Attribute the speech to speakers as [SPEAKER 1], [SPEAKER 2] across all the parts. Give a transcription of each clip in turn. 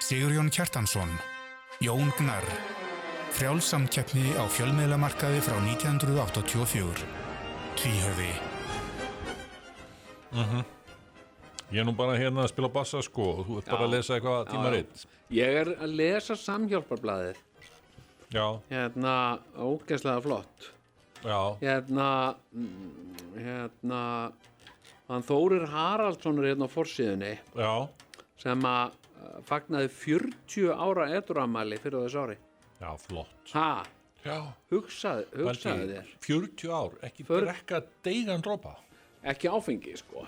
[SPEAKER 1] Sigurjón Kjartansson, Jón Gnarr, frjálsamkeppni á fjölmiðlamarkaði frá 1984, Tvíhöfi,
[SPEAKER 2] Ég er nú bara hérna að spila bassa sko og þú ert bara að lesa eitthvað tímaritt.
[SPEAKER 3] Ég er að lesa samhjálparblaðið
[SPEAKER 2] Já,
[SPEAKER 3] Hérna, ógeðslega flott
[SPEAKER 2] já,
[SPEAKER 3] Hérna, mm, hérna Hann Þórir Haraldsson er hérna á forsíðunni
[SPEAKER 2] já,
[SPEAKER 3] sem að eh, fagnaði 40 ára edruamæli fyrir þessu ári
[SPEAKER 2] já, flott.
[SPEAKER 3] Ha,
[SPEAKER 2] Já,
[SPEAKER 3] hugsaði, hugsaði
[SPEAKER 2] Pældi,
[SPEAKER 3] þér
[SPEAKER 2] 40 ár, ekki
[SPEAKER 3] För-
[SPEAKER 2] drekka deigan dropa.
[SPEAKER 3] ekki áfengi sko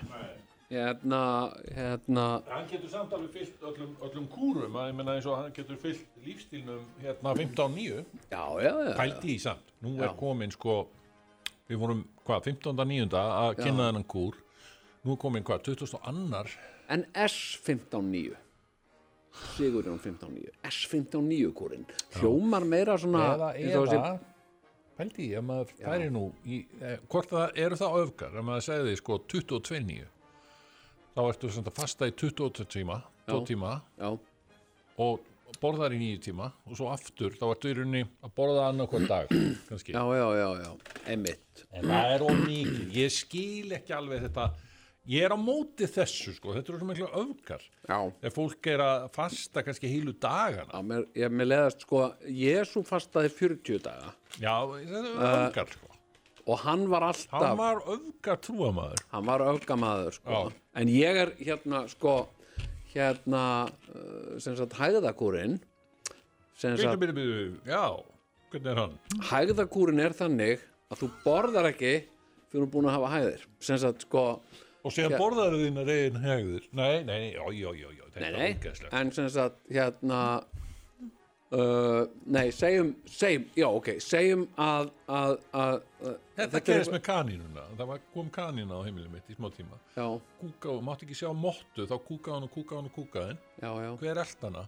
[SPEAKER 3] hérna, hérna
[SPEAKER 2] Hann getur samt alveg fyllt öllum, öllum kúrum, að ég menna eins og hann getur fyllt lífstílnum hérna 15.9.
[SPEAKER 3] já, já, já,
[SPEAKER 2] Pældi í samt, nú
[SPEAKER 3] Já.
[SPEAKER 2] er komin sko, við vorum hvað, 15.9. að kynna þennan kúr, nú er komin hvað, 22.
[SPEAKER 3] en S159 Sigurjón 159 S159 kúrin hljómar meira svona
[SPEAKER 2] eða,
[SPEAKER 3] eins og
[SPEAKER 2] eða
[SPEAKER 3] þessi-
[SPEAKER 2] pældi ég að maður færi nú í, eh, hvort það eru það öfgar að maður segði sko 22.9 þá ertu samt að fasta í 22 tíma, 2
[SPEAKER 3] Já.
[SPEAKER 2] tíma
[SPEAKER 3] já,
[SPEAKER 2] og borðar í 9 tíma og svo aftur þá ertu í rauninni að borða annarkvæm dag kannski,
[SPEAKER 3] já, já, já, já, einmitt
[SPEAKER 2] en það er of mikið ég skil ekki alveg þetta ég er á móti þessu sko, þetta eru svo miklu öfgar
[SPEAKER 3] já,
[SPEAKER 2] ef fólk er að fasta kannski heilu dagana
[SPEAKER 3] já mér, ég, mér leðast sko Jésu fastaði 40 daga
[SPEAKER 2] já, þetta eru
[SPEAKER 3] Eh,
[SPEAKER 2] öfgar sko
[SPEAKER 3] og hann var alltaf
[SPEAKER 2] hann var öfgar trúamaður
[SPEAKER 3] hann var öfgamaður sko.
[SPEAKER 2] Já.
[SPEAKER 3] en ég er hérna sko hérna uh, sem sagt hægðakúrin sem
[SPEAKER 2] Býtu,
[SPEAKER 3] sagt
[SPEAKER 2] býtu, býtu, já, hvernig er hann?
[SPEAKER 3] hægðakúrin er þannig að þú borðar ekki fyrir hún búin að hafa hægðir sem sagt sko
[SPEAKER 2] Og síðan
[SPEAKER 3] Já.
[SPEAKER 2] borðaðu þínar eigin hegður. Nei, nei, nei, oj, oj, oj, oj, þetta
[SPEAKER 3] nei,
[SPEAKER 2] er
[SPEAKER 3] nei,
[SPEAKER 2] ógeðslegt.
[SPEAKER 3] en sem sagt hérna uh, nei segjum, segjum já ok, segjum að, að, að, að
[SPEAKER 2] Þetta
[SPEAKER 3] er-
[SPEAKER 2] gerist með kanínuna, það var, kom kanína á heimilið mitt í smá tíma.
[SPEAKER 3] já,
[SPEAKER 2] Kúka, og mátti ekki sjá mottu, þá kúkaði hann og kúkaði hann og kúkaði hann.
[SPEAKER 3] já, já,
[SPEAKER 2] Hver elt hana?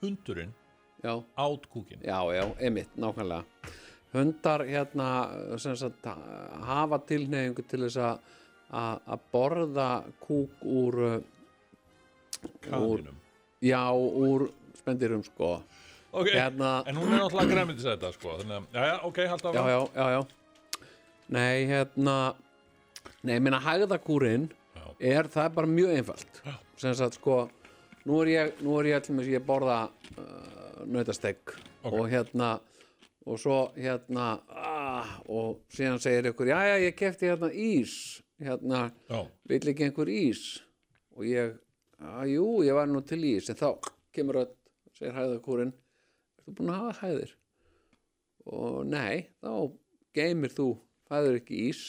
[SPEAKER 2] Hundurinn,
[SPEAKER 3] já
[SPEAKER 2] át kúkinn.
[SPEAKER 3] Já, já, einmitt, nákvæmlega. Hundar hérna sem sagt hafa tilneyingu til þess að- að að borða kúk úr, uh,
[SPEAKER 2] Kaninum.
[SPEAKER 3] já, úr spendirum sko.
[SPEAKER 2] Ok,
[SPEAKER 3] Hérna-
[SPEAKER 2] en hún er náttúrulega græmyndis þetta, sko. Þannig að, já, já, ok, hald af
[SPEAKER 3] Já, já, já, já. Nei, hérna, nei, ég meina hægðakúrin er, það er bara mjög einfalt. Já. Sem sagt sko, nú er ég, nú er ég allir með þess að ég borða uh, nautastegg
[SPEAKER 2] Ok.
[SPEAKER 3] og hérna, og svo hérna ah, og síðan segir ykkur já, já, ég kefti hérna ís hérna,
[SPEAKER 2] Já.
[SPEAKER 3] vill ekki einhver ís og ég, að jú, ég var nú til ís en þá kemur öll, segir hæðakúrin þú búin að hafa hæðir og nei, þá geymir þú, fæður ekki ís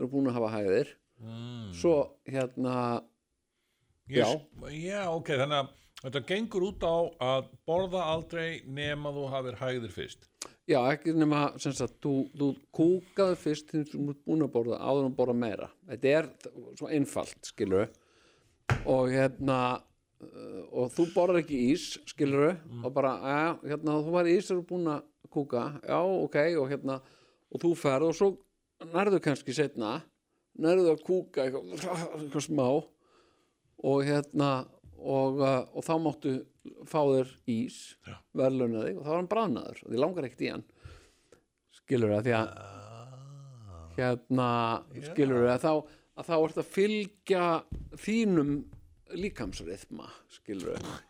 [SPEAKER 3] þú búin að hafa hæðir mm. svo hérna
[SPEAKER 2] Ég, já. ok, þannig að þetta gengur út á að borða aldrei nema þú hafir hægðir fyrst.
[SPEAKER 3] Já, ekki nema, sem sagt, þú, þú kúkaði fyrst þegar þú ert búin að borða áður en að borða meira. Þetta er svo einfalt, skilur og hérna uh, og þú borðar ekki ís, skilur og bara, að, hérna, þú var ís þegar þú ert búin að kúka, já, ok og hérna, og þú ferð og svo nærðu kannski setna nærðu að kúka eitthvað, eitthvað smá og hérna og, uh, og þá máttu fá þér ís verðluna þig og þá var hann bráðnaður og því langar ekkert í hann skilur það því að
[SPEAKER 2] Ah.
[SPEAKER 3] hérna skilur það þá, að þá ert að fylgja þínum líkamsrithma skilur það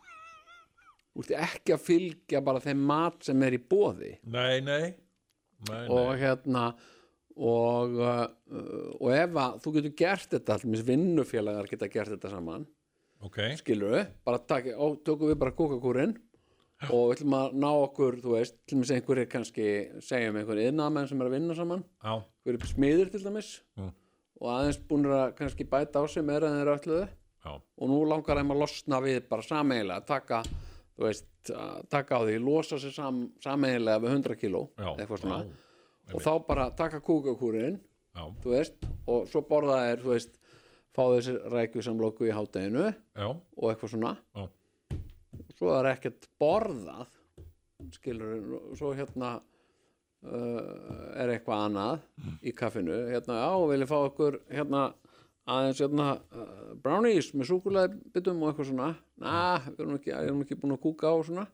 [SPEAKER 3] Þú ert ekki að fylgja bara þeim mat sem er í bóði
[SPEAKER 2] Nei, nei. nei, nei.
[SPEAKER 3] og hérna og, uh, og ef að þú getur gert þetta allir mis vinnufélagar geta gert þetta saman
[SPEAKER 2] Ok,
[SPEAKER 3] skilur við, bara takk, ó, tökum við bara kúkakúrin og við ætlum að ná okkur, þú veist, til dæmis einhverjir kannski segjum einhverjir yðnaðamenn sem er að vinna saman
[SPEAKER 2] já,
[SPEAKER 3] einhverjir smiðir til dæmis og aðeins búnir að kannski bæta á sig meira en þeir ölluðu
[SPEAKER 2] já,
[SPEAKER 3] og nú langar þeim að losna við bara sameiginlega, taka þú veist, að taka á því, losa sig sam, sameiginlega við 100 kíló
[SPEAKER 2] Já,
[SPEAKER 3] eitthvað svona
[SPEAKER 2] já,
[SPEAKER 3] og þá bara taka kúkakúrin
[SPEAKER 2] já,
[SPEAKER 3] þú veist, og svo borða þeir þú veist, fá þessi rækju samlóku í hátæginu
[SPEAKER 2] já,
[SPEAKER 3] og eitthvað svona
[SPEAKER 2] já,
[SPEAKER 3] svo er ekkert borðað skilur, svo hérna uh, er eitthvað annað í kaffinu, hérna, já, viljið fá okkur hérna aðeins hérna uh, brownies með súkulaði bitum og eitthvað svona na, við erum ekki, erum ekki búin að kúka á og svona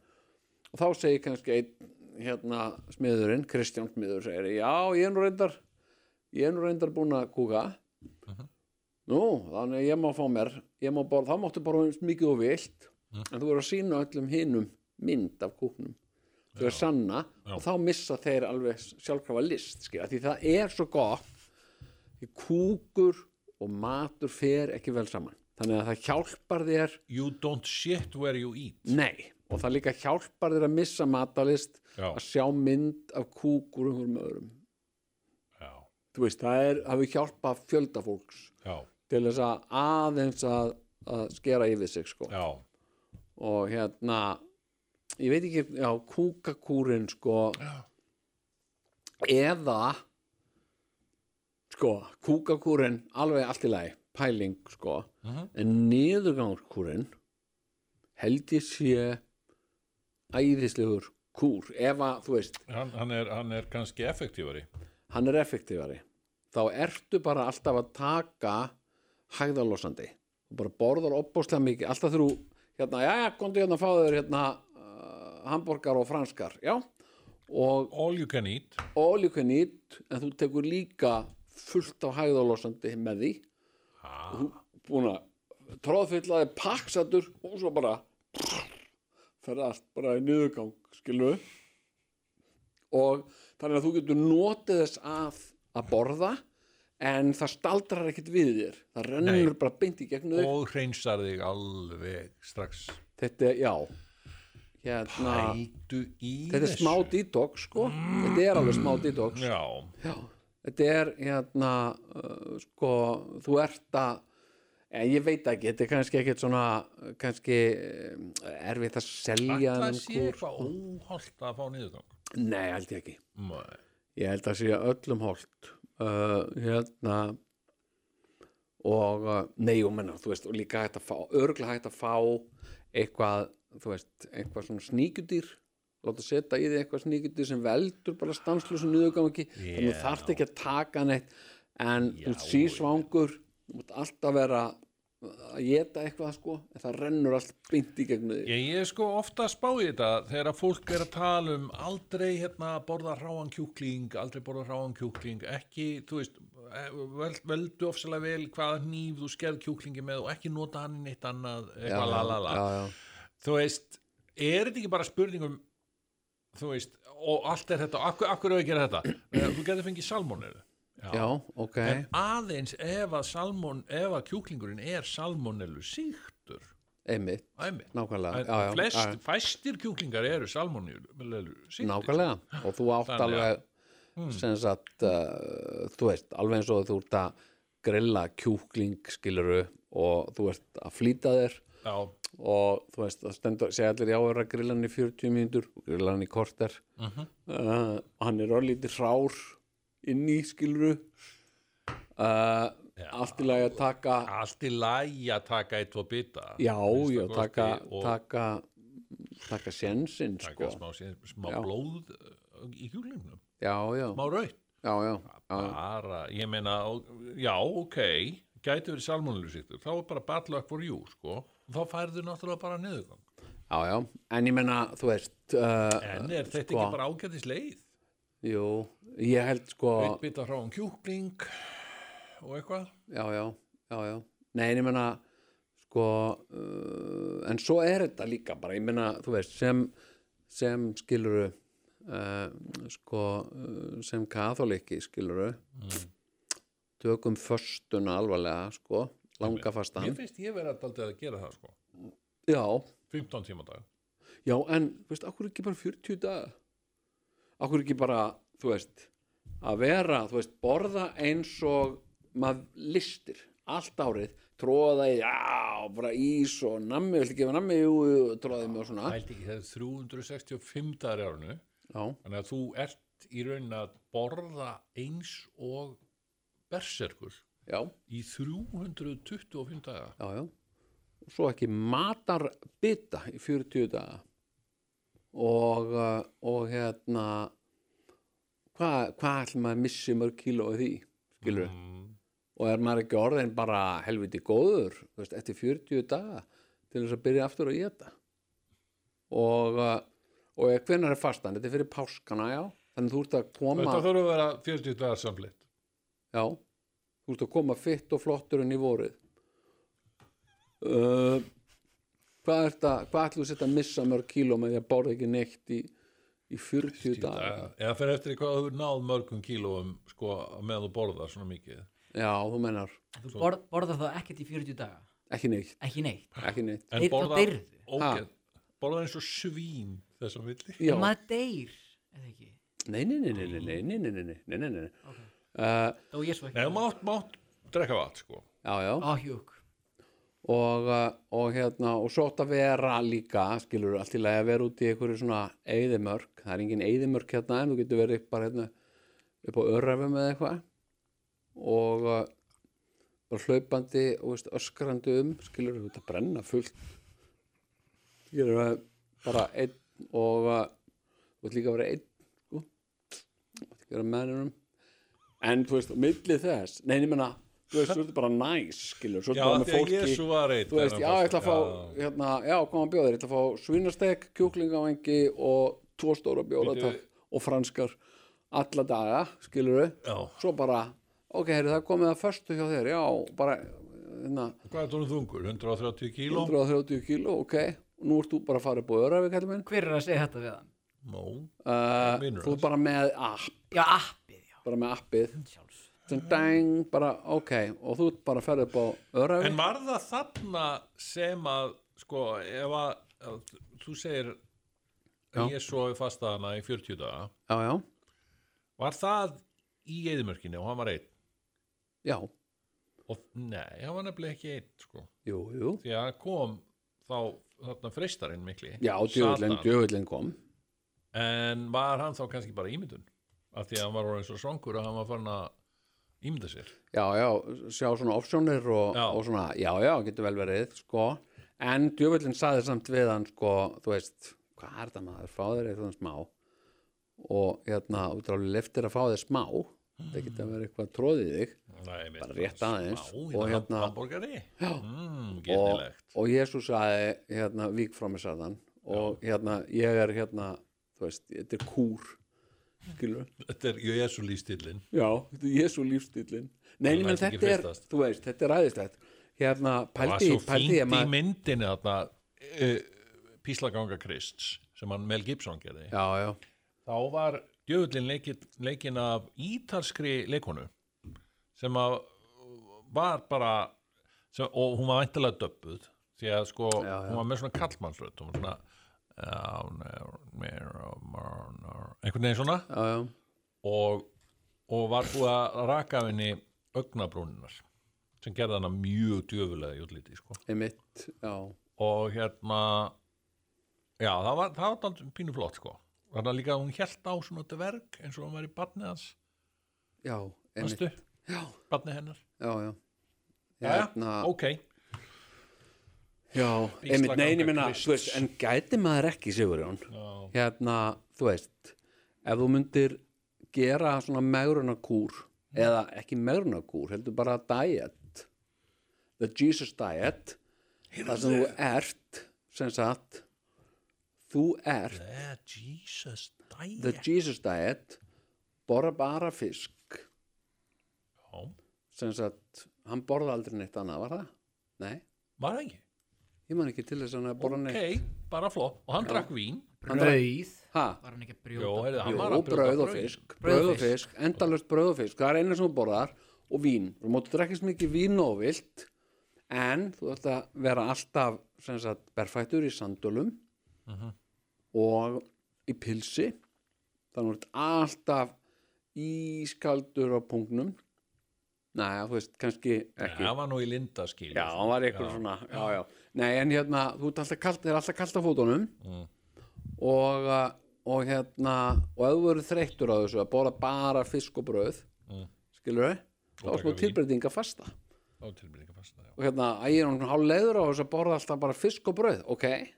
[SPEAKER 3] og þá segir kannski einn hérna smiðurinn, Kristján smiður segir, já ég er nú reyndar ég er nú reyndar búin að kúka nú, þannig að ég má fá mér ég má borða, þá máttu borða eins mikið og vilt en þú verður að sína öllum hinum mynd af kúknum þau er sanna og þá missa þeir alveg sjálfkrafa list skilja, því það er svo gott því kúkur og matur fer ekki vel saman þannig að það hjálpar þér
[SPEAKER 2] You don't shit where you eat
[SPEAKER 3] nei, og það líka hjálpar þér að missa matalist
[SPEAKER 2] Já.
[SPEAKER 3] að sjá mynd af kúkur um hverjum öðrum
[SPEAKER 2] Já,
[SPEAKER 3] þú veist, það er, hafi hjálpa fjölda fólks
[SPEAKER 2] já,
[SPEAKER 3] til þess að aðeins að, að skera yfir sig sko
[SPEAKER 2] já,
[SPEAKER 3] og hérna ég veit ekki, já, kúkakúrin sko
[SPEAKER 2] Já.
[SPEAKER 3] eða sko, kúkakúrin alveg allt í lagi, pæling sko
[SPEAKER 2] Mhm.
[SPEAKER 3] en niðurgangskúrin held ég sé æðislegur kúr ef að, þú veist,
[SPEAKER 2] hann, hann, er, hann er kannski effektífari
[SPEAKER 3] hann er effektífari þá ertu bara alltaf að taka hægðalosandi og bara borðar opbóðslega mikið alltaf þrjú, hérna, já, já, komdu hérna að fá þér hérna uh, hambúrgar og franskar já, og
[SPEAKER 2] All you can eat
[SPEAKER 3] ólíka nýtt en þú tekur líka fullt á hægðalosandi með því
[SPEAKER 2] ah,
[SPEAKER 3] þú búin að tróðfyllaði paksatur og svo bara fer allt bara í niðurgang skilu og þannig að þú getur notið þess að að borða en það staldrar ekkit við þér það rennur bara beint í gegnum þig
[SPEAKER 2] Og hreinsar þig alveg strax
[SPEAKER 3] þetta er, já hérna,
[SPEAKER 2] Ætu í
[SPEAKER 3] þetta er
[SPEAKER 2] þessu. Mm.
[SPEAKER 3] smá detox sko þetta er alveg smá detox
[SPEAKER 2] Já,
[SPEAKER 3] Já, þetta er hérna uh, sko, þú ert að en ég veit ekki, þetta er kannski ekkert svona uh, kannski um, erfitt að selja
[SPEAKER 2] ætla að
[SPEAKER 3] þennan
[SPEAKER 2] sé
[SPEAKER 3] kúr.
[SPEAKER 2] eitthvað óholt að fá niðurgang
[SPEAKER 3] Nei, held ég ekki
[SPEAKER 2] Nei.
[SPEAKER 3] ég held að sé öllum holt uh, hérna og uh, nei, og menna, þú veist og líka hægt að fá, örglega hægt að fá eitthvað, þú veist eitthvað svona sníkudýr láta setja í því eitthvað sníkudýr sem veldur bara stanslösu nýðugangi þannig
[SPEAKER 2] Já.
[SPEAKER 3] þú þarft ekki að taka neitt en þú
[SPEAKER 2] Já,
[SPEAKER 3] sí svangur þú mútt alltaf vera að geta eitthvað sko, en það rennur allt beint í gegnum því
[SPEAKER 2] Ég, ég er sko ofta að spá í þetta þegar að fólk er að tala um aldrei hérna borða ráan kjúkling, aldrei borða ráan kjúkling, ekki, þú veist, eh, vel, veldu ofsalega vel hvaða hníf þú skerð kjúklingi með og ekki nota hann í neitt annað, eitthvað la la la.
[SPEAKER 3] já, já.
[SPEAKER 2] Þú veist, er þetta ekki bara spurningum, þú veist, og allt er þetta, og akkur, akkur er að gera þetta? Eh, þú getur fengið salmónir.
[SPEAKER 3] já, ok
[SPEAKER 2] En aðeins ef að, salmon, ef að kjúklingurinn er salmonellu síktur,
[SPEAKER 3] einmitt,
[SPEAKER 2] æmi. En
[SPEAKER 3] nákvæmlega já, já,
[SPEAKER 2] flest,
[SPEAKER 3] já, já.
[SPEAKER 2] fæstir kjúklingar eru salmonellu
[SPEAKER 3] Nákvæmlega, og þú átt
[SPEAKER 2] Þannig að- Hmm.
[SPEAKER 3] alveg sem sagt uh, þú veist, alveg eins og þú ert að grilla kjúkling skiluru og þú ert að flýta þér
[SPEAKER 2] Já,
[SPEAKER 3] og þú veist, það stendur segja allir já, er að grilla hann í 40 mínútur grilla hann í korter
[SPEAKER 2] Mhm.
[SPEAKER 3] uh, hann er orðlítið hrár inn í skiluru uh, allt í lagi að taka
[SPEAKER 2] allt í lagi að taka eitt og bita
[SPEAKER 3] já,
[SPEAKER 2] Minnsta
[SPEAKER 3] já,
[SPEAKER 2] kosti,
[SPEAKER 3] taka
[SPEAKER 2] og
[SPEAKER 3] taka, taka sjensin
[SPEAKER 2] taka
[SPEAKER 3] sko,
[SPEAKER 2] smá, sín- smá
[SPEAKER 3] Já.
[SPEAKER 2] blóð uh, í kjúklingnum,
[SPEAKER 3] já, já
[SPEAKER 2] smá raut
[SPEAKER 3] já, já, já,
[SPEAKER 2] bara, ég meina og- já, ok, gæti verið salmonellu síktur, þá er bara batla upp for you sko, þá færðu náttúrulega bara niðurgang
[SPEAKER 3] Já, já, en ég menna, þú veist uh,
[SPEAKER 2] en er þetta
[SPEAKER 3] sko.
[SPEAKER 2] ekki bara ágætis leið
[SPEAKER 3] Jú, ég held sko
[SPEAKER 2] eitt bita frá um kjúkling og eitthvað
[SPEAKER 3] Já, já, já, já Nei, en ég menna, sko uh, En svo er þetta líka bara Ég menna, þú veist, sem sem skiluru uh, sko, uh, sem katholiki skiluru
[SPEAKER 2] Mm.
[SPEAKER 3] tökum föstuna alvarlega, sko langa
[SPEAKER 2] mér
[SPEAKER 3] fastan
[SPEAKER 2] finnst ég verið að daldið að gera það sko
[SPEAKER 3] Já,
[SPEAKER 2] 15 tíma á dag
[SPEAKER 3] já, en, þú veist, akkur ekki bara 40 daga akkur ekki bara, þú veist að vera, þú veist, borða eins og maður listir allt árið, tróða í já, bara ís og nammi viltu gefa nammi, jú, jú, tróða í mig og svona
[SPEAKER 2] Pældi ekki, það er 365 dagar í árinu
[SPEAKER 3] já,
[SPEAKER 2] þannig að þú ert í raunin að borða eins og berserkur
[SPEAKER 3] já,
[SPEAKER 2] í 325 daga
[SPEAKER 3] já, já og svo ekki matarbita í 40 daga og uh, og hérna hvað hva ætlum maður missi mörg kíló af því, skilur
[SPEAKER 2] mm.
[SPEAKER 3] og er maður ekki orðin bara helviti góður þú veist, eftir 40 daga til þess að byrja aftur að geta og, uh, og hvernig er fastan, þetta er fyrir páskana já þannig þú ert að koma
[SPEAKER 2] Þetta þurfa að vera 40 dagar samleitt.
[SPEAKER 3] Já, þú ert að koma fitt og flottur inn í vorið. Uh, hvað ert að, hvað ætlum þú að setja að missa mörg kíló með því að borða ekki neitt í, í 40 daga?
[SPEAKER 2] Eða fer eftir í hvað þú hefur náð mörgum kílóum sko, meðan þú borðar svona mikið.
[SPEAKER 3] Já, þú mennar,
[SPEAKER 4] Þú borð, borðar þá ekkert í 40 daga
[SPEAKER 3] ekki neitt,
[SPEAKER 4] Ekki neitt
[SPEAKER 3] ekki neitt.
[SPEAKER 2] En
[SPEAKER 4] Þeir- þá
[SPEAKER 2] borðar,
[SPEAKER 4] deyrðu.
[SPEAKER 2] ógeð, borðar eins og svín þessum villi.
[SPEAKER 3] Já,
[SPEAKER 4] En maður deyr Eða ekki
[SPEAKER 3] nei, nei, nei, nei, nei, nei, nei, nei, nei, nei, nei, nei, nei. Uh,
[SPEAKER 4] Þá ég svo ekki
[SPEAKER 2] Nei, þú mátt, mátt drekka vatn, sko.
[SPEAKER 3] já, já,
[SPEAKER 4] Áhjúk
[SPEAKER 3] og, uh, og hérna, og svo átt að vera líka, skilur, allt í lagi að vera út í einhverju svona eyðimörk, það er engin eyðimörk hérna, en þú getur verið bara hérna upp á örrafum eða eitthvað og uh, bara hlaupandi og veist, öskrandi um skilur þú þetta brenna fullt ég er uh, bara einn og uh, þú ert líka að vera einn sko. Þú mátt ekki vera með hennum en þú veist, á milli þess nei, ég menna, þú veist, þú ert bara næs skilur, svo
[SPEAKER 2] Já,
[SPEAKER 3] ertu bara með
[SPEAKER 2] því að
[SPEAKER 3] fólki
[SPEAKER 2] Jésu var einn.
[SPEAKER 3] þú veist, já, ég ætla að fá hérna, já, koma að bjóða þér, ég ætla að fá svínastek kjúklingavengi og tvo stóra bjóða
[SPEAKER 2] Bíddu.
[SPEAKER 3] takk, og franskar alla daga, skilur
[SPEAKER 2] Já.
[SPEAKER 3] svo bara, ok, heyrðu, það er komið að förstu hjá þér, já, bara hérna,
[SPEAKER 2] Hvað er tónum þungur? 130 kíló?
[SPEAKER 3] 130 kíló, ok og nú ert þú bara að fara upp á öra við kallum minn
[SPEAKER 4] Hver er að segja þetta við hann?
[SPEAKER 2] Nó.
[SPEAKER 3] uh,
[SPEAKER 2] Vinur
[SPEAKER 3] þú
[SPEAKER 2] hans.
[SPEAKER 3] er bara með app,
[SPEAKER 4] Já, appið, já
[SPEAKER 3] bara með appið
[SPEAKER 4] Sjálfs
[SPEAKER 3] sem dæng, bara, ok og þú ert bara að fara upp á öra
[SPEAKER 2] En var það þarna sem að, sko, ef að, að þú segir
[SPEAKER 3] Já.
[SPEAKER 2] ég sofi fastaðana í 40 daga,
[SPEAKER 3] já, já,
[SPEAKER 2] var það í eðimörkinni og hann var einn?
[SPEAKER 3] já,
[SPEAKER 2] Og nei, hann var nefnilega ekki einn, sko.
[SPEAKER 3] jú, jú
[SPEAKER 2] Því að kom þá þarna freistarinn mikli.
[SPEAKER 3] já, djöfullin,
[SPEAKER 2] Satan.
[SPEAKER 3] djöfullin kom
[SPEAKER 2] En var hann þá kannski bara ímyndun? Af því að hann var orðin svo svangur að hann var farin að ímynda sér.
[SPEAKER 3] já, já, sjá svona opsjónir og,
[SPEAKER 2] Já.
[SPEAKER 3] og svona, já, já, getur vel verið sko, en djöfullin saði samt við hann, sko, þú veist hvað er það maður, fá þér eitthvað smá og hérna, þú drálega leftir að fá þér smá, það geta verið eitthvað tróðið þig,
[SPEAKER 2] Nei, mér
[SPEAKER 3] Bara
[SPEAKER 2] finnst
[SPEAKER 3] rétt
[SPEAKER 2] það
[SPEAKER 3] aðeins.
[SPEAKER 2] smá,
[SPEAKER 3] Og
[SPEAKER 2] hérna,
[SPEAKER 3] hérna-
[SPEAKER 2] hamborgari. Mm,
[SPEAKER 3] og,
[SPEAKER 2] Gernilegt.
[SPEAKER 3] og Jésu saði, hérna, vík frá mig sarðan og hérna, ég er hérna þú veist, þetta er kúr skilur,
[SPEAKER 2] Þetta er Jésu lístillin.
[SPEAKER 3] já, þetta er Jésu lífstílin nei,
[SPEAKER 2] Hann
[SPEAKER 3] menn
[SPEAKER 2] lætur ekki
[SPEAKER 3] þetta er,
[SPEAKER 2] freistast.
[SPEAKER 3] þú veist, þetta er ræðislegt hérna,
[SPEAKER 2] Það var
[SPEAKER 3] pældi,
[SPEAKER 2] svo
[SPEAKER 3] pældi
[SPEAKER 2] fínt
[SPEAKER 3] ég
[SPEAKER 2] í myndinni þarna uh, Píslaganga Krists sem hann Mel Gibson gerði.
[SPEAKER 3] já, já
[SPEAKER 2] Þá var djöfullin leikin, leikin af ítalskri leikonu sem að var bara sem, og hún var væntalega döppuð því að sko, hún var með svona kallmannsrödd hún var svona "Já, nei, nei, nei, nei," einhvern veginn svona
[SPEAKER 3] já, já,
[SPEAKER 2] og, og var búið að raka af henni augnabrúninar sem gerði hana mjög djöfulega í útliti sko.
[SPEAKER 3] einmitt, já,
[SPEAKER 2] og hérna já, það var, það var dálítið pínu flott sko þannig að líka hún hélt á svona dverg eins og hún var í barnið hans
[SPEAKER 3] já, einmitt,
[SPEAKER 2] Manstu? barnið hennar
[SPEAKER 3] já, já, hérna-
[SPEAKER 2] Jæja, ok
[SPEAKER 3] já, einmitt, nei, ég minna,
[SPEAKER 2] Krists.
[SPEAKER 3] þú veist, en gæti maður ekki, Sigurjón, hérna, þú veist, ef þú myndir gera svona megrunarkúr, eða ekki megrunarkúr, heldur bara diet, the Jesus diet, þar sem þú ert, sem sagt, þú ert
[SPEAKER 2] yeah, Eh, Jesus
[SPEAKER 3] the
[SPEAKER 2] dæja
[SPEAKER 3] Jesus diet, borra bara fisk, sem sagt, hann borða aldrei neitt annað, var það? Nei,
[SPEAKER 2] var það ekki
[SPEAKER 3] ég man ekki til þess að hann hafi borða neitt.
[SPEAKER 2] ok, bara flott og hann drakk vín
[SPEAKER 4] Brauð
[SPEAKER 3] Ha?
[SPEAKER 4] Var hann ekki að
[SPEAKER 2] Jó,
[SPEAKER 4] brjóta
[SPEAKER 2] heyrðu, hann var
[SPEAKER 3] Jú,
[SPEAKER 2] að brjóta
[SPEAKER 3] brauð og
[SPEAKER 2] brauð.
[SPEAKER 3] fisk, brauð og
[SPEAKER 4] Brauð og
[SPEAKER 3] fisk, endalust brauð og fisk, það er eina sem þú borðar og vín. Þú móttu drekkist mikið vín og vilt, en þú ætti að vera alltaf, sem sagt, berfættur í sandölum
[SPEAKER 2] Mhm.
[SPEAKER 3] og í pilsi, þannig að þú ert alltaf ískaldur á pungnum. Næja, þú veist, kannski ekki.
[SPEAKER 2] það var nú í lindaskil
[SPEAKER 3] Já, hann var eitthvað svona, já, já. Nei, en hérna, þú ert alltaf kalt, er alltaf kalt á fótunum
[SPEAKER 2] Mm.
[SPEAKER 3] og, uh, og hérna, og ef þú verður þreyttur á þessu að bóla bara fisk og brauð, mm. skilur við, þá er
[SPEAKER 2] taka
[SPEAKER 3] sko
[SPEAKER 2] vín.
[SPEAKER 3] tilbreyting að fasta.
[SPEAKER 2] og tilbyrðingar fasta já.
[SPEAKER 3] Og hérna, að ég er hann hálfleiður á þessu að borða alltaf bara fisk og brauð, ok?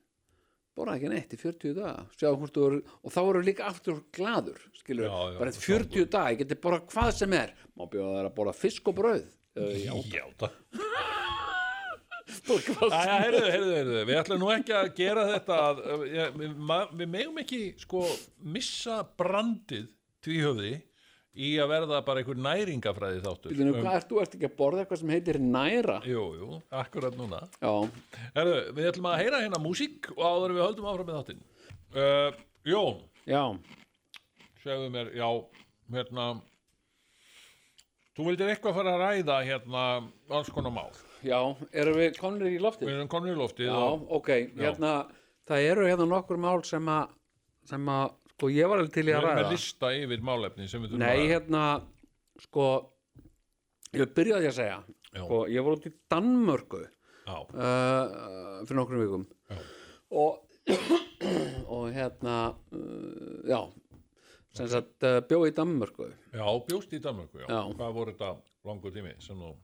[SPEAKER 3] Borða ekki neitt í 40 daga, sjá hvort þú eru, og þá eru líka aftur gladur, skilur við,
[SPEAKER 2] Já, já,
[SPEAKER 3] bara
[SPEAKER 2] og
[SPEAKER 3] eftir 40 daga, ég geti borða hvað sem er, má bjóða þær að borða fisk og brauð, uh,
[SPEAKER 2] Játa.
[SPEAKER 3] Hvað
[SPEAKER 2] Æja, heyrðu, heyrðu, heyrðu, við ætlum nú ekki að gera þetta að, eh, ég, við, ma- við megum ekki sko missa brandið tvíhöfði í að verða bara einhver næringafræði þáttur.
[SPEAKER 3] Býtum, hvað ert þú ert ekki að borða eitthvað sem heitir næra?
[SPEAKER 2] Jú, jú, akkurat núna.
[SPEAKER 3] Já,
[SPEAKER 2] Herðu, við ætlum að heyra hérna músík og áður en við höldum áfram með þáttinn. Uh, Jón,
[SPEAKER 3] já,
[SPEAKER 2] segðu mér, já, hérna, þú vildir eitthvað fara að ræða hérna alls konar mál.
[SPEAKER 3] já, erum við komnir í loftið?
[SPEAKER 2] Við erum komin í loftið
[SPEAKER 3] Já,
[SPEAKER 2] og
[SPEAKER 3] ok, hérna, það eru hérna nokkur mál sem að, sem að, sko, ég var alveg til í
[SPEAKER 2] við
[SPEAKER 3] að
[SPEAKER 2] erum með um
[SPEAKER 3] ræða.
[SPEAKER 2] lista yfir málefni sem við þurfum
[SPEAKER 3] Nei,
[SPEAKER 2] að
[SPEAKER 3] hérna, sko, ég byrjaði að segja,
[SPEAKER 2] Já.
[SPEAKER 3] sko, ég var út í Danmörku
[SPEAKER 2] ræða.
[SPEAKER 3] uh, fyrir nokkrum vikum
[SPEAKER 2] Já.
[SPEAKER 3] og og hérna, uh, já, sem sagt, uh, bjóði í Danmörku.
[SPEAKER 2] Já, bjóst í Danmörku, já.
[SPEAKER 3] Já.
[SPEAKER 2] Hvað voru þetta langur tími sem þú...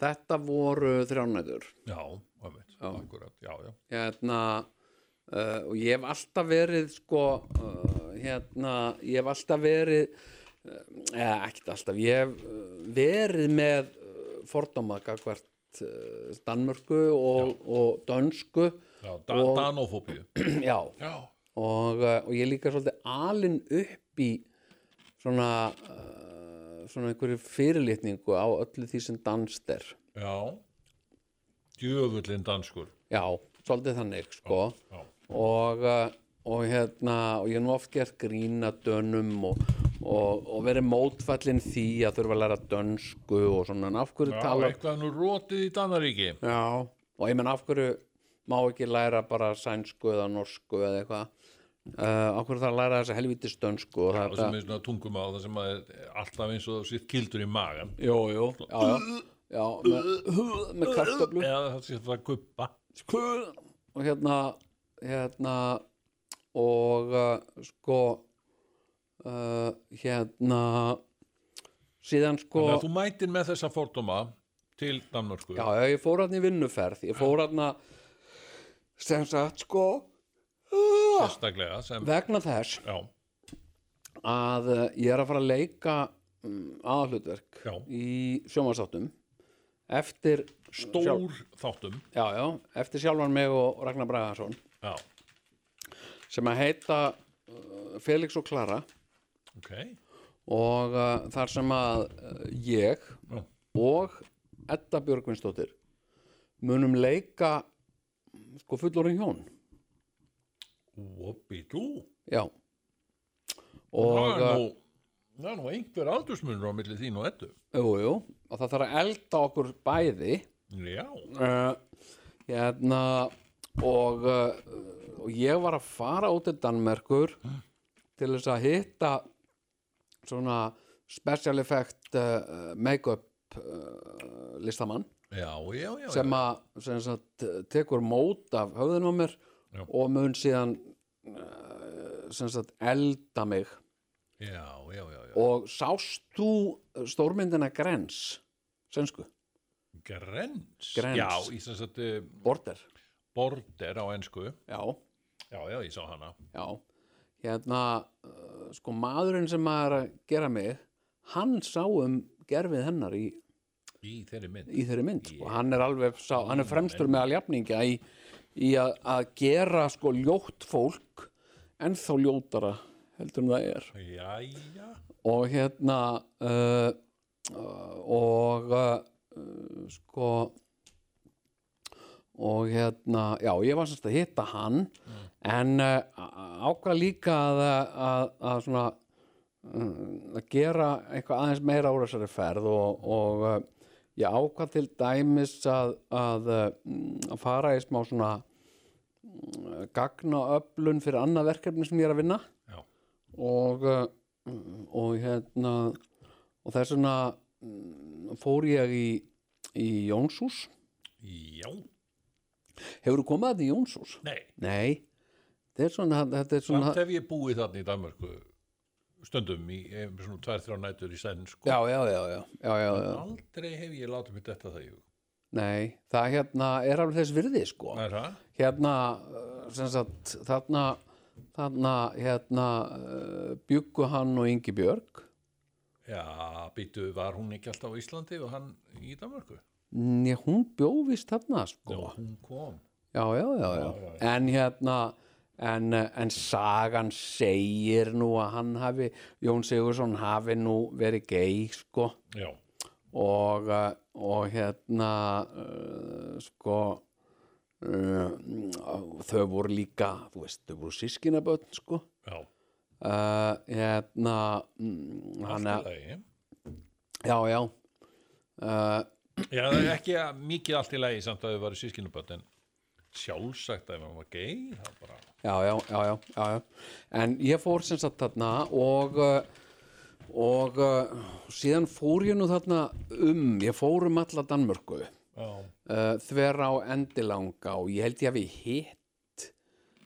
[SPEAKER 3] Þetta voru þrjánætur.
[SPEAKER 2] Já, það veit, akkurat, já, já.
[SPEAKER 3] hérna uh, og ég hef alltaf verið sko uh, hérna ég hef alltaf verið uh, eða ekkert alltaf, ég hef uh, verið með uh, fordóma gagvart uh, Danmörku og, og dönsku
[SPEAKER 2] Já, da,
[SPEAKER 3] Og-
[SPEAKER 2] danofóbíu.
[SPEAKER 3] já,
[SPEAKER 2] Já,
[SPEAKER 3] og, uh, og ég er líka svolítið alinn upp í svona uh, svona einhverju fyrirlitningu á öllu því sem danst er
[SPEAKER 2] já. Djöfullin danskur.
[SPEAKER 3] já, svolítið þannig sko
[SPEAKER 2] Já,
[SPEAKER 3] og, uh, og hérna og ég hef nú oft gert grína dönum og, og, og verið mótfallin því að þurfa að læra dönsku og svona, en af hverju
[SPEAKER 2] já
[SPEAKER 3] tala
[SPEAKER 2] eitthvað nú rótið í Danaríki.
[SPEAKER 3] já, og ég menn af hverju má ekki læra bara sænsku eða norsku eða eitthvað uh, af hverju það að læra þessa helvítis dönsku og
[SPEAKER 2] Það
[SPEAKER 3] það
[SPEAKER 2] sem er svona tungum á það sem að er alltaf eins og sitt kildur í magan.
[SPEAKER 3] jú, jú, já, já, já með, með kartöflu
[SPEAKER 2] Eða það sé það að guppa.
[SPEAKER 3] og Sko, hérna hérna og uh, sko uh, hérna síðan sko
[SPEAKER 2] Þannig að þú mætir með þessa fordóma til Danmörku.
[SPEAKER 3] já, já, ég fór hann í vinnuferð ég fór hann sem sagt sko
[SPEAKER 2] Sérstaklega sem...
[SPEAKER 3] vegna þess
[SPEAKER 2] Já,
[SPEAKER 3] að uh, ég er að fara að leika um, aðhlutverk
[SPEAKER 2] Já.
[SPEAKER 3] í sjómasáttum eftir sjálf-
[SPEAKER 2] stór þáttum.
[SPEAKER 3] já, já, eftir sjálfan mig og Ragnar Bragaðarsson
[SPEAKER 2] Já,
[SPEAKER 3] sem að heita uh, Felix og Klara
[SPEAKER 2] ok.
[SPEAKER 3] og uh, þar sem að uh, ég
[SPEAKER 2] Já.
[SPEAKER 3] og Edda Björgvinsdóttir munum leika sko fullorinn hjón
[SPEAKER 2] Whoopi doo.
[SPEAKER 3] já og,
[SPEAKER 2] það
[SPEAKER 3] uh,
[SPEAKER 2] er nú, það er nú einhver aldursmunur á milli þín og ettu
[SPEAKER 3] jú, jú, og það þarf að elda okkur bæði
[SPEAKER 2] já,
[SPEAKER 3] uh, hérna og, uh, og ég var að fara út til Danmerkur til þess að hitta svona special effect uh, make-up uh, listamann
[SPEAKER 2] já, já, já,
[SPEAKER 3] sem að sem sagt, tekur mót af höfðunum á mér
[SPEAKER 2] Já.
[SPEAKER 3] og mun síðan eh, sem sagt, elda mig
[SPEAKER 2] já, já, já, já, já.
[SPEAKER 3] og sást þú stórmyndina Grens sænsku,
[SPEAKER 2] Grens.
[SPEAKER 3] Grens.
[SPEAKER 2] já, í sem sagt eh,
[SPEAKER 3] Border
[SPEAKER 2] border á ensku
[SPEAKER 3] já,
[SPEAKER 2] já, já, ég sá hana
[SPEAKER 3] já hérna, eh, sko maðurinn sem maður er að gera mig hann sá um gerfið hennar í,
[SPEAKER 2] í þeirri mynd
[SPEAKER 3] í þeirri mynd sko. hann er alveg, sá, hann er fremstur með aljafninga í, í að, að gera sko ljótt fólk ennþá ljótara heldur en það er
[SPEAKER 2] já, já,
[SPEAKER 3] og hérna uh, uh, og uh, sko og hérna já, ég var semst að hitta hann en uh, ákvað líka að, að, að svona um, að gera eitthvað aðeins meira úr þessari ferð og, og uh, ég ákvað til dæmis að, að, uh, mm, að fara í smá svona mm, gagnaöflun fyrir annað verkefni sem ég er að vinna
[SPEAKER 2] já,
[SPEAKER 3] og uh, og hérna og þess vegna mm, fór ég í, í Jónsús
[SPEAKER 2] já
[SPEAKER 3] hefur þú komað þetta í Jónsús?
[SPEAKER 2] nei,
[SPEAKER 3] Nei, þetta er svona þetta er svona,
[SPEAKER 2] samt hef ég búið þarna í Danmarku stundum í eh, svona tvær, þrjá nætur í senn sko
[SPEAKER 3] já, já, já, já, já, já, já.
[SPEAKER 2] aldrei hef ég látið mér þetta það í hug
[SPEAKER 3] Nei, það hérna er alveg þess virði sko
[SPEAKER 2] það er það,
[SPEAKER 3] hérna uh, sem sagt þarna eh, þarna hérna uh, bjuggu hann og Ingi Björg
[SPEAKER 2] Já, býtu, var hún ekki alltaf á Íslandi og hann í Danmarku?
[SPEAKER 3] Njá, hún bjóvist þarna sko.
[SPEAKER 2] Hún kom.
[SPEAKER 3] já, já, já, já. En hérna en, eh, en sagan segir nú að hann hafi Jón Sigursson hafi nú verið gei sko
[SPEAKER 2] Já,
[SPEAKER 3] og, eh, og hérna uh, sko uh, þau voru líka þú veist, þau voru sískinabönd sko
[SPEAKER 2] já,
[SPEAKER 3] uh, hérna mm, hann
[SPEAKER 2] allt í
[SPEAKER 3] að,
[SPEAKER 2] lagi.
[SPEAKER 3] já, já uh,
[SPEAKER 2] Já, það er ekki að- mikið allt í lagi samt að þau varu sískinubönd, en sjálfsagt að ef hann var gei, það bara...
[SPEAKER 3] já, já, já, já, já, já. En ég fór sem sagt þarna og uh, og uh, síðan fór ég nú þarna um, ég fór um alla Danmörku
[SPEAKER 2] Já,
[SPEAKER 3] uh, þver á endilanga og ég held ég hafi hitt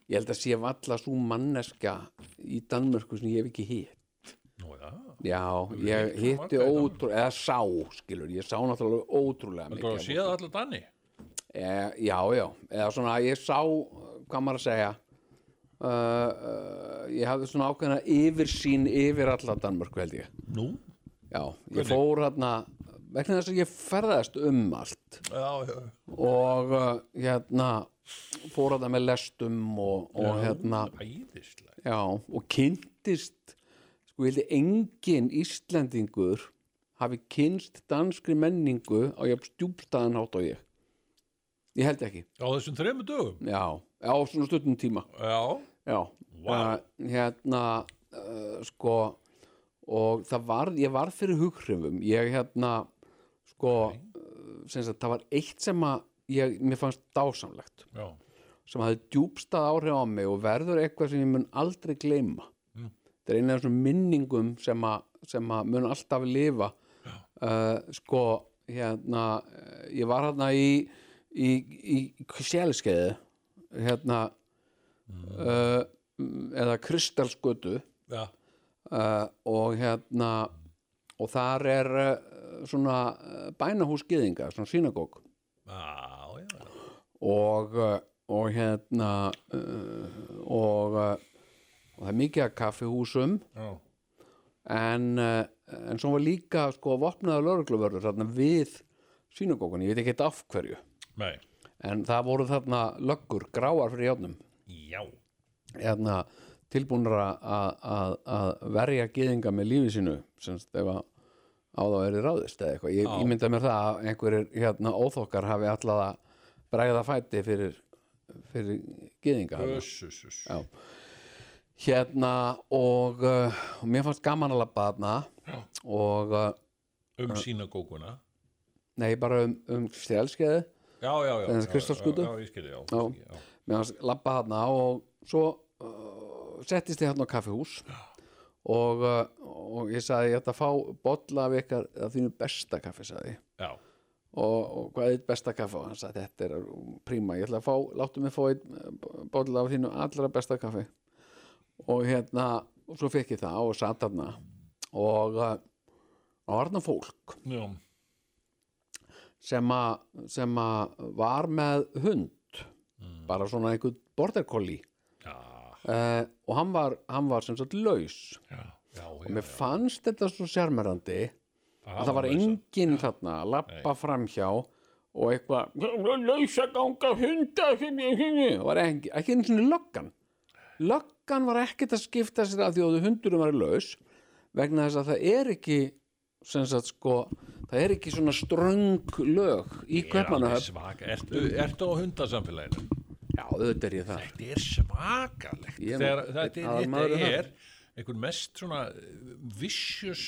[SPEAKER 3] ég held að sé valla svo manneska í Danmörku sem ég hef ekki hitt
[SPEAKER 2] nú er það.
[SPEAKER 3] Já, ég
[SPEAKER 2] hitt svona
[SPEAKER 3] hitti
[SPEAKER 2] marga í Danmörku?
[SPEAKER 3] ótrúlega eða sá, skilur, ég sá náttúrulega ótrúlega
[SPEAKER 2] Það er að séð allar danni.
[SPEAKER 3] Eh, já, já, eða svona ég sá, eh, hvað maður að segja uh, uh, ég hafði svona ákveðna yfirsýn yfir alla Danmörku held ég
[SPEAKER 2] Nú?
[SPEAKER 3] já, ég fór hérna vegna þess að ég ferðast um allt
[SPEAKER 2] Já, já,
[SPEAKER 3] og uh, hérna fór hérna með lestum og, og hérna
[SPEAKER 2] Æðislega.
[SPEAKER 3] já, og kynntist sko ég held ég engin Íslendingur hafi kynst danskri menningu á ég stjúpstaðan hátt og ég ég held ekki
[SPEAKER 2] Á þessum þremur dögum?
[SPEAKER 3] Já, á svona stundum tíma
[SPEAKER 2] Já.
[SPEAKER 3] Já,
[SPEAKER 2] Vá.
[SPEAKER 3] Eh, hérna uh, sko og það varð, ég varð fyrir hughrifum ég hérna sko, okay. sem sagt, það var eitt sem að ég, mér fannst dásamlegt
[SPEAKER 2] Já,
[SPEAKER 3] sem hafði djúpstað áhrif á mig og verður eitthvað sem ég mun aldrei gleyma þetta er einlega svona minningum sem að, sem að mun alltaf lifa uh, sko hérna eh, ég var hérna í í, í, í sjálskeiði hérna uh, eða kristalskötu
[SPEAKER 2] já,
[SPEAKER 3] uh, og hérna og þar er uh, svona eh, bænahús gyðinga, svona sínagók
[SPEAKER 2] já, já.
[SPEAKER 3] og, uh, og hérna uh, og, uh, og það er mikið að kaffihúsum
[SPEAKER 2] Já,
[SPEAKER 3] en, uh, en svo var líka sko vopnaða lögregluvörður þarna við sínagókunni, ég veit ekki af hverju
[SPEAKER 2] nei,
[SPEAKER 3] en það voru þarna löggur gráar fyrir játnum
[SPEAKER 2] já,
[SPEAKER 3] hérna, tilbúnir að- að að verja gyðinga með lífi sínu sem stefa á þá er ráðist eða eitthvað, ég, ég mynda mér það að einhverjir hérna óþokkar hafi alltaf að bregða fæti fyrir fyrir gyðinga þarna.
[SPEAKER 2] össusus.
[SPEAKER 3] Já. hérna og, uh, og mér fannst gaman að labba þarna og uh,
[SPEAKER 2] Um sínagókuna.
[SPEAKER 3] nei bara um, um stjálskeiði
[SPEAKER 2] Já, já, já.
[SPEAKER 3] Þessa
[SPEAKER 2] já,
[SPEAKER 3] Kristarsgötu?
[SPEAKER 2] Já, já, ég skilji, já. kannski, já.
[SPEAKER 3] mér hans labba þarna og svo uh, settist ég hérna á kaffihús og, uh, og ég sagði ég ætla að fá bolla af ykkar af þínu besta kaffi sagði ég.
[SPEAKER 2] Já,
[SPEAKER 3] og, og hvað er þitt besta kaffi og hann sagði þetta er príma ég ætla að fá, láttu mig fá einn eh, bolla af þínu allra besta kaffi og hérna, og svo fekk ég það og satt þarna og uh, og var þarna fólk
[SPEAKER 2] já,
[SPEAKER 3] sem að, sem að var með hund bara svona einhvern border collie
[SPEAKER 2] já,
[SPEAKER 3] uh, og hann var, hann var sem sagt laus
[SPEAKER 2] já, já.
[SPEAKER 3] og mér fannst þetta svo sérmerandi að það var enginn þarna að lappa framhjá og eitthvað lausaganga hunda var ekki, ekki einu svona löggan löggan var ekkert að skipta sér að því að hundurum var laus vegna þess að það er ekki sem sagt sko það er ekki svona ströng lög í Kaupmannahöfn
[SPEAKER 2] Svaka, ertu, ertu á hundasamfélaginu?
[SPEAKER 3] já auðvitað er ég það
[SPEAKER 2] Þetta er svakalegt.
[SPEAKER 3] Ég er nú-
[SPEAKER 2] Þegar þetta
[SPEAKER 3] aðal
[SPEAKER 2] er,
[SPEAKER 3] maðurinn
[SPEAKER 2] þetta
[SPEAKER 3] þarna.
[SPEAKER 2] er einhver mest svona eh, vicious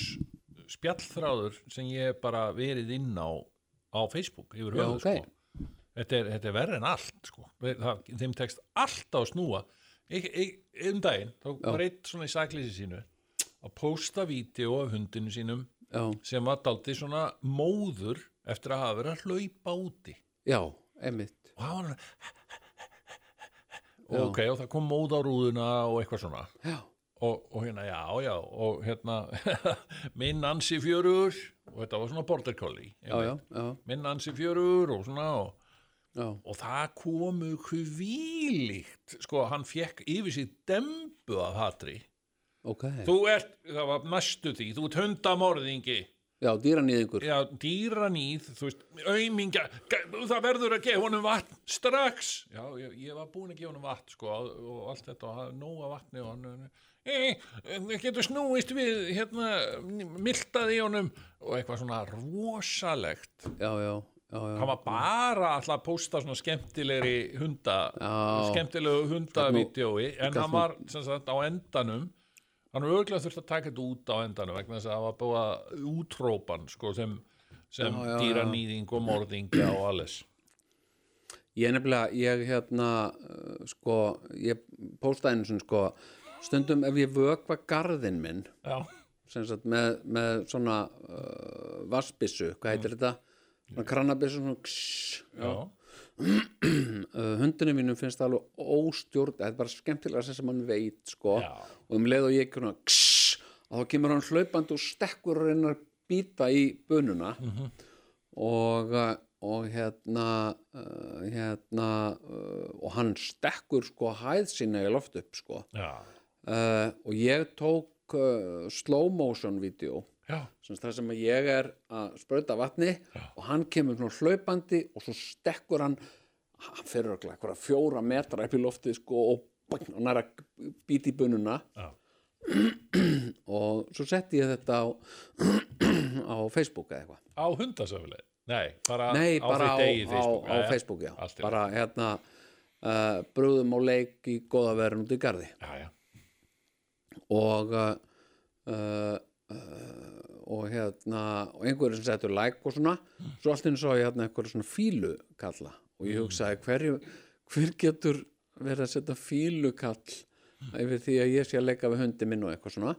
[SPEAKER 2] spjallþráður sem ég hef bara verið inn á á Facebook yfir
[SPEAKER 3] Já,
[SPEAKER 2] höfuð,
[SPEAKER 3] ok.
[SPEAKER 2] sko. Þetta er, þetta er verri en allt, sko. Þeir- Það, þeim tekst allt á snúa. Eik, eik, um daginn, þá var einn svona í sakleysi sínu að pósta vídeo af hundinu sínum
[SPEAKER 3] já,
[SPEAKER 2] sem var daldið svona móður eftir að hafa verið að hlaupa úti
[SPEAKER 3] já, einmitt
[SPEAKER 2] og hann var alveg og ok, og það kom móð á rúðuna og eitthvað svona
[SPEAKER 3] já,
[SPEAKER 2] og, og hérna, já, já, og hérna minn ansi fjörugur og þetta var svona border collie
[SPEAKER 3] já, já,
[SPEAKER 2] einmitt.
[SPEAKER 3] já,
[SPEAKER 2] minn ansi fjörugur og svona og,
[SPEAKER 3] já.
[SPEAKER 2] og það komu hvílíkt sko, hann fekk yfir sig dembu af hatri
[SPEAKER 3] ok,
[SPEAKER 2] Þú ert, það var næstu því, þú ert hundamorðingi.
[SPEAKER 3] já, dýranýðingur
[SPEAKER 2] Já, dýranýð, þú veist, aumingja, það verður að gefa honum vatn strax. Já, ég, ég var búin að gefa honum vatn, sko, og allt þetta, og það nóga vatni og hann, það getur snúist við, hérna, miltaði honum og eitthvað svona rosalegt.
[SPEAKER 3] já, já, já, já.
[SPEAKER 2] Hann var bara alltaf að posta svona skemmtilegri hunda,
[SPEAKER 3] Já.
[SPEAKER 2] skemmtilegu hundavídjói, en
[SPEAKER 3] gat
[SPEAKER 2] hann
[SPEAKER 3] nú-
[SPEAKER 2] var, sem sagt, á endanum, hann er örglega þurft að taka þetta út á endanum vegna þess að það var búið að útrópan sko, sem, sem
[SPEAKER 3] Já, já, já.
[SPEAKER 2] dýranýðing og morðingja og alles
[SPEAKER 3] Ég nefnilega, ég hérna uh, sko, ég postaði einu svona sko, stundum ef ég vökva garðinn minn
[SPEAKER 2] já,
[SPEAKER 3] sem sagt með, með svona uh, vassbissu, hvað heitir þetta? Svona krannabissu, svona kss,
[SPEAKER 2] já,
[SPEAKER 3] uh, hundinu mínum finnst það alveg óstjórn það er bara skemmtilega þess að mann veit sko.
[SPEAKER 2] Já.
[SPEAKER 3] og um leið og ég svona, kss, og þá kemur hann hlaupandi og stekkur og reynar að býta í bununa og uh, og hérna uh, hérna uh, og hann stekkur sko hæð sinna í loft upp sko
[SPEAKER 2] já,
[SPEAKER 3] uh, og ég tók uh, slow motion vídeo
[SPEAKER 2] já.
[SPEAKER 3] sem það sem að ég er að sprauta vatni og hann kemur svona hlaupandi og svo stekkur hann hann fyrir okkur eitthvað fjóra metra upp í loftið sko og bang, og næra býti í bununa
[SPEAKER 2] Já.
[SPEAKER 3] og svo setti ég þetta á, á Facebook eða eitthvað
[SPEAKER 2] á hundasöfuleg nei, bara,
[SPEAKER 3] Nei, bara á,
[SPEAKER 2] þitt eigið
[SPEAKER 3] á, á
[SPEAKER 2] Jæja.
[SPEAKER 3] Facebook já,
[SPEAKER 2] Allt í lagi.
[SPEAKER 3] bara hérna uh, brúðum á leik í góða verðin út í garði
[SPEAKER 2] já,
[SPEAKER 3] og uh, uh, og hérna og einhverjum sem settur like og svona svo allt einu svo ég hérna einhverjum svona fílu kalla og ég hugsaði hverju hver getur verið að setja fílu kall yfir því að ég sé að leika við hundi minn og eitthvað svona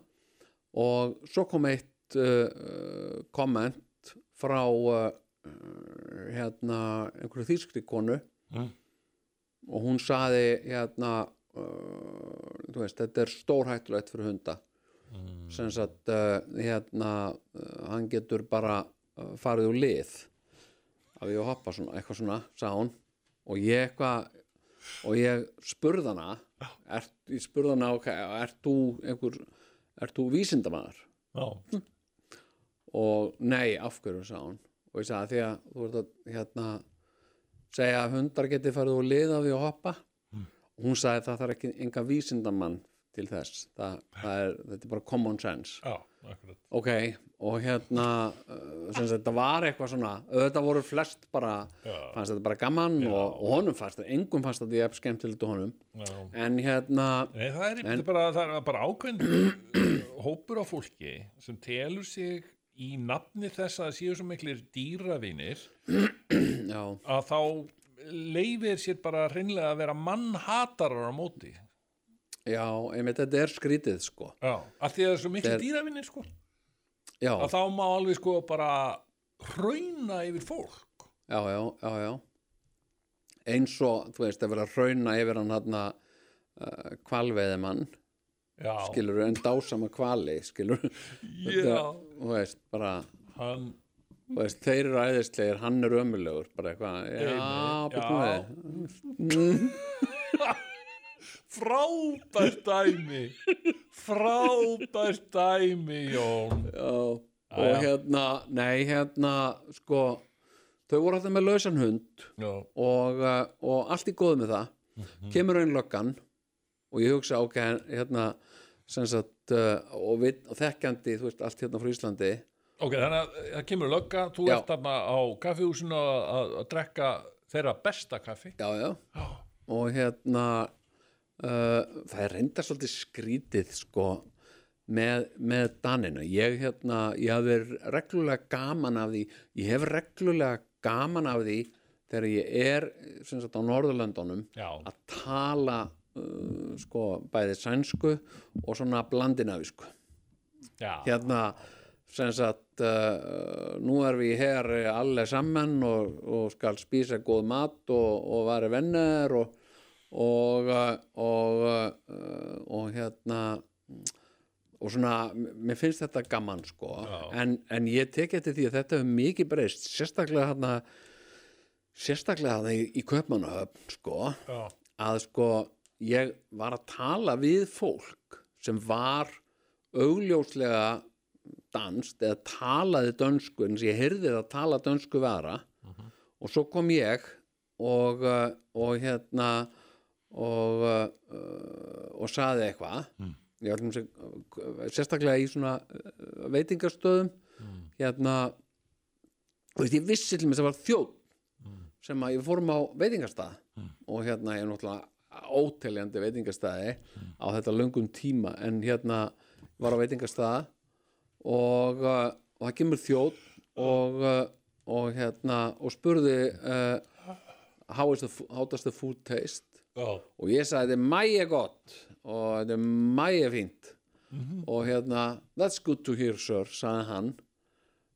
[SPEAKER 3] og svo kom eitt uh, komment frá uh, hérna einhverju þýskri konu og hún saði hérna uh, þú veist, þetta er stórhættulegt fyrir hunda sem sagt uh, hérna, uh, hann getur bara uh, farið úr lið af ég hoppa svona, eitthvað svona sá hún og ég eitthvað og ég spurði hana ert, ég spurði hana, ok, ert þú einhver, ert þú vísindamaður
[SPEAKER 2] já,
[SPEAKER 3] og nei, af hverju sá hún og ég sagði því að þú ert að hérna, segja að hundar geti farið og liða því að hoppa
[SPEAKER 2] Mm.
[SPEAKER 3] og hún sagði það þarf ekki enga vísindamann til þess það, það er, þetta er bara common sense
[SPEAKER 2] já, akkurat
[SPEAKER 3] ok, og hérna uh, sem sagt, þetta var eitthvað svona þetta voru flest bara,
[SPEAKER 2] Já.
[SPEAKER 3] fannst þetta bara gaman og, og honum fannst þetta, engum fannst þetta ég skemmtilegt og honum
[SPEAKER 2] já.
[SPEAKER 3] en hérna,
[SPEAKER 2] Nei, það er, en, bara, það er bara ákveðin hópur á fólki sem telur sig í nafni þess að það séu svo miklir dýravinir
[SPEAKER 3] já,
[SPEAKER 2] að þá leifir sér bara hreinlega að vera mannhatarar á móti já,
[SPEAKER 3] já einmitt þetta er skrítið sko,
[SPEAKER 2] að því að það er svo miklir
[SPEAKER 3] Þeir-
[SPEAKER 2] dýravinir sko,
[SPEAKER 3] já,
[SPEAKER 2] að þá má alveg sko bara hrauna yfir fólk
[SPEAKER 3] já, já, já, já eins og, þú veist, að vera að rauna yfir hann hann uh, kvalveiðimann,
[SPEAKER 2] já,
[SPEAKER 3] skilur en dásama kvali, skilur
[SPEAKER 2] já
[SPEAKER 3] þú veist, bara
[SPEAKER 2] hann,
[SPEAKER 3] þú veist, þeir eru æðislegir, hann er ömulegur bara eitthvað, já,
[SPEAKER 2] Einmitt,
[SPEAKER 3] byrjum
[SPEAKER 2] já.
[SPEAKER 3] við
[SPEAKER 2] frábært dæmi frábært dæmi Jón
[SPEAKER 3] já, og hérna nei, hérna, sko þau voru alltaf með lausan hund
[SPEAKER 2] já,
[SPEAKER 3] og, uh, og allt í góð með það kemur einn löggan og ég hugsa ok, hérna sem sagt, uh, og, við, og þekkjandi þú veist, allt hérna frá Íslandi
[SPEAKER 2] Ok, þannig að eh, það kemur lögga, þú
[SPEAKER 3] Já.
[SPEAKER 2] ert þarna á kaffihúsinu að, að, að drekka þeirra besta kaffi.
[SPEAKER 3] já, já, og hérna uh, það er reyndar svolítið skrítið sko með, með Danina ég hérna, ég hef verið reglulega gaman af því, ég hef reglulega gaman af því þegar ég er sem sagt á Norðurlöndunum
[SPEAKER 2] Já.
[SPEAKER 3] að tala uh, sko bæði sænsku og svona blandinavísku
[SPEAKER 2] Já,
[SPEAKER 3] hérna sem sagt uh, nú er við hér alle saman og, og skal spísa góð mat og, og vara venner og og, uh, og, uh, og hérna og svona, mér finnst þetta gaman sko,
[SPEAKER 2] Já.
[SPEAKER 3] en, en ég tek eftir því að þetta hefur mikið breyst, sérstaklega hérna sérstaklega hérna í, í Kaupmannahöfn sko,
[SPEAKER 2] já,
[SPEAKER 3] að sko ég var að tala við fólk sem var augljóslega danst eða talaði dönsku en ég heyrði það tala dönsku vera og svo kom ég og, uh, og hérna og uh, uh, og saði eitthvað mm. sem, sérstaklega í svona uh, veitingastöðum hérna og veist, ég vissi til mér sem var þjóð sem að ég fórum á veitingastað og hérna ég er náttúrulega óteljandi veitingastaði á þetta löngum tíma en hérna var á veitingastaða og, uh, og það kemur þjóð og, uh, og hérna og spurði uh, how, is the, fo- how does the food taste
[SPEAKER 2] já,
[SPEAKER 3] og ég sagði þetta er mæja gott og þetta er mæja fínt og hérna that's good to hear sir, sagði hann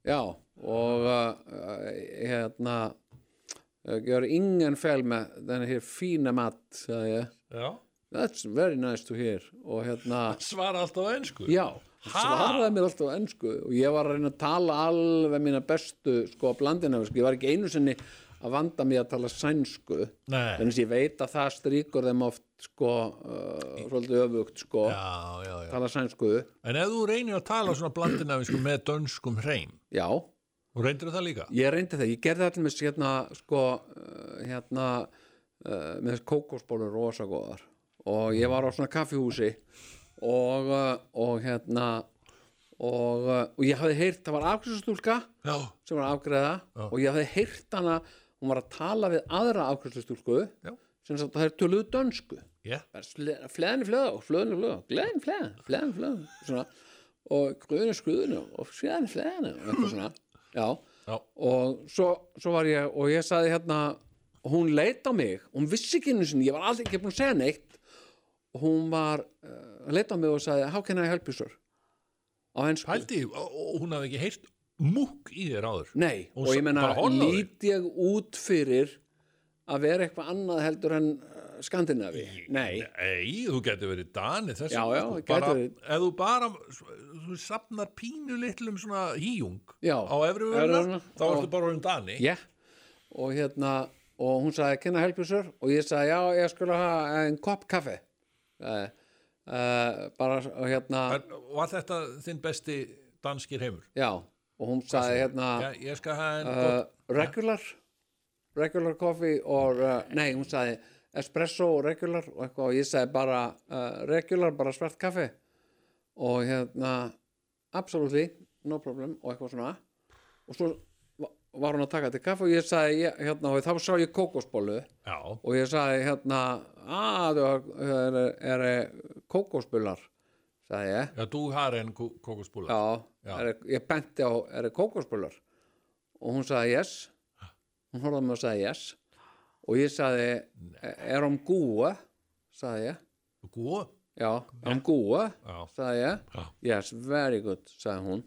[SPEAKER 3] já og uh, hérna uh, gör ingen fel með þennan hér fína mat sagði ég
[SPEAKER 2] já.
[SPEAKER 3] that's very nice to hear og hérna
[SPEAKER 2] svara alltaf á ennsku
[SPEAKER 3] já hann svaraði mér alltaf á ennsku og ég var að reyna að tala alveg mína bestu sko blandina, ég var ekki einu sinni að vanda mig að tala sænsku
[SPEAKER 2] Nei,
[SPEAKER 3] þannig að ég veit að það stríkur þeim oft sko, uh, svolítið öfugt sko,
[SPEAKER 2] já, já, já.
[SPEAKER 3] tala sænskuðu
[SPEAKER 2] En ef þú reynir að tala svona blandinavinsku með dönskum hreim,
[SPEAKER 3] já,
[SPEAKER 2] þú reyndir það líka?
[SPEAKER 3] ég reyndi það, ég gerði allir með hérna, sko uh, hérna, uh, með þess kókosbólur rosa góðar og ég var á svona kaffihúsi og, uh, og hérna og, uh, og ég hafði heyrt, það var afgjörstúlka
[SPEAKER 2] Já,
[SPEAKER 3] sem var að afgreða og ég hafði heyrt hana, hún var að tala við aðra afgjörstúlku
[SPEAKER 2] Já.
[SPEAKER 3] sem sagt að það er töluðu dönsku
[SPEAKER 2] já,
[SPEAKER 3] fleðinu fleða og flöðinu fleða gleðinu fleða, fleðinu fleða svona, og gröðinu skruðinu og fleðinu fleðinu og eitthvað svona já,
[SPEAKER 2] já,
[SPEAKER 3] og svo, svo var ég og ég saði hérna hún leit á mig, hún vissi ekki einu sinni ég var aldrei ekki búin að segja neitt og hún var, uh, leit á mig og saði how can I help you sir á hensku,
[SPEAKER 2] pældi, og og hún hafði ekki heyrt múk í þér áður.
[SPEAKER 3] nei
[SPEAKER 2] Hún
[SPEAKER 3] og
[SPEAKER 2] sa-
[SPEAKER 3] ég meina
[SPEAKER 2] bara horfði á þig.
[SPEAKER 3] lít ég út fyrir að vera eitthvað annað heldur en uh, Skandinavi, nei
[SPEAKER 2] Nei, þú getur verið dani þessi.
[SPEAKER 3] Já, já,
[SPEAKER 2] sko,
[SPEAKER 3] gæti
[SPEAKER 2] bara,
[SPEAKER 3] verið.
[SPEAKER 2] Ef þú bara, þú sapnar pínu litlum svona híjung
[SPEAKER 3] Já.
[SPEAKER 2] á efri
[SPEAKER 3] Efrivörina,
[SPEAKER 2] vöruna, þá
[SPEAKER 3] á-
[SPEAKER 2] ertu bara orðin dani.
[SPEAKER 3] Já, og hérna og hún sagði, can I help you sir? og ég sagði, já, ég skulle hafa en kopp kaffi uh, uh, bara, og hérna
[SPEAKER 2] En Var þetta þinn besti danskir heimur?
[SPEAKER 3] já, og hún sagði hérna
[SPEAKER 2] Já, ég skal hafa en
[SPEAKER 3] uh,
[SPEAKER 2] gott.
[SPEAKER 3] regular regular coffee or, uh, nei, hún sagði espresso og regular og eitthvað og ég sagði bara uh, regular, bara svart kaffi og hérna absolutely, no problem og eitthvað svona og svo va- var hún að taka þetta kaffi og ég sagði, ég, hérna, og þá sá ég kókosbólu
[SPEAKER 2] Já,
[SPEAKER 3] og ég sagði hérna að það er, er, er kókósbullar sagði ég
[SPEAKER 2] já, þú har en kokosbúla.
[SPEAKER 3] já,
[SPEAKER 2] Já.
[SPEAKER 3] Er, ég benti á er það kókósbullar og hún sagði yes hún horfði á mig og sagði yes og ég sagði "E- er hún gúa sagði ég
[SPEAKER 2] Góð?
[SPEAKER 3] já, er hún gúa
[SPEAKER 2] Já.
[SPEAKER 3] sagði ég
[SPEAKER 2] Já.
[SPEAKER 3] yes, very good, sagði hún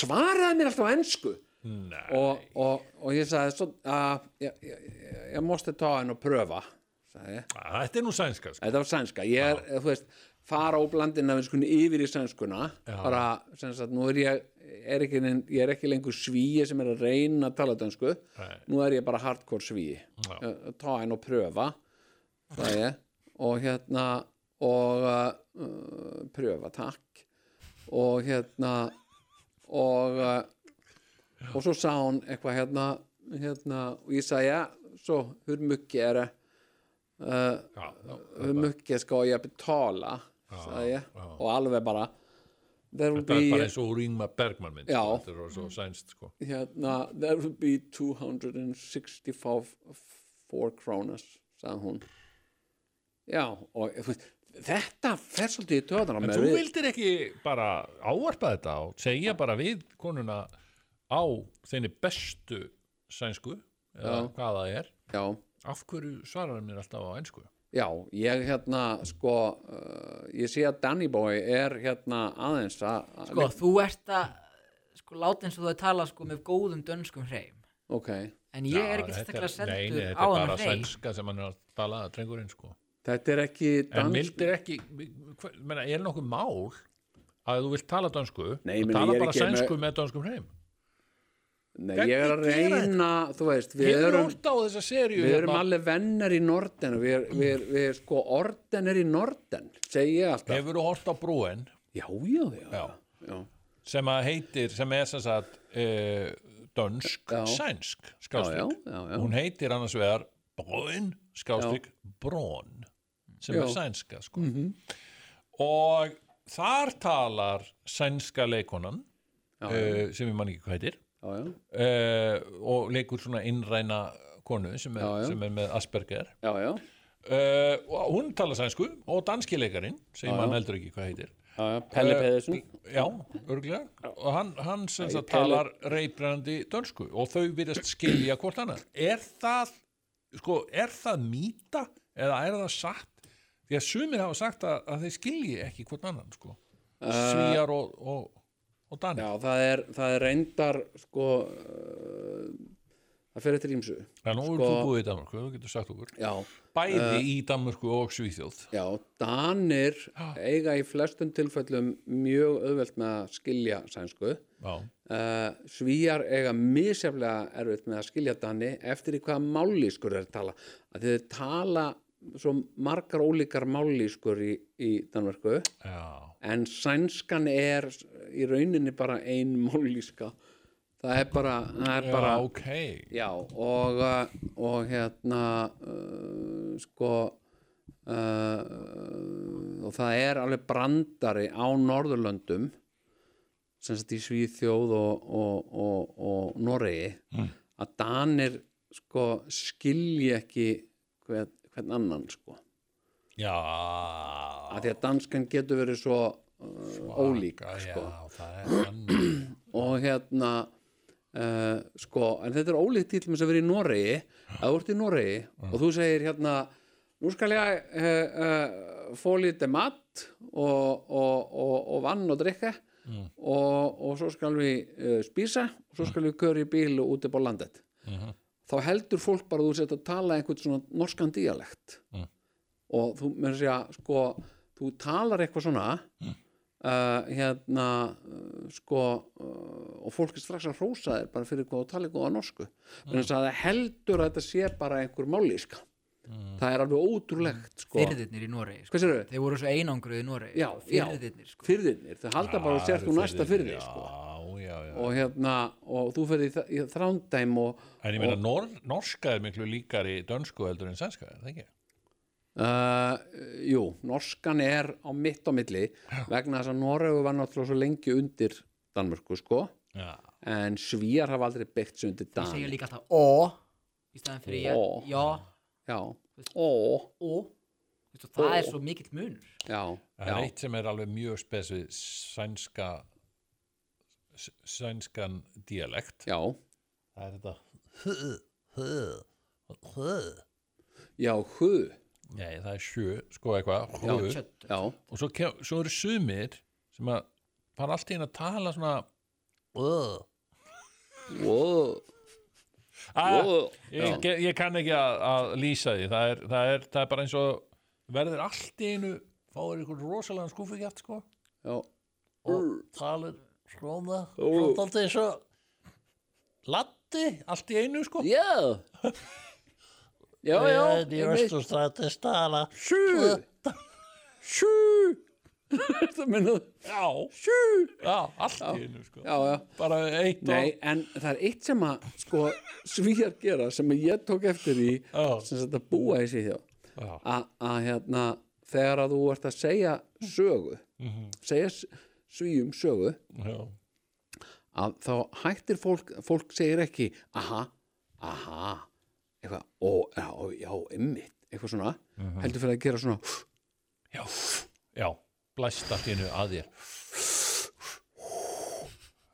[SPEAKER 3] svaraði mér alltaf á ensku
[SPEAKER 2] Nei.
[SPEAKER 3] og, og, og ég sagði svo, að, ég, ég, ég, ég másti ta henn og pröfa sagði ég
[SPEAKER 2] Þetta er nú sænska, sko.
[SPEAKER 3] Þetta var sænska, ég er, þú veist, fara úr blandinavinskunni yfir í sænskuna bara, sem sagt, nú er ég er ekki, neinn- ég er ekki lengur svíi sem er að reyna að tala dönsku
[SPEAKER 2] Nei.
[SPEAKER 3] nú er ég bara hardcore svíi
[SPEAKER 2] Já.
[SPEAKER 3] Eh, ta einn og pröfa það ég og hérna og uh, pröfa, takk og hérna og uh, og svo sá hún eitthvað hérna, hérna og ég sagði, ja, svo, hur mykki er það
[SPEAKER 2] Já, já,
[SPEAKER 3] hur mycket ska jag betala? Sagði ég. Og alveg bara There will
[SPEAKER 2] það er bara
[SPEAKER 3] be,
[SPEAKER 2] eins og úr Ingmar Bergman mynd.
[SPEAKER 3] Já.
[SPEAKER 2] sko. Þetta er svo sænst, sko.
[SPEAKER 3] hérna, there will be 264 krónas, sagði hún. Já, og þú veist, þetta fer svolítið í töðan á
[SPEAKER 2] En
[SPEAKER 3] mér.
[SPEAKER 2] þú
[SPEAKER 3] Við-
[SPEAKER 2] vildir ekki bara ávarpa þetta og segja bara við konuna á þinni bestu sænsku eða hvað það er
[SPEAKER 3] Já,
[SPEAKER 2] af hverju svarar mér alltaf á einsku
[SPEAKER 3] já, ég hérna, sko, uh, ég sé að Danny Boy er hérna aðeins að... að-
[SPEAKER 4] Sko, þú ert að sko, láta eins og þú að tala sko, með góðum dönskum hreim
[SPEAKER 3] Ok,
[SPEAKER 4] en ég er ekki staklega
[SPEAKER 2] Nei, nei,
[SPEAKER 4] sendur á
[SPEAKER 2] þetta er
[SPEAKER 4] hann
[SPEAKER 2] bara sko.
[SPEAKER 4] hreim
[SPEAKER 2] sænska sem hann er að tala drengurinn sko
[SPEAKER 3] þetta er ekki
[SPEAKER 2] En
[SPEAKER 3] dans...
[SPEAKER 2] vildir ekki, hver, menna, er nokkuð mál að þú vilt tala dönsku
[SPEAKER 3] Nei, ég
[SPEAKER 2] og
[SPEAKER 3] meina,
[SPEAKER 2] tala
[SPEAKER 3] ég er
[SPEAKER 2] bara
[SPEAKER 3] ekki með-
[SPEAKER 2] sænsku með dönskum heim
[SPEAKER 3] Nei, ég er að
[SPEAKER 2] Hvernig gera
[SPEAKER 3] reyna, þú veist, við
[SPEAKER 2] Ég er
[SPEAKER 3] erum...
[SPEAKER 2] út á þessa seríu
[SPEAKER 3] Við erum
[SPEAKER 2] hérna.
[SPEAKER 3] alveg vennar í Norden og við, við, við, sko, Orden er í Norden, segi ég alltaf.
[SPEAKER 2] Hefur þú hort á brúin
[SPEAKER 3] já, já, já,
[SPEAKER 2] Já.
[SPEAKER 3] já.
[SPEAKER 2] sem að heitir, sem er sem sagt uh, dönsk,
[SPEAKER 3] Já.
[SPEAKER 2] sænsk
[SPEAKER 3] Já, já,
[SPEAKER 2] skástrík,
[SPEAKER 3] já, já.
[SPEAKER 2] hún heitir annars vegar Brón, skástrík Brón, sem
[SPEAKER 3] Já. Mhm.
[SPEAKER 2] er sænska sko. og þar talar sænska leikonan uh, sem ég man ekki hvað heitir
[SPEAKER 3] já, já,
[SPEAKER 2] uh, og leikur svona innræna konu sem er,
[SPEAKER 3] Já, já.
[SPEAKER 2] Sem er með Asperger
[SPEAKER 3] já, já,
[SPEAKER 2] uh, og hún talar sænsku og danski leikarinn, sem ég man heldur ekki hvað heitir
[SPEAKER 3] já, já, Pelli
[SPEAKER 2] Eh,
[SPEAKER 3] Pedersen,
[SPEAKER 2] Já, örgulega og hann, hann sem
[SPEAKER 3] Æ,
[SPEAKER 2] það
[SPEAKER 3] Pelle.
[SPEAKER 2] talar reybrandi dönsku og þau virðast skilja hvort annað Er það, sko, er það mýta eða er það satt? Því að sumir hafa sagt að, að þeir skilji ekki hvort annan, sko Svíjar og, og, og Danir
[SPEAKER 3] Eh, já,
[SPEAKER 2] Já,
[SPEAKER 3] það er, það er reyndar, sko, uh, það fer eftir ímsu,
[SPEAKER 2] nú sko,
[SPEAKER 3] sko- Eh,
[SPEAKER 2] þú búið í Danmörku, þú getur sagt okkur
[SPEAKER 3] já,
[SPEAKER 2] Bæði í Danmörku og Svíþjóð
[SPEAKER 3] já, Danir eiga í flestum tilfellum mjög auðvelt með að skilja sænsku,
[SPEAKER 2] Já,
[SPEAKER 3] Uh, svíjar eiga misjaflega erfitt með að skilja danni eftir í hvaða mállýskur þeir tala að þeir tala svo margar ólíkar mállýskur í, í Danmörku
[SPEAKER 2] já
[SPEAKER 3] en sænskan er í rauninni bara ein mállýska það er bara, það er bara
[SPEAKER 2] Já, ok
[SPEAKER 3] Já, og, uh, og hérna uh, sko uh, og það er alveg brandari á Norðurlöndum sem sagt í Svíþjóð og, og, og, og Noregi að Danir sko skilji ekki hvern, hvern annan sko
[SPEAKER 2] Já
[SPEAKER 3] að því að danskan getur verið svo uh, ólík sko
[SPEAKER 2] Já, það er þannig
[SPEAKER 3] og hérna uh, sko, en þetta er ólíkt til þess að vera í Noregi, að þú ert í Noregi og þú segir hérna nú skal ég uh, uh, fó lítið mat og, og, og, og vann og drikka og, og svo skal við uh, spísa og svo skal við köra í bíl og út upp á landet þá heldur fólk bara að þú sett að tala einhvern svona norskan díalekt og þú með að segja sko, þú talar eitthvað svona mm. hérna uh, sko uh, og fólk er strax að hrósa þér bara fyrir hvað þú talar eitthvað á norsku mm. þess að það heldur að þetta sé bara einhver mállíska það er alveg ótrúlegt sko
[SPEAKER 4] Fyrðirnir í Noregi sko.
[SPEAKER 3] hvað sér þau?
[SPEAKER 4] Þeir voru svo einangruð í Noregi
[SPEAKER 3] Já,
[SPEAKER 4] sko.
[SPEAKER 3] já,
[SPEAKER 4] Firðirnir sko.
[SPEAKER 3] fyrðirnir, þau halda bara að sér þú næsta fyrði sko
[SPEAKER 2] Já, já, já
[SPEAKER 3] og hérna, og þú ferði í, þ- í þrándæm og
[SPEAKER 2] En ég meina, nor norska er miklu líkari dönsku heldur en sænska, er það ekki?
[SPEAKER 3] Uh, jú, norskan er á mitt á milli vegna þess að Noregu var náttúrulega svo lengi undir Danmörku sko
[SPEAKER 2] Já,
[SPEAKER 3] en svíjar hafa aldrei byggt sig undir
[SPEAKER 4] Ég segja
[SPEAKER 3] Dan
[SPEAKER 4] líka alltaf ó í staðan fyrir já,
[SPEAKER 3] Ó.
[SPEAKER 4] já,
[SPEAKER 3] Já, ó,
[SPEAKER 4] ó Þú veist, og það
[SPEAKER 3] Ó.
[SPEAKER 4] er svo mikill munur
[SPEAKER 3] já,
[SPEAKER 2] það
[SPEAKER 3] já,
[SPEAKER 2] er eitt sem er alveg mjög spes við sænska s- sænskan dialekt
[SPEAKER 3] já,
[SPEAKER 2] Það er þetta höð, höð, höð
[SPEAKER 3] já, hú,
[SPEAKER 2] Nei, það er sjö, sko eitthvað höð.
[SPEAKER 4] Kjött.
[SPEAKER 3] já,
[SPEAKER 2] Og svo, kem, svo eru sumir sem að fara allt í einu að tala svona Öð
[SPEAKER 3] ó,
[SPEAKER 2] ah,
[SPEAKER 3] ó, já,
[SPEAKER 2] ég, ég kann ekki að, að lýsa því það er, það, er, það er bara eins og verður allt í einu fáir ykkur rosalega skúfi gætt sko um
[SPEAKER 3] já,
[SPEAKER 2] og talir skróna
[SPEAKER 3] Ú.
[SPEAKER 2] alltaf eins og latti allt í einu sko
[SPEAKER 3] já, já, já,
[SPEAKER 2] Eh,
[SPEAKER 3] einmitt,
[SPEAKER 2] stræti stala
[SPEAKER 3] sjú, sjú, þetta minnað,
[SPEAKER 2] já,
[SPEAKER 3] sjú,
[SPEAKER 2] já, allt í einu sko
[SPEAKER 3] já, já.
[SPEAKER 2] bara eitt
[SPEAKER 3] Nei, en það er eitt sem að sko, svíjar gera sem að ég tók eftir í
[SPEAKER 2] Já.
[SPEAKER 3] sem sagt að búa í sig hjá
[SPEAKER 2] Já.
[SPEAKER 3] að hérna þegar að þú ert að segja sögu
[SPEAKER 2] Mhm.
[SPEAKER 3] segja s- svíjum sögu
[SPEAKER 2] og já,
[SPEAKER 3] að þá hættir fólk fólk segir ekki aha, aha eitthvað, ó, já, já, ymmit eitthvað svona,
[SPEAKER 2] Mhm.
[SPEAKER 3] heldur fyrir að gera svona
[SPEAKER 2] já, já blæst allt í einu að þér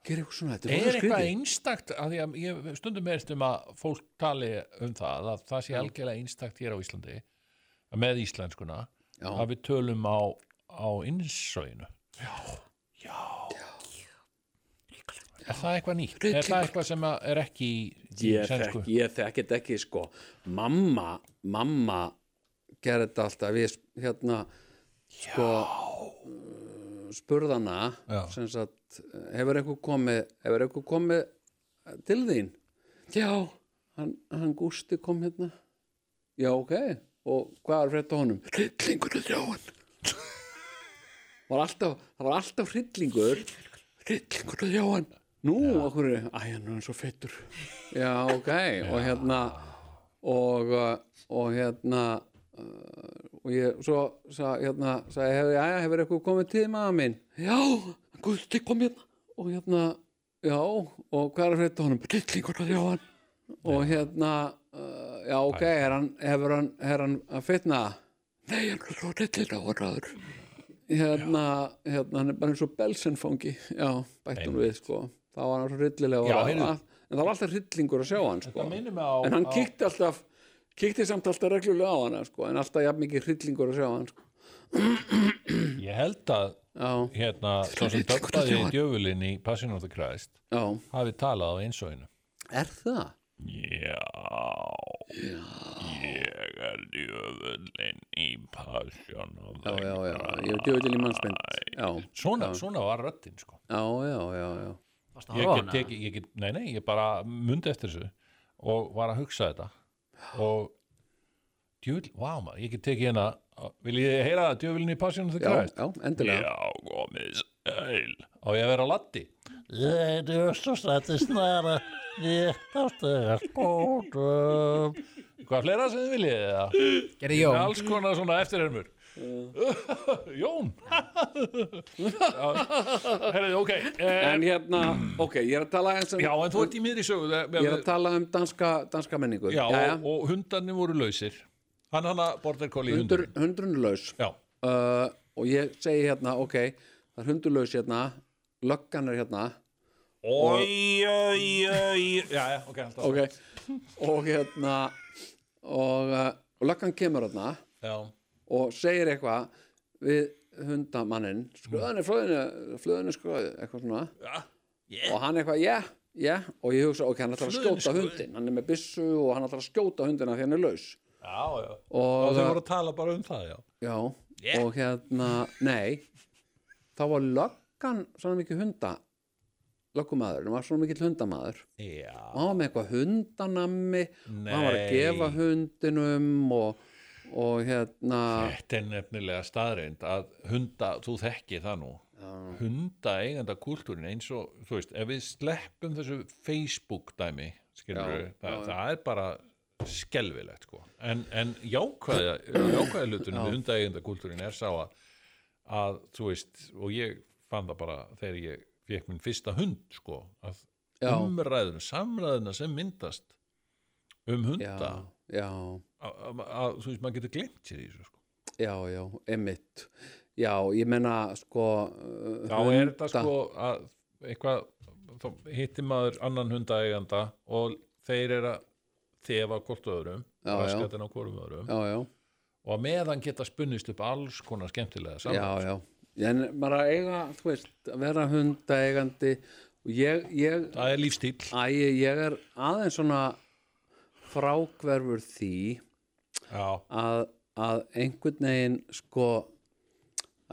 [SPEAKER 3] gera eitthvað svona, þetta
[SPEAKER 2] er
[SPEAKER 3] er
[SPEAKER 2] eitthvað
[SPEAKER 3] skrýtið.
[SPEAKER 2] einstakt að því að ég hef stundum meðist um að fólk tali um það að það sé algjörlega einstakt hér á Íslandi með íslenskuna
[SPEAKER 3] Já.
[SPEAKER 2] að við tölum á, á innsöginu já, já, er það eitthvað nýtt er það eitthvað sem að er ekki í í
[SPEAKER 3] ég
[SPEAKER 2] sænsku?
[SPEAKER 3] þekki, ég þekki þetta ekki sko mamma, mamma gerði þetta alltaf við hérna sko uh, spurðana
[SPEAKER 2] Já.
[SPEAKER 3] sem sagt, hefur einhver komið hefur einhver komið til þín já, hann, hann Gústi kom hérna já, ok, og hvað er frétt á honum rillingur er þjáin var alltaf, það var alltaf hryllingur hryllingur hjá hann nú, okkur, æ, hann er svo fettur já, ok, og hérna og, uh, og hérna uh, og ég svo, sa, hérna, sagði hefur, já, hefur eitthvað komið til maður minn já, Guðsti kom hérna og hérna, já, og hvað er að frétta af honum, hryllingur hjá hann og hérna uh, já, ok, er hann, hefur hann, er hann að fitna nei, hann er svo hryllingur hjá hann hérna, hérna hann er bara eins og belsenfangi já, bætti hún við sko þá var hann svo hryllilega
[SPEAKER 2] Já,
[SPEAKER 3] að
[SPEAKER 2] heyrðu.
[SPEAKER 3] ráða. en það var alltaf hryllingur að sjá hann sko.
[SPEAKER 2] Það minnir mig á,
[SPEAKER 3] en hann
[SPEAKER 2] á
[SPEAKER 3] kíkti alltaf kíkti samt alltaf reglulega á hann sko, en alltaf jafn mikið hryllingur að sjá hann sko.
[SPEAKER 2] ég held að
[SPEAKER 3] já,
[SPEAKER 2] hérna, svo sem döftaði djöfulinn í Passion of the Christ
[SPEAKER 3] já,
[SPEAKER 2] hafi talað á eins og einu
[SPEAKER 3] er það?
[SPEAKER 2] Já, ég er djöfullin í Passion of
[SPEAKER 3] já,
[SPEAKER 2] the
[SPEAKER 3] já, já, ég er djöðil í mannsmynd já,
[SPEAKER 2] Svona, svona var röddin sko
[SPEAKER 3] já, já, já, já.
[SPEAKER 4] Varstu að
[SPEAKER 2] ég
[SPEAKER 4] horfa á
[SPEAKER 2] get,
[SPEAKER 4] hana?
[SPEAKER 2] ég, ég get, Nei, nei, ég bara mundi eftir þessu og var að hugsa þetta og djöfull, vá maður, ég get tekið hérna Viljið þið heyra djöfullin í Passion of the
[SPEAKER 3] Já,
[SPEAKER 2] Christ?
[SPEAKER 3] já, endilega
[SPEAKER 2] Já, komið sæl. Á ég að vera laddi? Þetta er svo stætti snara, ég þátti að skótum. Hvað fleira sem þið viljið það?
[SPEAKER 4] Gerði Jón
[SPEAKER 2] Alls konar svona eftirhermur. Jón! Herriði, ok. Eh,
[SPEAKER 3] en hérna, ok, ég er að tala eins og
[SPEAKER 2] já, en þú ert í miðri sögu. það-
[SPEAKER 3] ég er að tala um danska, danska menningu
[SPEAKER 2] Já,
[SPEAKER 3] já,
[SPEAKER 2] og, og hundarnir voru lausir. Hann hana borðar kolli hundur.
[SPEAKER 3] Hundur, hundrunlaus
[SPEAKER 2] Já,
[SPEAKER 3] uh, og ég segi hérna, ok það er hundurlaus hérna löggan er hérna
[SPEAKER 2] Oj, oj, oj. Já, já, ok, alltaf.
[SPEAKER 3] ok, og hérna og, uh, og löggan kemur hérna
[SPEAKER 2] Já,
[SPEAKER 3] og segir eitthvað við hundamannin skröðan er flöðinu, flöðinu skröðu eitthvað svona
[SPEAKER 2] Já.
[SPEAKER 3] og hann eitthvað, já, já og ég hugsa, ok, hann ætlar að
[SPEAKER 2] Flöðinu
[SPEAKER 3] skjóta
[SPEAKER 2] skröðu.
[SPEAKER 3] hundin hann er með byssu og hann ætlar að skjóta hundina því hann er laus
[SPEAKER 2] já, já.
[SPEAKER 3] og,
[SPEAKER 2] Og þau voru að tala bara um það, já.
[SPEAKER 3] Já,
[SPEAKER 2] Yeah.
[SPEAKER 3] og hérna, nei þá var löggan svona mikið hunda löggumæður, hann var svona mikið hundamaður
[SPEAKER 2] Já.
[SPEAKER 3] og hann var með eitthvað hundanammi og hann var að
[SPEAKER 2] Nei.
[SPEAKER 3] gefa hundinum og, og hérna
[SPEAKER 2] Þetta er nefnilega staðreind að hunda, þú þekki það nú hunda eigenda kultúrin eins og, þú veist, ef við sleppum þessu Facebook dæmi skilur
[SPEAKER 3] Já,
[SPEAKER 2] við, það, það er bara skelfilegt sko en, en jákvæða, jákvæða hlutunum við hunda eigenda kultúrin er sá að, að þú veist, og ég fann það bara þegar ég fekk minn fyrsta hund sko, að
[SPEAKER 3] Já.
[SPEAKER 2] umræðun samræðuna sem myndast um
[SPEAKER 3] já,
[SPEAKER 2] hunda
[SPEAKER 3] já,
[SPEAKER 2] að, að, að, þú veist, maður getur glemt sér í þessu sko
[SPEAKER 3] já, já, emitt já, ég menna sko uh,
[SPEAKER 2] þá er þetta sko að eitthvað, þá hittir maður annan hundaeganda og þeir eru að þefa hvort öðrum
[SPEAKER 3] Já, já.
[SPEAKER 2] raskatina á hvorum öðrum
[SPEAKER 3] já, já,
[SPEAKER 2] og að meðan geta spunnist upp alls konar skemmtilega saman
[SPEAKER 3] já, já en bara eiga, þú veist, að vera hundaeigandi og ég, ég
[SPEAKER 2] það er lífstíl
[SPEAKER 3] Æ, ég er aðeins svona frákverfur því
[SPEAKER 2] já,
[SPEAKER 3] að, að einhvern veginn sko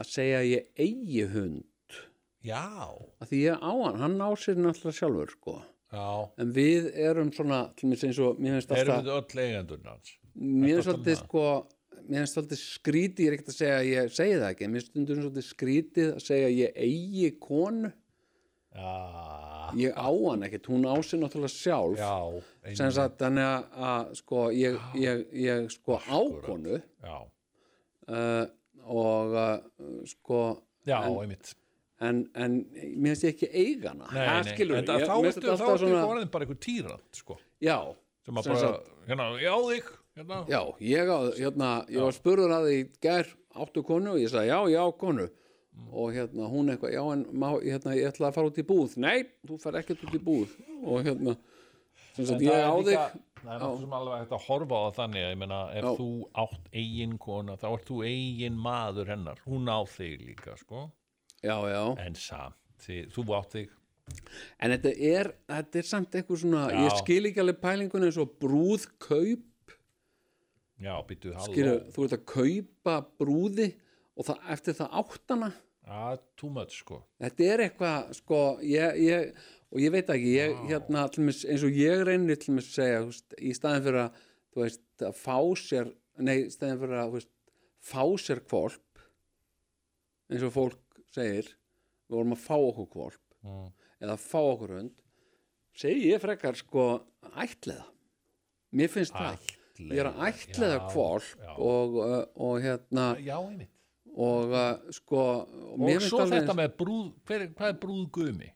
[SPEAKER 3] að segja að ég eigi hund
[SPEAKER 2] já,
[SPEAKER 3] að því ég á hann, hann á sér náttúrulega sjálfur sko
[SPEAKER 2] já.
[SPEAKER 3] en við erum svona, til mér eins og mér finnst
[SPEAKER 2] erum
[SPEAKER 3] alltaf,
[SPEAKER 2] við öll eigendurnans
[SPEAKER 3] mér
[SPEAKER 2] ertu
[SPEAKER 3] finnst
[SPEAKER 2] að tala um
[SPEAKER 3] alltaf
[SPEAKER 2] það?
[SPEAKER 3] sko mér finnst alltaf skrítið, ég er ekkert að segja að ég segi það ekki, en mér finnst stundum svolítið skrítið að segja að ég eigi konu
[SPEAKER 2] já,
[SPEAKER 3] ég á hann ekkert, hún á sér náttúrulega sjálf
[SPEAKER 2] já,
[SPEAKER 3] sem
[SPEAKER 2] einmitt.
[SPEAKER 3] sagt þannig að, að sko ég, ég, ég sko ákonu
[SPEAKER 2] já,
[SPEAKER 3] uh, og uh, sko
[SPEAKER 2] já, einmitt
[SPEAKER 3] en, en mér finnst ég ekki eigana
[SPEAKER 2] nei, nei,
[SPEAKER 3] skilur,
[SPEAKER 2] en það,
[SPEAKER 3] ég,
[SPEAKER 2] þá
[SPEAKER 3] mér finnst
[SPEAKER 2] ertu
[SPEAKER 3] þetta
[SPEAKER 2] þá
[SPEAKER 3] alltaf
[SPEAKER 2] ertu
[SPEAKER 3] svona
[SPEAKER 2] orðin bara einhver týrand sko,
[SPEAKER 3] já,
[SPEAKER 2] sem að
[SPEAKER 3] Sem
[SPEAKER 2] bara,
[SPEAKER 3] sagt-
[SPEAKER 2] hérna, já þig hérna,
[SPEAKER 3] já, ég á hérna, ég var spurður að því í gær áttu konu og ég sagði já, já, konu og hérna hún eitthvað, já en má, hérna, ég ætla að fara út í búð nei, þú fer ekkert út í búð og hérna, sem
[SPEAKER 2] En
[SPEAKER 3] sagt
[SPEAKER 2] það
[SPEAKER 3] ég
[SPEAKER 2] er
[SPEAKER 3] á
[SPEAKER 2] líka-
[SPEAKER 3] þig
[SPEAKER 2] Það er náttúrulega alveg hægt að horfa á það þannig að ég meina ef
[SPEAKER 3] Já.
[SPEAKER 2] þú átt eigin kona þá ert þú eigin maður hennar hún á þig líka sko
[SPEAKER 3] já, já
[SPEAKER 2] en samt, þið, þú átt þig
[SPEAKER 3] En þetta er, þetta er samt eitthvað svona,
[SPEAKER 2] Já.
[SPEAKER 3] ég skil ekki alveg pælingun eins og brúðkaup,
[SPEAKER 2] já, býtu halló
[SPEAKER 3] skilur, þú ert að kaupa brúði og það, eftir það áttana,
[SPEAKER 2] ah, too much sko
[SPEAKER 3] þetta er eitthvað, sko, ég, ég, og ég veit ekki, ég, hérna, til mér, eins og ég reynir til mér að segja, þú veist, í staðin fyrir að, þú veist, að fá sér, nei, í staðin fyrir að, þú veist, fá sér kvolp, eins og fólk segir við vorum að fá okkur kvolp
[SPEAKER 2] Mm.
[SPEAKER 3] eða fá okkur hund segi ég frekar sko ætliða mér finnst það ég er að ætliða
[SPEAKER 2] já,
[SPEAKER 3] kvolp
[SPEAKER 2] já.
[SPEAKER 3] og, uh, og hérna
[SPEAKER 2] Já, einmitt.
[SPEAKER 3] og uh, sko og mér
[SPEAKER 2] Og
[SPEAKER 3] finnst
[SPEAKER 2] svo
[SPEAKER 3] alveg
[SPEAKER 2] þetta með brúð, hver, hvað er brúðgumi?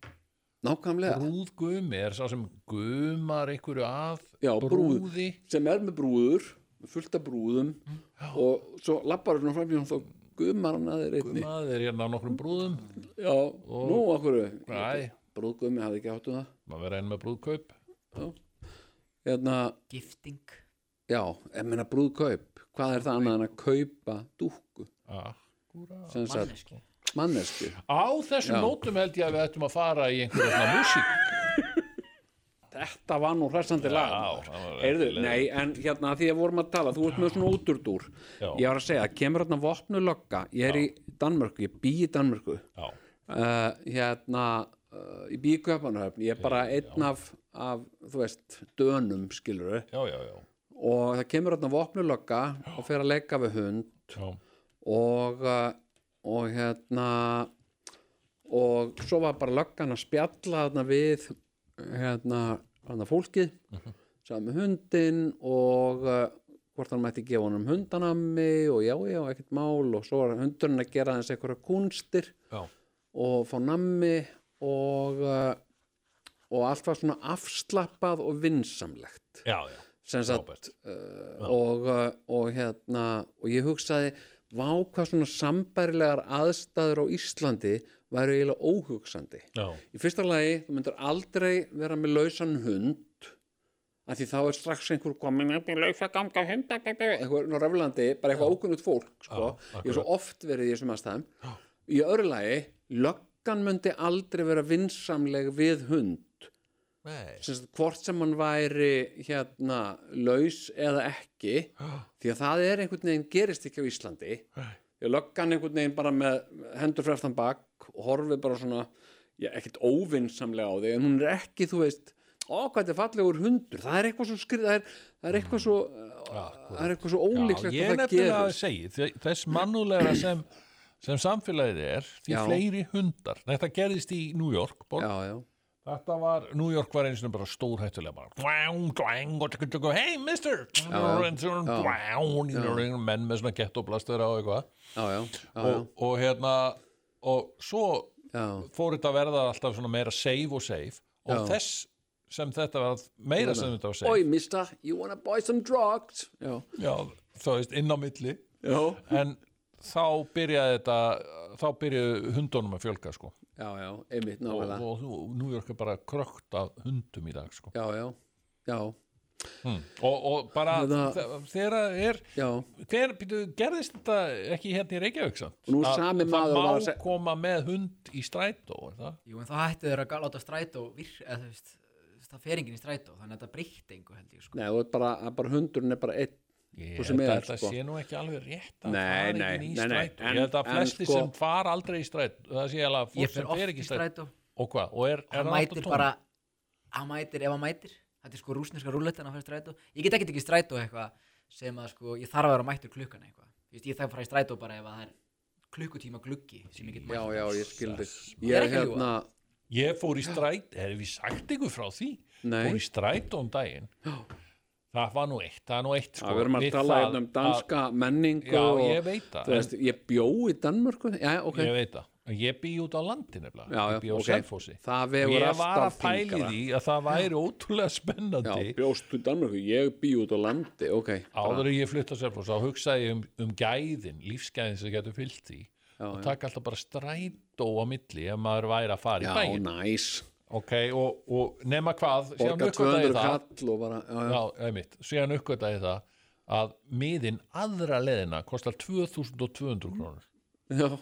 [SPEAKER 3] nákvæmlega
[SPEAKER 2] Brúðgumi er sá sem gumar einhverju að
[SPEAKER 3] Já, brúð.
[SPEAKER 2] brúði.
[SPEAKER 3] sem er með brúður með fullt af brúðum og svo lappar hún fram í hún þá gumar hann að þeir einni
[SPEAKER 2] Það er hérna á nokkrum brúðum.
[SPEAKER 3] já, nú okkur
[SPEAKER 2] Æ,
[SPEAKER 3] brúðgumi hafði ekki áttu það
[SPEAKER 2] maður verið enn með brúðkaup.
[SPEAKER 3] hérna,
[SPEAKER 4] gifting
[SPEAKER 3] já, en meina brúðkaup hvað er það annað en að kaupa dúkku
[SPEAKER 2] Ah. Akkúrat.
[SPEAKER 3] sem sagt
[SPEAKER 4] manneski
[SPEAKER 3] mannesku
[SPEAKER 2] Á þessum
[SPEAKER 3] Já.
[SPEAKER 2] nótum held ég að við ættum að fara í einhverja svona músík.
[SPEAKER 3] þetta var nú hressandi lag maður.
[SPEAKER 2] það var
[SPEAKER 3] Heyrðu,
[SPEAKER 2] leiðilegt.
[SPEAKER 3] nei, en hérna því að vorum að tala, þú ert með svona úturdúr
[SPEAKER 2] Já.
[SPEAKER 3] ég var að segja, kemur hérna vopnu logga, ég er í Danmörku, ég bý í Danmörku
[SPEAKER 2] Já,
[SPEAKER 3] uh, hérna uh, í bíköpanahöfn, ég er bara einn af, af þú veist, dönum skilur
[SPEAKER 2] já, já, já.
[SPEAKER 3] og það kemur hérna vopnulogga og fer að leika við hund
[SPEAKER 2] já.
[SPEAKER 3] og, uh, og hérna og svo var bara löggan að spjalla hérna við hérna, hérna fólkið saman með hundin og uh, hvort hann mætti gefa honum hundanammi og já, já, ekkert mál og svo var hundurinn að gera aðeins einhverja kunstir
[SPEAKER 2] já.
[SPEAKER 3] og fá nammi og, uh, og allt var svona afslappað og vinsamlegt
[SPEAKER 2] Já, já,
[SPEAKER 3] sem sagt
[SPEAKER 2] Frábært.
[SPEAKER 3] uh, og, uh, og hérna og ég hugsaði vá hvað svona sambærilegar aðstæður á Íslandi væru eiginlega óhugsandi
[SPEAKER 2] já,
[SPEAKER 3] í fyrsta lagi þú myndir aldrei vera með lausan hund af því þá er strax einhver komin upp í lausa ganga hund eitthvað röflandi, bara eitthvað ókunnut fólk sko.
[SPEAKER 2] Já,
[SPEAKER 3] ég er svo oft verið í þessum aðstæðum í öðru lagi, löggan myndi aldrei vera vinsamleg við hund
[SPEAKER 2] Nei.
[SPEAKER 3] sem sagt, hvort sem hann væri hérna laus eða ekki því að það er einhvern veginn gerist ekki á Íslandi ég lögga hann einhvern veginn bara með hendur fyrir aftan bak og horfi bara svona já, ekkert óvinnsamlega á þig en hún er ekki, þú veist ó, hvað þetta er fallegur hundur, það er eitthvað svo skrið það er, það er eitthvað svo uh, það er eitthvað svo
[SPEAKER 2] Mm. Já, ég
[SPEAKER 3] ólíklegt að það
[SPEAKER 2] nefnilega að
[SPEAKER 3] gerist
[SPEAKER 2] segja þe- þess mannúlega sem, sem samfélagið er því
[SPEAKER 3] Já.
[SPEAKER 2] fleiri hundar, þetta gerðist í New York borg.
[SPEAKER 3] já, já,
[SPEAKER 2] þetta var, New York var eins og bara stórhættulega bara dvæng, dvæng, og tjökk, tjökk, hey mister dvæng, dvæng, dvæng, menn með svona gettoblastur á eitthvað
[SPEAKER 3] já, já, já, já,
[SPEAKER 2] og, og hérna og svo
[SPEAKER 3] já.
[SPEAKER 2] fór þetta að verða alltaf svona meira save og save og
[SPEAKER 3] Já.
[SPEAKER 2] þess sem þetta var meira sem þetta var
[SPEAKER 3] Oi,
[SPEAKER 2] save
[SPEAKER 3] mister, you wanna buy some drugs? Já,
[SPEAKER 2] já, þú veist, inn á milli
[SPEAKER 3] já,
[SPEAKER 2] en þá byrjaði þetta þá byrjaði hundunum að fjölga sko.
[SPEAKER 3] já, já einmitt
[SPEAKER 2] og,
[SPEAKER 3] nálega
[SPEAKER 2] og, og New York er bara krökt af hundum í dag sko.
[SPEAKER 3] Já, já, já,
[SPEAKER 2] mm. og, og bara
[SPEAKER 3] Þetta-
[SPEAKER 2] þe- þegar það er
[SPEAKER 3] já,
[SPEAKER 2] hver, býtu, gerðist þetta ekki hérna í Reykjavík samt?
[SPEAKER 3] Og nú
[SPEAKER 2] Að-
[SPEAKER 3] sami
[SPEAKER 2] það
[SPEAKER 3] maður var
[SPEAKER 2] má
[SPEAKER 3] að seg-
[SPEAKER 2] koma með hund í strætó er það?
[SPEAKER 4] jú en þá hættu þeir að gal- láta strætó vir- eða þú veist það fer enginn í strætó þannig að þetta breytti engu held ég sko
[SPEAKER 3] nei, og bara, að bara hundurinn er bara einn
[SPEAKER 2] Ég
[SPEAKER 3] Þú
[SPEAKER 2] held
[SPEAKER 3] sem
[SPEAKER 2] að
[SPEAKER 3] er,
[SPEAKER 2] þetta
[SPEAKER 3] sko.
[SPEAKER 2] sé nú ekki alveg rétt að
[SPEAKER 3] Nei,
[SPEAKER 2] fara ekki
[SPEAKER 3] nei,
[SPEAKER 2] í
[SPEAKER 3] nei, nei,
[SPEAKER 2] strætó ég
[SPEAKER 3] en-
[SPEAKER 2] held að
[SPEAKER 3] en
[SPEAKER 2] flesti
[SPEAKER 3] sko-
[SPEAKER 2] sem far aldrei í strætó það sé alveg að
[SPEAKER 4] ég
[SPEAKER 2] fólk
[SPEAKER 4] fer
[SPEAKER 2] sem fer
[SPEAKER 4] oft
[SPEAKER 2] ekki
[SPEAKER 4] í
[SPEAKER 2] í strætó
[SPEAKER 4] strætó
[SPEAKER 2] og hvað, og er, er það
[SPEAKER 4] hann
[SPEAKER 2] alltaf
[SPEAKER 4] mætir
[SPEAKER 2] tóm?
[SPEAKER 4] bara hann mætir ef hann mætir þetta er sko rúsneska rúletan að fara í strætó ég get ekki tekið strætó eitthvað sem að sko ég þarf að vera mættur klukkan eitthvað Þú veist, ég þarf að fara í strætó bara ef að það er klukkutíma gluggi sem ég
[SPEAKER 3] Já,
[SPEAKER 4] get mættur
[SPEAKER 3] já, ég skildi
[SPEAKER 4] Ég er
[SPEAKER 3] Ég,
[SPEAKER 4] ekki að ljúga.
[SPEAKER 3] hérna,
[SPEAKER 2] Ég fór í stræt, hefur við sagt ykkur frá því?
[SPEAKER 3] Nei.
[SPEAKER 2] Fór í stræt um daginn. Það var nú eitt, það er nú eitt sko.
[SPEAKER 3] já, við erum að
[SPEAKER 2] við
[SPEAKER 3] tala
[SPEAKER 2] það
[SPEAKER 3] hérna um danska menningu
[SPEAKER 2] Já,
[SPEAKER 3] og,
[SPEAKER 2] ég veit það,
[SPEAKER 3] Þú veist, ég bjó í Danmörku, já, ok
[SPEAKER 2] Að, ég veit það. En Ég bý út á landin nefnilega.
[SPEAKER 3] Já, já,
[SPEAKER 2] ég bý á
[SPEAKER 3] ok.
[SPEAKER 2] Selfossi.
[SPEAKER 3] Það vegur
[SPEAKER 2] Og Ég var að
[SPEAKER 3] alltaf
[SPEAKER 2] pæli
[SPEAKER 3] þyngra.
[SPEAKER 2] því að það væri ótrúlega
[SPEAKER 3] Já,
[SPEAKER 2] spennandi.
[SPEAKER 3] bjóst í Danmörku, ég bý út á landi, ok bara-
[SPEAKER 2] Áður en ég flutt á Selfoss, þá hugsaði ég um, um gæðin, lífsgæðin sem getur fyllt því.
[SPEAKER 3] Já,
[SPEAKER 2] og
[SPEAKER 3] já.
[SPEAKER 2] taka alltaf bara strætó á milli ef maður væri að fara í
[SPEAKER 3] Já,
[SPEAKER 2] bæinn.
[SPEAKER 3] næs,
[SPEAKER 2] Ok, og, og nema hvað, síðan
[SPEAKER 3] borga
[SPEAKER 2] uppgötvaði
[SPEAKER 3] 200
[SPEAKER 2] ég það.
[SPEAKER 3] kall og bara, já, já,
[SPEAKER 2] Já, einmitt, síðan uppgötaði það að miðin aðra leðina kostar 2200 krónur
[SPEAKER 3] já,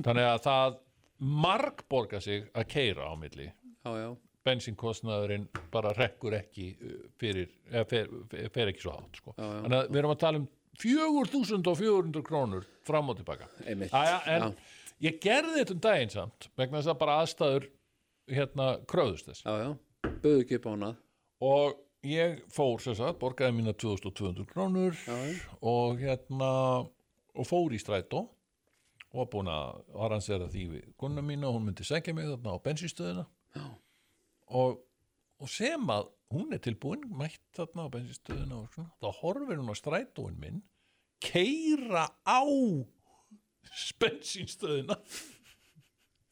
[SPEAKER 2] þannig að það marg borga sig að keira á milli
[SPEAKER 3] já, já
[SPEAKER 2] bensínkostnaðurinn bara rekkur ekki uh, fyrir, eða fer, fer, fer ekki svo hátt sko. þannig að við erum að tala um 4400 krónur fram og tilbaka
[SPEAKER 3] Einmitt,
[SPEAKER 2] Aja, en ég gerði þetta um daginn samt vegna þess að bara aðstæður hérna kröðust þess
[SPEAKER 3] Já, já, bauð ekki upp á hana
[SPEAKER 2] og ég fór sem sagt, borgaði mína 2200 krónur og hérna og fór í strætó og var búin að aransera því við gunna mína og hún myndi segja mig þarna á bensinstöðina
[SPEAKER 3] Já.
[SPEAKER 2] og, og sem að hún er tilbúin mætt þarna á bensinstöðina og svona, þá horfir hún á strætóin minn keira á bensinstöðina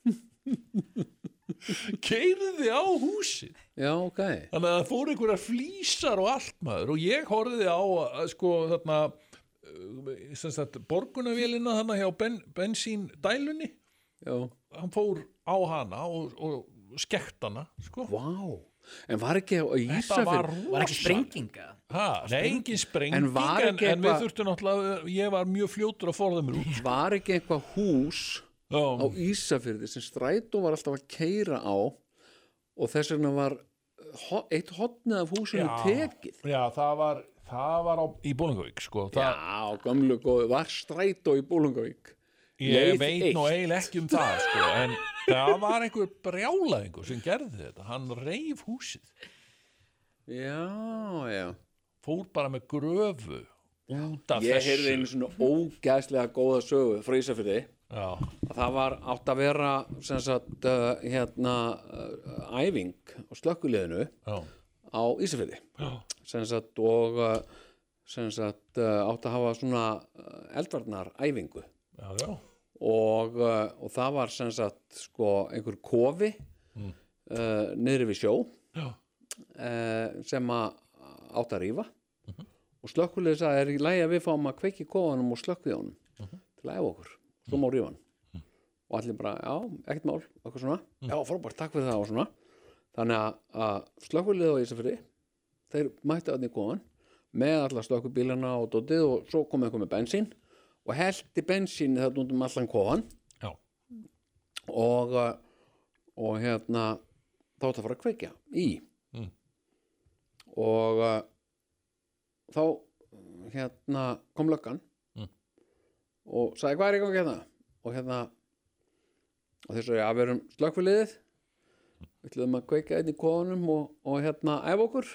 [SPEAKER 2] keirði á húsið
[SPEAKER 3] já, ok
[SPEAKER 2] Þannig að það fóru einhverjar flýsar og allt maður og ég horfiði á að, að sko þarna eh, sem sagt, borgunavélina þarna hjá ben, bensíndælunni
[SPEAKER 3] já.
[SPEAKER 2] hann fór á hana og, og skekt hana sko.
[SPEAKER 3] Vá. en var ekki á
[SPEAKER 2] þetta var
[SPEAKER 3] Ísafir
[SPEAKER 4] var ekki
[SPEAKER 2] rosa
[SPEAKER 4] sprenginga
[SPEAKER 2] Nei, engin sprenging
[SPEAKER 3] En
[SPEAKER 2] en,
[SPEAKER 3] var
[SPEAKER 2] en,
[SPEAKER 3] ekki
[SPEAKER 2] við
[SPEAKER 3] eitthvað-
[SPEAKER 2] þurftum náttúrulega eh, ég var mjög fljótur að forða mér út
[SPEAKER 3] var ekki eitthvað hús á
[SPEAKER 2] Já,
[SPEAKER 3] Ísafyrði sem strætó var alltaf að keira á og þess vegna var eh, ho- eitt hotnið af húsinu
[SPEAKER 2] Já.
[SPEAKER 3] tekið
[SPEAKER 2] já það var, það var á, í Bólingavík sko. það,
[SPEAKER 3] já, gamlu góðu, var strætó í Bólungavík
[SPEAKER 2] ég
[SPEAKER 3] leið
[SPEAKER 2] veit nú eiginlega ekki um það sko, en það var einhver brjálaðingur sem gerði þetta hann reif húsið
[SPEAKER 3] já, já
[SPEAKER 2] fór bara með gröfu út af
[SPEAKER 3] ég
[SPEAKER 2] þessu
[SPEAKER 3] heyrði einu svona ógæðslega góða sögu frá Ísafyrði
[SPEAKER 2] Já,
[SPEAKER 3] að það var átt að vera sem sagt uh, hérna uh, æfing á slökkuliðinu
[SPEAKER 2] já,
[SPEAKER 3] á Ísafyrði
[SPEAKER 2] já,
[SPEAKER 3] sem sagt og uh, sem sagt uh, átt að hafa svona eldvarnar æfingu
[SPEAKER 2] já, já.
[SPEAKER 3] og, uh, og það var sem sagt sko einhver kofi uh, niðri við sjó
[SPEAKER 2] Já.
[SPEAKER 3] uh, sem að átt að rífa og slökkulegði það er í lagi að við fáum að kveiki kofanum og slökkvið honum til að efa okkur, svo má rífa hann og allir bara, já, ekkert mál okkur svona, já, frábært, takk fyrir það og svona þannig að, að slökkulegði á Ísafirði þeir mættu öðni kofan með alla slökkubílana og dótið og svo kom eitthvað með bensín og heldi bensín þetta út um allan kofan
[SPEAKER 2] Já.
[SPEAKER 3] og uh, og hérna þá átt að fara að kveikja í
[SPEAKER 2] Mm.
[SPEAKER 3] og uh, þá uh, hérna kom löggan
[SPEAKER 2] Mm.
[SPEAKER 3] og sagði hvað er í gangi hérna og hérna og þeir sagði að við erum slökkviliðið við ætluðum að kveika einn í kofanum og, og hérna æfa okkur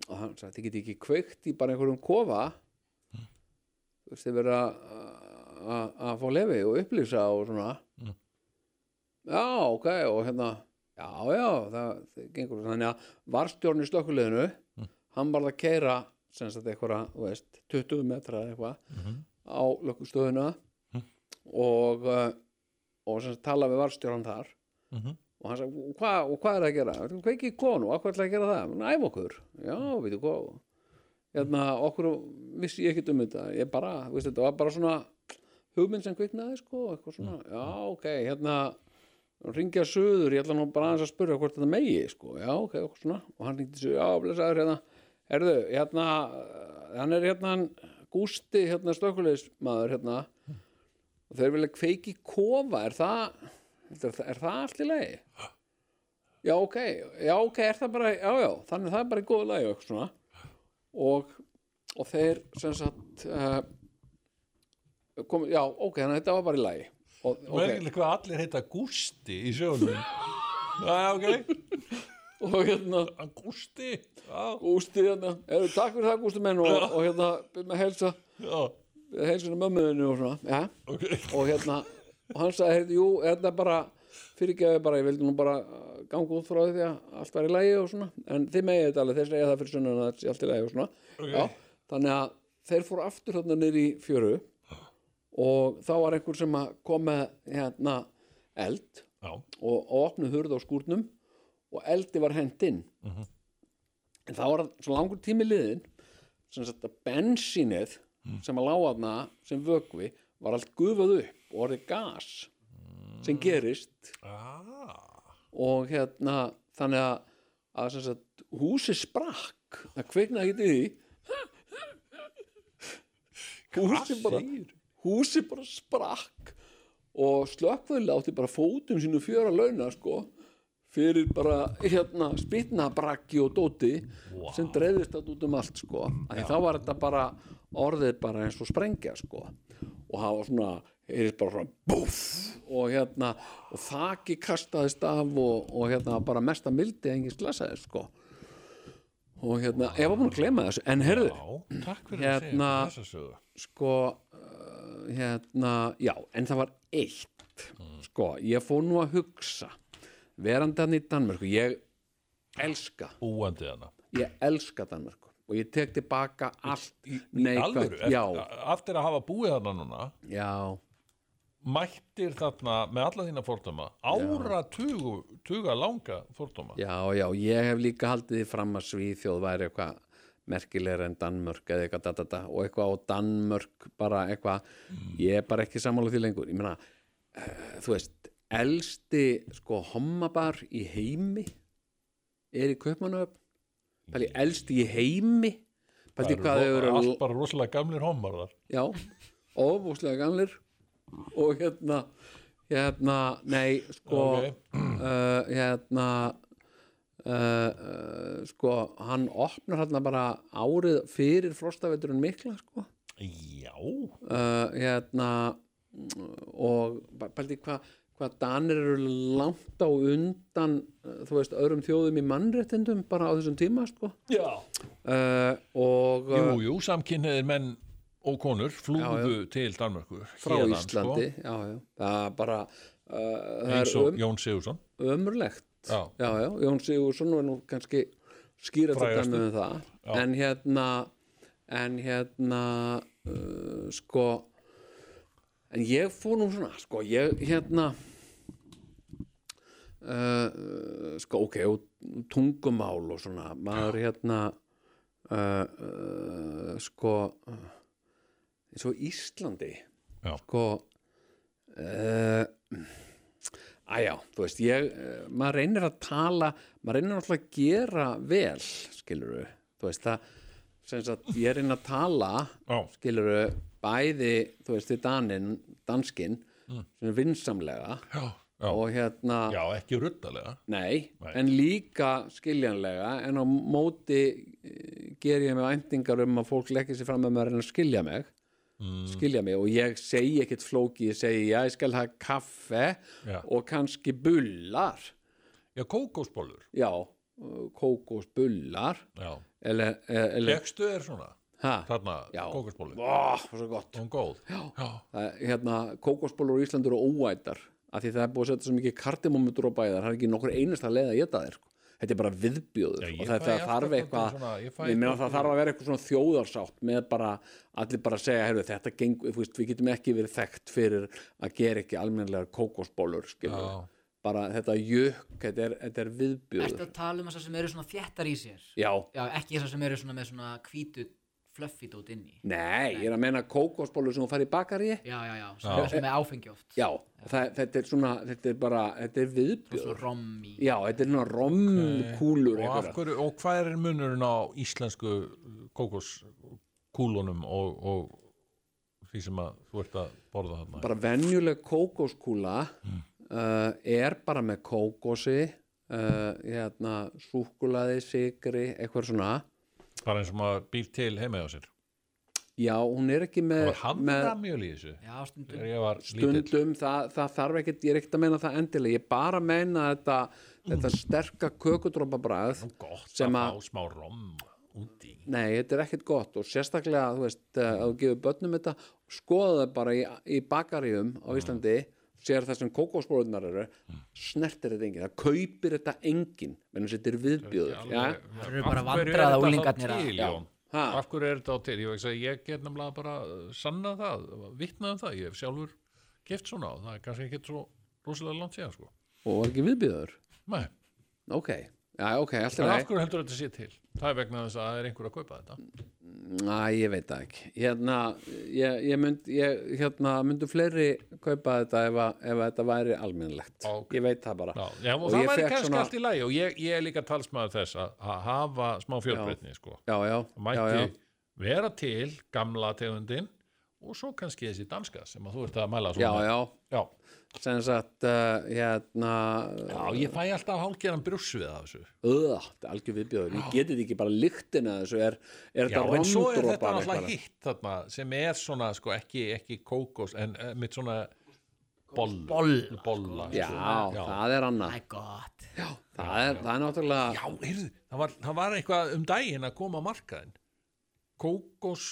[SPEAKER 3] og hann sagði þið geti ekki kveikt í bara einhverjum kofa þú veist þið verið að- að að fá lefi og upplýsa og svona já, ok, og hérna já, já, það, það gengur þannig að varstjórn í slökkuleginu hann varð að keira sem sagt einhverja, þú veist, 20 metra eða eitthvað á lökkustöðuna og uh, og sem sagt tala við varstjórn þar
[SPEAKER 2] Mhm.
[SPEAKER 3] og hann sagði, og hvað og hvað er það að gera? Hvað ekki í konu, og hvað ætlaði að gera það? Hún æfa okkur, já, veitu hvað hérna, okkur vissi ég ekkert um þetta, ég bara, þú veist, þetta var bara svona hugmynd sem kviknaði, sko, eitthvað svona, já, ok, hérna ringja söður, ég ætla nú bara aðeins að spyrja hvort þetta megi, sko, já, ok, okkur svona og hann ringdi sér, já, blessaður, hérna herðu, hérna, eh, hann er hérna hann Gústi, hérna slökulegismadur, hérna og þeir vilja kveiki í kofa, er það er, er það allt í lagi? Já, ok, já, ok, er það bara já, já, þannig það er bara í góðu lagi og eitthvað svona og, og þeir sem sagt uh, kom, já, ok, þannig að þetta var bara í lagi og,
[SPEAKER 2] Okay. Merkileg hvað allir heita Gústi í sjónum. Já, ok,
[SPEAKER 3] og hérna
[SPEAKER 2] hann Gústi, já,
[SPEAKER 3] Gústi hérna, eru takk fyrir það Gústi menn og, og hérna, byrð með helsa
[SPEAKER 2] já,
[SPEAKER 3] helsinu mömmuðinu og svona ja.
[SPEAKER 2] ok.
[SPEAKER 3] og hérna, og hann sagði hérna, jú, hérna bara fyrirgefi bara, ég vildi nú bara uh, ganga út frá því að allt var í lægi og svona, en þið megið þetta alveg, þeir segja það fyrir sunnan að það er allt í lægi og svona
[SPEAKER 2] Ok.
[SPEAKER 3] já, þannig að þeir fóru aftur hérna niður í fjöru og þá var einhver sem að kom með hérna eld
[SPEAKER 2] Já,
[SPEAKER 3] og, og opnu hurð á skúrnum og eldi var hent inn en það var svo langur tími liðin sem sagt að bensínið sem að lágaðna sem vökvi var allt gufað upp og orðið gas sem gerist
[SPEAKER 2] ah,
[SPEAKER 3] og hérna þannig að, að sem sagt, húsi sprakk það kviknaði ekki í því húsi bara húsi bara sprakk og slökkvöli átti bara fótum sínu fjöra launa sko fyrir bara hérna spýtnabrakki og dóti sem dreifist allt út um allt sko að þá var þetta bara orðið bara eins og sprengja sko og það var svona, heyrðist bara svona búff og hérna og þaki kastaðist af og, og hérna bara mesta mildi engin slasaðist sko og hérna, ég var búin að glema þessu en heyrðu,
[SPEAKER 2] já, takk fyrir að segja
[SPEAKER 3] Hérna-
[SPEAKER 2] þessa sögu.
[SPEAKER 3] sko uh, hérna, já, en það var eitt sko, ég fór nú að hugsa verandi hann í Danmörku ég elska
[SPEAKER 2] búandi hérna. hana
[SPEAKER 3] ég elska Danmörku og ég tek tilbaka allt
[SPEAKER 2] Alvöru,
[SPEAKER 3] neikvætt,
[SPEAKER 2] eftir,
[SPEAKER 3] já,
[SPEAKER 2] eftir að hafa búið þarna núna
[SPEAKER 3] já
[SPEAKER 2] mættir þarna með alla þína fordóma ára tugu, tuga langa fordóma
[SPEAKER 3] Já, já, ég hef líka haldið því fram að Svíþjóð væri eitthvað merkilegra en Danmörk eða eitthvað da, da, da, og eitthvað á Danmörk bara eitthvað,
[SPEAKER 2] Mm.
[SPEAKER 3] ég er bara ekki sammála því lengur, ég meina eh, þú veist, elsti sko hommabar í heimi er í Kaupmannöfn pæli elsti í heimi
[SPEAKER 2] Það
[SPEAKER 3] pæli hvað þau
[SPEAKER 2] eru
[SPEAKER 3] eru
[SPEAKER 2] allt bara rosalega gamlir hommar þar
[SPEAKER 3] já, óbúslega gamlir og hérna hérna, nei, sko
[SPEAKER 2] Ok.
[SPEAKER 3] uh, hérna uh, uh, sko hann opnar hérna bara árið fyrir frostaveturinn mikla sko
[SPEAKER 2] Já,
[SPEAKER 3] uh, hérna mm, og bara pældi hvað hvað danir eru langt á undan uh, þú veist, öðrum þjóðum í mannréttindum bara á þessum tíma sko
[SPEAKER 2] já
[SPEAKER 3] uh, og uh,
[SPEAKER 2] Jú, jú, samkynniðir menn og konur flúðu til sko, Danmarkur
[SPEAKER 3] frá Íslandi já, já, það er bara uh, það
[SPEAKER 2] eins
[SPEAKER 3] er
[SPEAKER 2] og
[SPEAKER 3] um,
[SPEAKER 2] Jón Sigursson
[SPEAKER 3] ömurlegt
[SPEAKER 2] Já.
[SPEAKER 3] já, já, Jón Sigursson var nú kannski skýra þetta
[SPEAKER 2] Frægastur.
[SPEAKER 3] með það en hérna en hérna uh, sko en ég fór nú svona sko, ég hérna uh, sko, ok og tungumál og svona maður hérna uh, uh, sko uh, eins og Íslandi
[SPEAKER 2] Já.
[SPEAKER 3] sko uh, Æjá, þú veist, ég, eh, maður reynir að tala, maður reynir alltaf að gera vel, skilur við, þú veist, það, sem sagt, ég reynir að tala,
[SPEAKER 2] Já.
[SPEAKER 3] skilur við, bæði, þú veist, þið danin, danskin, sem er vinsamlega
[SPEAKER 2] Já, Mm. já,
[SPEAKER 3] og hérna,
[SPEAKER 2] já, ekki ruttalega
[SPEAKER 3] nei,
[SPEAKER 2] Nei.
[SPEAKER 3] en líka skiljanlega, en á móti eh, ger ég mig væntingar um að fólk leggja sér fram með maður reynir að skilja mig,
[SPEAKER 2] Mm.
[SPEAKER 3] skilja mig og ég segi ekkit flóki, ég segi, já, ég skal hafa kaffe
[SPEAKER 2] Já.
[SPEAKER 3] og kannski bullar,
[SPEAKER 2] Já, kókósbólur
[SPEAKER 3] já, uh, kókosbullar
[SPEAKER 2] Já,
[SPEAKER 3] eller, eh, eller
[SPEAKER 2] fegstu er svona
[SPEAKER 3] ha,
[SPEAKER 2] þarna
[SPEAKER 3] já,
[SPEAKER 2] kókósbólur
[SPEAKER 3] Ó, svo gott
[SPEAKER 2] Hún góð Já, já,
[SPEAKER 3] Það- hérna, kókosbullar á Íslandi eru óætar af því það er búið að setja svo mikið kardimómudrópa í þar það er ekki nokkur einasta leið að geta þér sko. þetta er bara viðbjóður
[SPEAKER 2] Já, ég
[SPEAKER 3] og
[SPEAKER 2] fæ
[SPEAKER 3] það, það
[SPEAKER 2] alltaf
[SPEAKER 3] þarf
[SPEAKER 2] dálítið
[SPEAKER 3] eitthvað
[SPEAKER 2] svona- ég fæ
[SPEAKER 3] ég meina
[SPEAKER 2] dálítið-
[SPEAKER 3] það þarf að vera eitthvað svona þjóðarsátt með bara, allir bara segja heyrðu, þetta gengur, þú veist, við getum ekki verið þekkt fyrir að gera ekki almennilegar kókosbólur skilur,
[SPEAKER 2] Já.
[SPEAKER 3] bara þetta jökk, þetta er, þetta er
[SPEAKER 4] Ertu
[SPEAKER 3] viðbjóður
[SPEAKER 4] að tala um þessar sem eru svona þéttar í sér?
[SPEAKER 3] já,
[SPEAKER 4] Já, ekki þessar sem eru svona með svona hvítu fluffy dót inn í.
[SPEAKER 3] Nei, ég er að meina kókosbólur sem hún fari í bakari
[SPEAKER 4] Já, já, já, sem eru svona með áfengi oft.
[SPEAKER 3] Já, það, þetta er svona þetta er bara, þetta er
[SPEAKER 4] Og Svona
[SPEAKER 3] viðbjör
[SPEAKER 4] rom í.
[SPEAKER 3] Já, þetta er svona romkúlur
[SPEAKER 2] Og, af
[SPEAKER 3] einhverjar.
[SPEAKER 2] hverju, og hvað er munurinn á íslensku kókoskúlunum og, og því sem að þú ert að borða þarna
[SPEAKER 3] bara venjuleg kókoskúla uh, er bara með kókosi uh, hérna, súkulaði, sigri eitthvað svona
[SPEAKER 2] bara eins og maður býr til heima hjá sér
[SPEAKER 3] Já, hún er ekki
[SPEAKER 2] það
[SPEAKER 3] með,
[SPEAKER 2] var
[SPEAKER 3] með
[SPEAKER 2] hamramjöl í þessu
[SPEAKER 4] Já, stundum.
[SPEAKER 2] þegar ég var lítill
[SPEAKER 3] stundum, það, það þarf ekkert ég er ekkert að meina það endilega, ég er bara að meina þetta, þetta sterka kökudrópabræð
[SPEAKER 2] gott
[SPEAKER 3] sem að-
[SPEAKER 2] að fá smá rom úti
[SPEAKER 3] Nei, þetta er ekkert gott og sérstaklega, þú veist, eh, að þú gefur börnum þetta skoða það bara í, í bakaríum á
[SPEAKER 2] Mm.
[SPEAKER 3] Íslandi, sér það sem kókósbólunar eru, snertir þetta enginn, það kaupir þetta enginn menn þess að þetta er viðbjóður, já,
[SPEAKER 4] Það eru bara hérna. vandræða unglingarnir að-
[SPEAKER 2] til,
[SPEAKER 3] Já.
[SPEAKER 2] Jón?
[SPEAKER 3] Ha?
[SPEAKER 2] af hverju er þetta á til ég, veit að ég get nefnilega bara uh, sannað það vitnað um það, ég hef sjálfur geft svona og það er kannski ekki svo rosalega langt síðan sko
[SPEAKER 3] og var ekki viðbjóður
[SPEAKER 2] Nei.
[SPEAKER 3] ok, já, ok,
[SPEAKER 2] En af
[SPEAKER 3] alltaf
[SPEAKER 2] hverju heldur þetta sé til? Það er vegna þess að það er einhver að kaupa þetta.
[SPEAKER 3] næ, ég veit það ekki hérna, ég, ég mynd ég, hérna, myndu fleiri kaupa þetta ef, að, ef að þetta væri almennilegt
[SPEAKER 2] Ok.
[SPEAKER 3] ég veit það bara
[SPEAKER 2] Já, já, og,
[SPEAKER 3] Og
[SPEAKER 2] það
[SPEAKER 3] ég
[SPEAKER 2] væri
[SPEAKER 3] fékk
[SPEAKER 2] kannski
[SPEAKER 3] svona-
[SPEAKER 2] allt í lagi og ég, ég er líka talsmaður þess að, að hafa smá fjölbreytni, sko.
[SPEAKER 3] já, já,
[SPEAKER 2] Það
[SPEAKER 3] já,
[SPEAKER 2] mætti
[SPEAKER 3] já.
[SPEAKER 2] vera til gamla tegundin og svo kannski þessi danska sem að þú ert að mæla
[SPEAKER 3] já,
[SPEAKER 2] svona.
[SPEAKER 3] já,
[SPEAKER 2] já.
[SPEAKER 3] sem sagt uh, hérna
[SPEAKER 2] Já, ég fæ alltaf hálfgerðan brjúss við af þessu.
[SPEAKER 3] öða, þetta er algjör viðbjóður ég geti ekki bara lyktin að þessu er, er
[SPEAKER 2] Já,
[SPEAKER 3] þetta
[SPEAKER 2] en svo er þetta
[SPEAKER 3] romdrópar
[SPEAKER 2] alltaf
[SPEAKER 3] eitthvað?
[SPEAKER 2] hitt þarna sem er svona, sko, ekki, ekki kókos, en eh, mitt svona bolla.
[SPEAKER 4] Bolla,
[SPEAKER 2] Bolla.
[SPEAKER 3] já,
[SPEAKER 2] sko.
[SPEAKER 3] það er annað
[SPEAKER 4] Það er gott.
[SPEAKER 3] það er, það er náttúrulega
[SPEAKER 2] Já, heyrðu, það var, það var eitthvað um daginn að koma á markaðin Kókos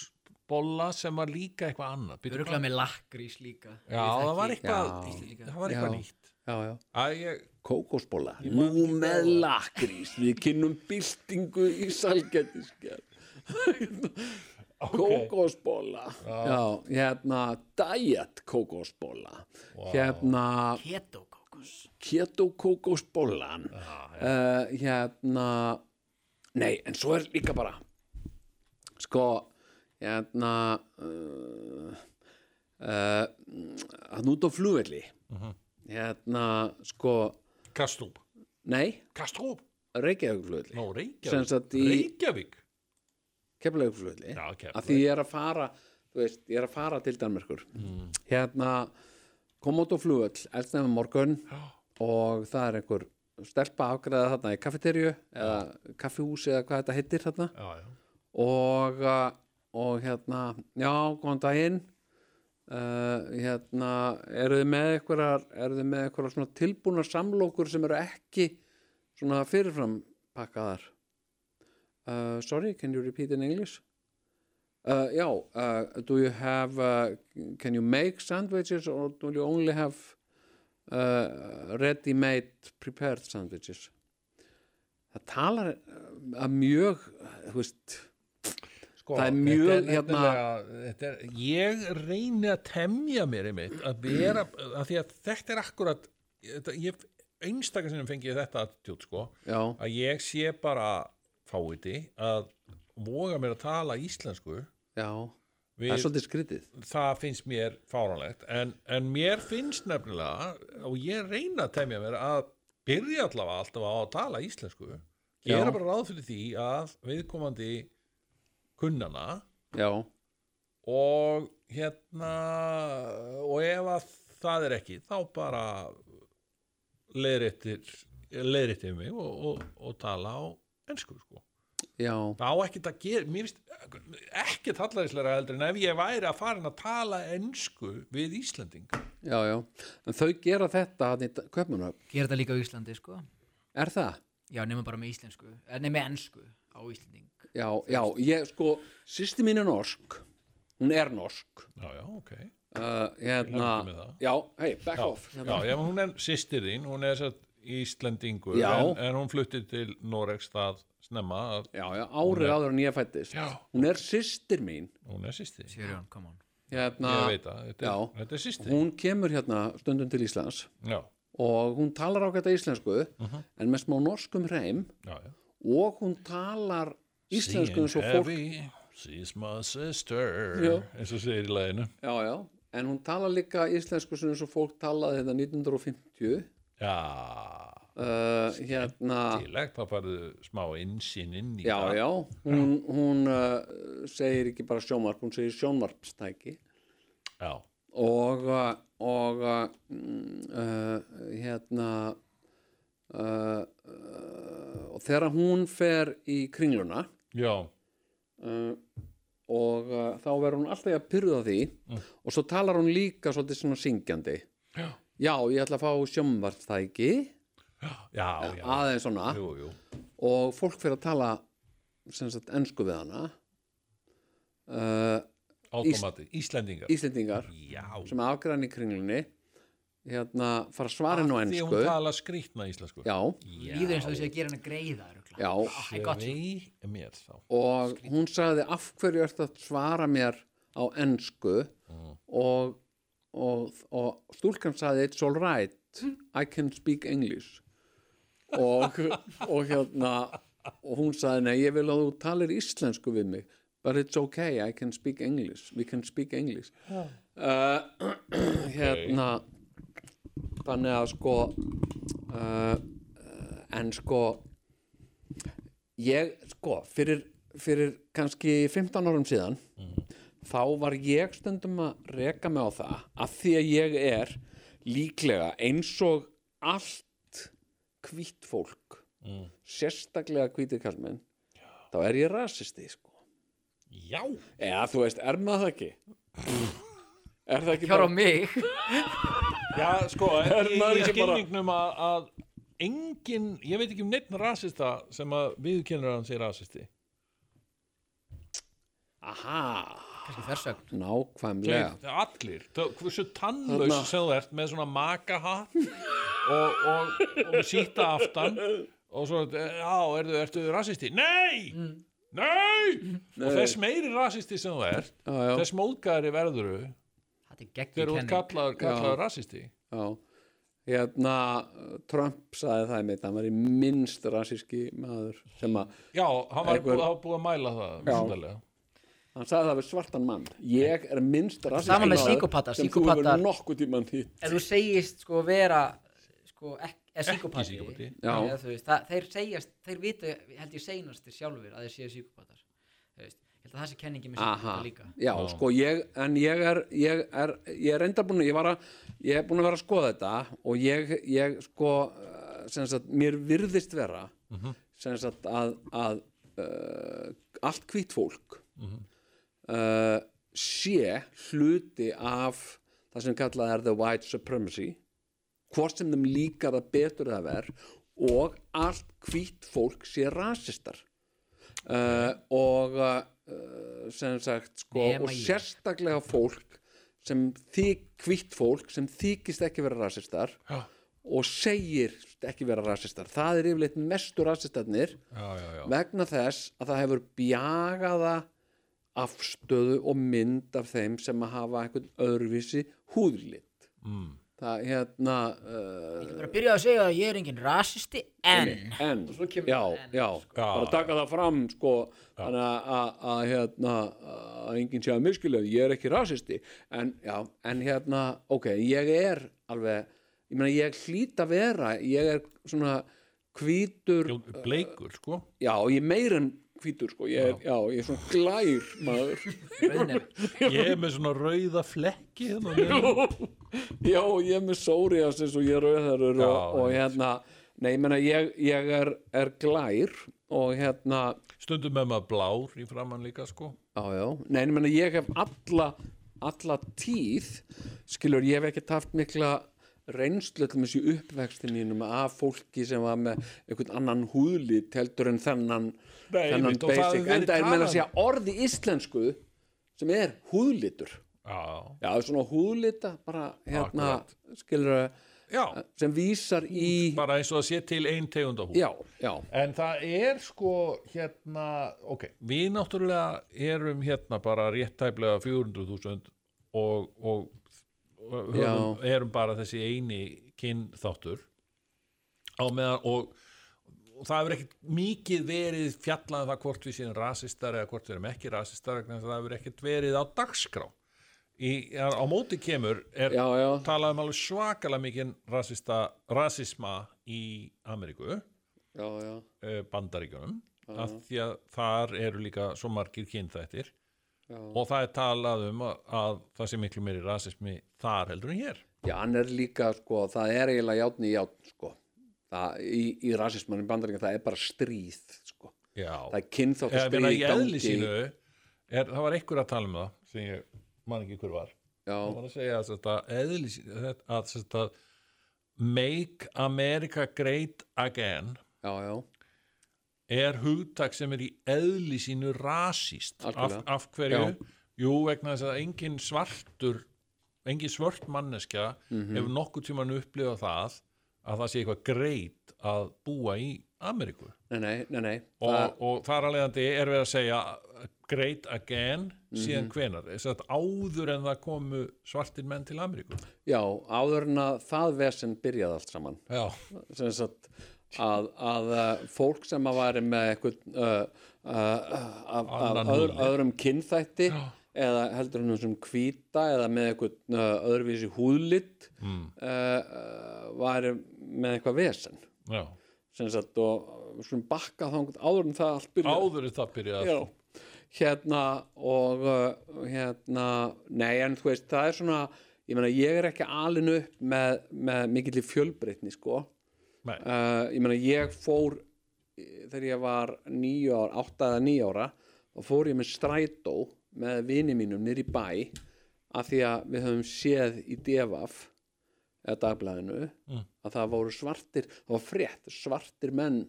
[SPEAKER 2] bolla sem var líka eitthvað annað Bíddu,
[SPEAKER 4] Öruglega með lakrís líka
[SPEAKER 2] Já, það var eitthvað,
[SPEAKER 4] Já.
[SPEAKER 2] það var eitthvað
[SPEAKER 3] Já.
[SPEAKER 2] nýtt
[SPEAKER 3] já, já.
[SPEAKER 2] Æ, ég,
[SPEAKER 3] Kókosbóla, nú með lakrís við kynnum byltingu í salgættiskjál Kókosbóla já, hérna diet kókosbóla hérna
[SPEAKER 4] Keto kókos
[SPEAKER 3] keto kókosbólan uh, hérna nei, en svo er líka bara sko hérna uh, uh, að nút á flugvelli
[SPEAKER 2] Mhm.
[SPEAKER 3] hérna sko
[SPEAKER 2] Kastrup
[SPEAKER 3] nei,
[SPEAKER 2] Kastrup,
[SPEAKER 3] Reykjavíkflugulli
[SPEAKER 2] ná
[SPEAKER 3] Sem
[SPEAKER 2] Reykjavík
[SPEAKER 3] sagt í-
[SPEAKER 2] Reykjavík
[SPEAKER 3] Keflavíkflugulli
[SPEAKER 2] Já, Keflavík.
[SPEAKER 3] að því ég er að fara þú veist, ég er að fara til Danmerkur
[SPEAKER 2] Mm.
[SPEAKER 3] hérna kom út á flugull eldsnefn morgun og það er einhver stelpa afgræða þarna í kaffeterju eða kaffihúsi eða hvað þetta heitir þarna
[SPEAKER 2] Já, já
[SPEAKER 3] og, uh, og hérna já, góðan daginn uh, hérna eru þið með einhverjar eru þið með einhverjar svona tilbúna samlokur sem eru ekki svona fyrirfram pakkaðar uh, sorry, can you repeat in English? Uh, já, uh, do you have uh, can you make sandwiches or do you only have uh, ready-made prepared sandwiches? Það talar uh, að mjög, uh, þú veist,
[SPEAKER 2] Sko,
[SPEAKER 3] Það er
[SPEAKER 2] þetta
[SPEAKER 3] mjög,
[SPEAKER 2] nefnilega-
[SPEAKER 3] hérna-
[SPEAKER 2] þetta er, ég reyni að temja mér einmitt að vera, að því að þetta er akkurat þetta, ég, einstakar sinnum fengi ég þetta attitút sko,
[SPEAKER 3] já,
[SPEAKER 2] að ég sé bara fáiði að voga mér að tala íslensku
[SPEAKER 3] já, það er
[SPEAKER 2] við,
[SPEAKER 3] svolítið skrítið.
[SPEAKER 2] það finnst mér fáranlegt en, en mér finnst nefnilega og ég reyna að temja mér að byrja allavega alltaf á að tala íslensku gera
[SPEAKER 3] Já.
[SPEAKER 2] bara ráð fyrir því að viðkomandi kunnana
[SPEAKER 3] Já,
[SPEAKER 2] og hérna og ef að það er ekki þá bara leiðréttir leiðréttir mig og, og, og tala á ensku sko.
[SPEAKER 3] já,
[SPEAKER 2] það á ekkert að gera mér finnst ekkert hallaríslega heldur en ef ég væri að farin að tala ensku við Íslanding
[SPEAKER 3] já, já. En þau gera þetta hann í köpmunum.
[SPEAKER 4] Gerðu þetta líka á Íslandi sko
[SPEAKER 3] Er það?
[SPEAKER 4] Já, nema bara með íslensku eh, Nei, með ensku á Íslanding
[SPEAKER 3] Já, já, ég sko, sýsti mín er norsk, hún er norsk.
[SPEAKER 2] já já ok já,
[SPEAKER 3] Uh, hérna,
[SPEAKER 2] Til hamingju með það.
[SPEAKER 3] já, hei, back off.
[SPEAKER 2] já, ef hún er sýstir þín hún er satt Íslandingur
[SPEAKER 3] Já.
[SPEAKER 2] en, en hún fluttir til Noregs það snemma að
[SPEAKER 3] Já, já, árið áður en ég fættist.
[SPEAKER 2] Já.
[SPEAKER 3] Hún er sýstir mín,
[SPEAKER 2] hún er sýstir ég
[SPEAKER 4] Sigurjón, come on
[SPEAKER 3] hérna,
[SPEAKER 2] veit að þetta
[SPEAKER 3] Já.
[SPEAKER 2] er, þetta er sýstir
[SPEAKER 3] hún kemur hérna stundum til Íslands
[SPEAKER 2] já,
[SPEAKER 3] og hún talar ágæta íslensku
[SPEAKER 2] Mhm.
[SPEAKER 3] en með smá norskum hreim
[SPEAKER 2] já, já
[SPEAKER 3] og hún talar íslensku eins og
[SPEAKER 2] eh,
[SPEAKER 3] fólk
[SPEAKER 2] Heavy, she's my sister
[SPEAKER 3] Já.
[SPEAKER 2] eins og segir í læginu
[SPEAKER 3] já, já, en hún talar líka íslensku sem eins og fólk talaði hérna þetta 1950
[SPEAKER 2] já,
[SPEAKER 3] uh, hérna
[SPEAKER 2] tilegt, það færðu smá insýn inn í
[SPEAKER 3] já,
[SPEAKER 2] það
[SPEAKER 3] já, hún, hún uh, segir ekki bara sjónvarp, hún segir sjónvarpstæki
[SPEAKER 2] já,
[SPEAKER 3] og uh, og uh, mm, uh, hérna uh, uh, og þegar hún fer í kringluna
[SPEAKER 2] já,
[SPEAKER 3] uh, og uh, þá verður hún alltaf að pyrða því og svo talar hún líka svolítið svona syngjandi
[SPEAKER 2] Mm. Já.
[SPEAKER 3] já ég ætla að fá sjómvartæki
[SPEAKER 2] já, já,
[SPEAKER 3] aðeins svona
[SPEAKER 2] jú, jú
[SPEAKER 3] og fólk fyrir að tala sem sagt ensku við hana uh,
[SPEAKER 2] automati, Íslendingar
[SPEAKER 3] Íslendingar
[SPEAKER 2] já,
[SPEAKER 3] sem afgræðan í kringlunni hérna fara svarin á
[SPEAKER 2] því hún
[SPEAKER 3] ensku
[SPEAKER 2] tala skrýtna íslensku
[SPEAKER 3] já,
[SPEAKER 4] Líður eins og þú sé að gera hann að greiða örugglega.
[SPEAKER 3] já
[SPEAKER 4] Ah, I got you.
[SPEAKER 2] svei mér þá
[SPEAKER 3] og hún sagði af hverju ertu að svara mér á ensku og, og, og stúlkan sagði it's all right, I can speak English og, og hérna og hún sagði nei, ég vil að þú talir íslensku við mig but it's okay, I can speak English we can speak English uh, hérna þannig að sko uh, en sko ég sko fyrir, fyrir kannski 15 árum síðan þá var ég stundum að reka mig á það að því að ég er líklega eins og allt hvít fólk sérstaklega hvítir kallmenn þá er ég rasisti sko
[SPEAKER 2] já,
[SPEAKER 3] eða þú veist, er maður það ekki? er það ekki
[SPEAKER 4] Hjára á mig
[SPEAKER 2] já, sko
[SPEAKER 3] Er
[SPEAKER 2] í,
[SPEAKER 3] maður
[SPEAKER 2] í
[SPEAKER 3] ekki bara-
[SPEAKER 2] skilningnum að, að engin, ég veit ekki um neitt rasista sem að viðkennur að hann sé rasisti
[SPEAKER 3] aha
[SPEAKER 4] kannski þversögn
[SPEAKER 3] nákvæmlega
[SPEAKER 2] Þeir, allir, Þó- hversu tannlaus
[SPEAKER 3] Þarna-
[SPEAKER 2] sem þú ert með svona makahatt og, og, og síta aftan og svo, já, ertu, ertu rasisti? Nei! Nei! Og þess meiri rasisti sem þú ert,
[SPEAKER 3] Já, já.
[SPEAKER 2] þess móðgæri verðuru
[SPEAKER 4] þetta er geggjur
[SPEAKER 2] þegar þú ert
[SPEAKER 4] kenning
[SPEAKER 2] kallaður, kallaður rasisti.
[SPEAKER 3] Já, hérna Trump saði það einmitt, hann var í minnst rasíski maður sem að,
[SPEAKER 2] Já, hann var
[SPEAKER 3] Einhver-
[SPEAKER 2] búið, hann var búið að mæla það,
[SPEAKER 3] Já.
[SPEAKER 2] vissulega.
[SPEAKER 3] hann saði það við svartan mann ég er minnst rasíski
[SPEAKER 4] Sama með
[SPEAKER 3] maður
[SPEAKER 4] psíkópata,
[SPEAKER 3] sem þú
[SPEAKER 4] psíkópatar-
[SPEAKER 3] hefur nokkuð tímann hitt
[SPEAKER 4] ef þú segist sko vera sko, ek, eða psykopati
[SPEAKER 2] psykopati.
[SPEAKER 3] Já.
[SPEAKER 4] eða þú veist, það, þeir segjast, þeir vita held ég seinastir sjálfur að þeir séu psykopatar þú veist, ég held að það sé kenningi með
[SPEAKER 3] Aha,
[SPEAKER 4] psykopata líka
[SPEAKER 3] já, sko ég, en ég er, ég er, ég er enda búin, ég var að, ég er búin að vera að skoða þetta og ég, ég sko, eh, sem sagt, mér virðist vera, sem sagt, að, að uh, allt hvít fólk uh, sé hluti af það sem kallað er the white supremacy, hvort sem þeim líkar að betur það ver og allt hvít fólk sé rasistar uh, og uh, sem sagt sko,
[SPEAKER 4] Nema
[SPEAKER 3] og
[SPEAKER 4] ég.
[SPEAKER 3] sérstaklega fólk sem þyk, hvitt fólk sem þykist ekki vera rasistar
[SPEAKER 2] Já,
[SPEAKER 3] og segir ekki vera rasistar það er yfirleitt mestu rasistarnir
[SPEAKER 2] já, já, já.
[SPEAKER 3] vegna þess að það hefur bjagaða afstöðu og mynd af þeim sem að hafa einhvern öðruvísi húðlitt
[SPEAKER 2] Mm.
[SPEAKER 3] það hérna uh,
[SPEAKER 4] ég er bara að byrja að segja að ég er engin rasisti en
[SPEAKER 3] en,
[SPEAKER 4] svo kemur
[SPEAKER 3] já,
[SPEAKER 4] það en,
[SPEAKER 3] já,
[SPEAKER 4] sko.
[SPEAKER 2] Já,
[SPEAKER 3] bara taka það fram sko, þannig að- að að, hérna, að enginn sé að miskilega, ég er ekki rasisti en, já, en hérna ok, ég er alveg ég meina, ég hlýt að vera ég er svona hvítur
[SPEAKER 2] Jú, Bleikur, sko.
[SPEAKER 3] já, ég er meir en hvítur sko, ég er, já, ég er svona glær maður,
[SPEAKER 4] rauðnef
[SPEAKER 2] Ég er með svona rauða flekki hérna. á nefinu.
[SPEAKER 3] já, ég er með sórias eins og ég er rauðherur
[SPEAKER 2] Já,
[SPEAKER 3] og, og hérna, nei, ég meina ég, ég er, er glær og hérna
[SPEAKER 2] Stundum með maður blár í framann líka, sko.
[SPEAKER 3] Já, já, nei, en ég meina ég hef alla, alla tíð, skilur, ég hef ekkert haft mikla reynslu til þessi uppvexti mínum af fólki sem var með einhvern annan húðlit heldur en þennan,
[SPEAKER 2] Nei,
[SPEAKER 3] þennan
[SPEAKER 2] einmitt, og það hefur
[SPEAKER 3] basic,
[SPEAKER 2] verið
[SPEAKER 3] en það er meina
[SPEAKER 2] talað- um.
[SPEAKER 3] að segja orði íslensku sem er húðlitur.
[SPEAKER 2] Já,
[SPEAKER 3] Já, svona húðlita, bara hérna,
[SPEAKER 2] Akkurat.
[SPEAKER 3] skilur,
[SPEAKER 2] já.
[SPEAKER 3] sem vísar í,
[SPEAKER 2] bara eins og það sé til ein tegund á hús
[SPEAKER 3] já, já,
[SPEAKER 2] en það er sko hérna ok, við náttúrulega erum hérna bara réttæplega 400.000 og, og höfum, erum bara þessi eini kynþáttur á meðan og, og það hefur ekkert mikið verið fjallað um það hvort við séum rasistar eða hvort við erum ekki rasistar vegna þess að það hefur ekkert verið á dagskrá Í, á á móti kemur er
[SPEAKER 3] já, já,
[SPEAKER 2] talaði um alveg svakalega mikið rasista, rasisma í Ameríku,
[SPEAKER 3] já, já,
[SPEAKER 2] eh, bandaríkjunum af því að þar eru líka svo margir kynþættir
[SPEAKER 3] Já.
[SPEAKER 2] og það er talað um að, að það sé miklu meiri rasismi þar heldur en hér
[SPEAKER 3] Já, hann er líka, sko, það er eiginlega játn í játn, sko. Það, í, í rasismann í bandaríka, það er bara stríð, sko.
[SPEAKER 2] Já,
[SPEAKER 3] Það er kynþátt
[SPEAKER 2] eða
[SPEAKER 3] stríð
[SPEAKER 2] meina í eðli sínu er, það var einhver að tala um það sem ég man ekki hver var
[SPEAKER 3] Já,
[SPEAKER 2] það var að segja að þetta eðli sínu að, að, þetta Make America Great Again
[SPEAKER 3] já, já,
[SPEAKER 2] er hugtak sem er í eðli sínu rasist af,
[SPEAKER 3] Algjörlega.
[SPEAKER 2] af hverju,
[SPEAKER 3] Já.
[SPEAKER 2] jú vegna þess að engin svartur engin svört manneskja
[SPEAKER 3] Mhm.
[SPEAKER 2] hefur nokkuð tíman upplifað það að það sé eitthvað greit að búa í Ameríku
[SPEAKER 3] nei, nei, nei, nei.
[SPEAKER 2] og,
[SPEAKER 3] það,
[SPEAKER 2] og þar alvegandi er við að segja great again
[SPEAKER 3] Mhm.
[SPEAKER 2] síðan hvenar, þess að áður en það komu svartir menn til Ameríku
[SPEAKER 3] já, áður en að það vesen byrjaði allt saman.
[SPEAKER 2] Já,
[SPEAKER 3] sem sagt að, að uh, fólk sem að væri með eitthvað uh, uh, uh, af, af
[SPEAKER 2] Annan
[SPEAKER 3] öðr,
[SPEAKER 2] húðlit.
[SPEAKER 3] öðrum kynþætti eða heldur hann sem hvíta eða með eitthvað uh, öðruvísi húðlitt mm. uh, uh, væri með eitthvað vesen
[SPEAKER 2] já,
[SPEAKER 3] sem sagt og uh, svona bakka þangt áður en það allt byrja
[SPEAKER 2] áður en það byrjaði
[SPEAKER 3] Já. hérna og uh, hérna, nei en þú veist það er svona, ég meina ég er ekki alin upp með, með mikilli fjölbreytni sko
[SPEAKER 2] Nei,
[SPEAKER 3] uh, ég meina ég fór eh, þegar ég var níu ára, átta eða níu ára og fór ég með strætó með vini mínum nýr í bæ af því að við höfum séð í devaf eða dagblæðinu að það voru svartir, það var frétt svartir menn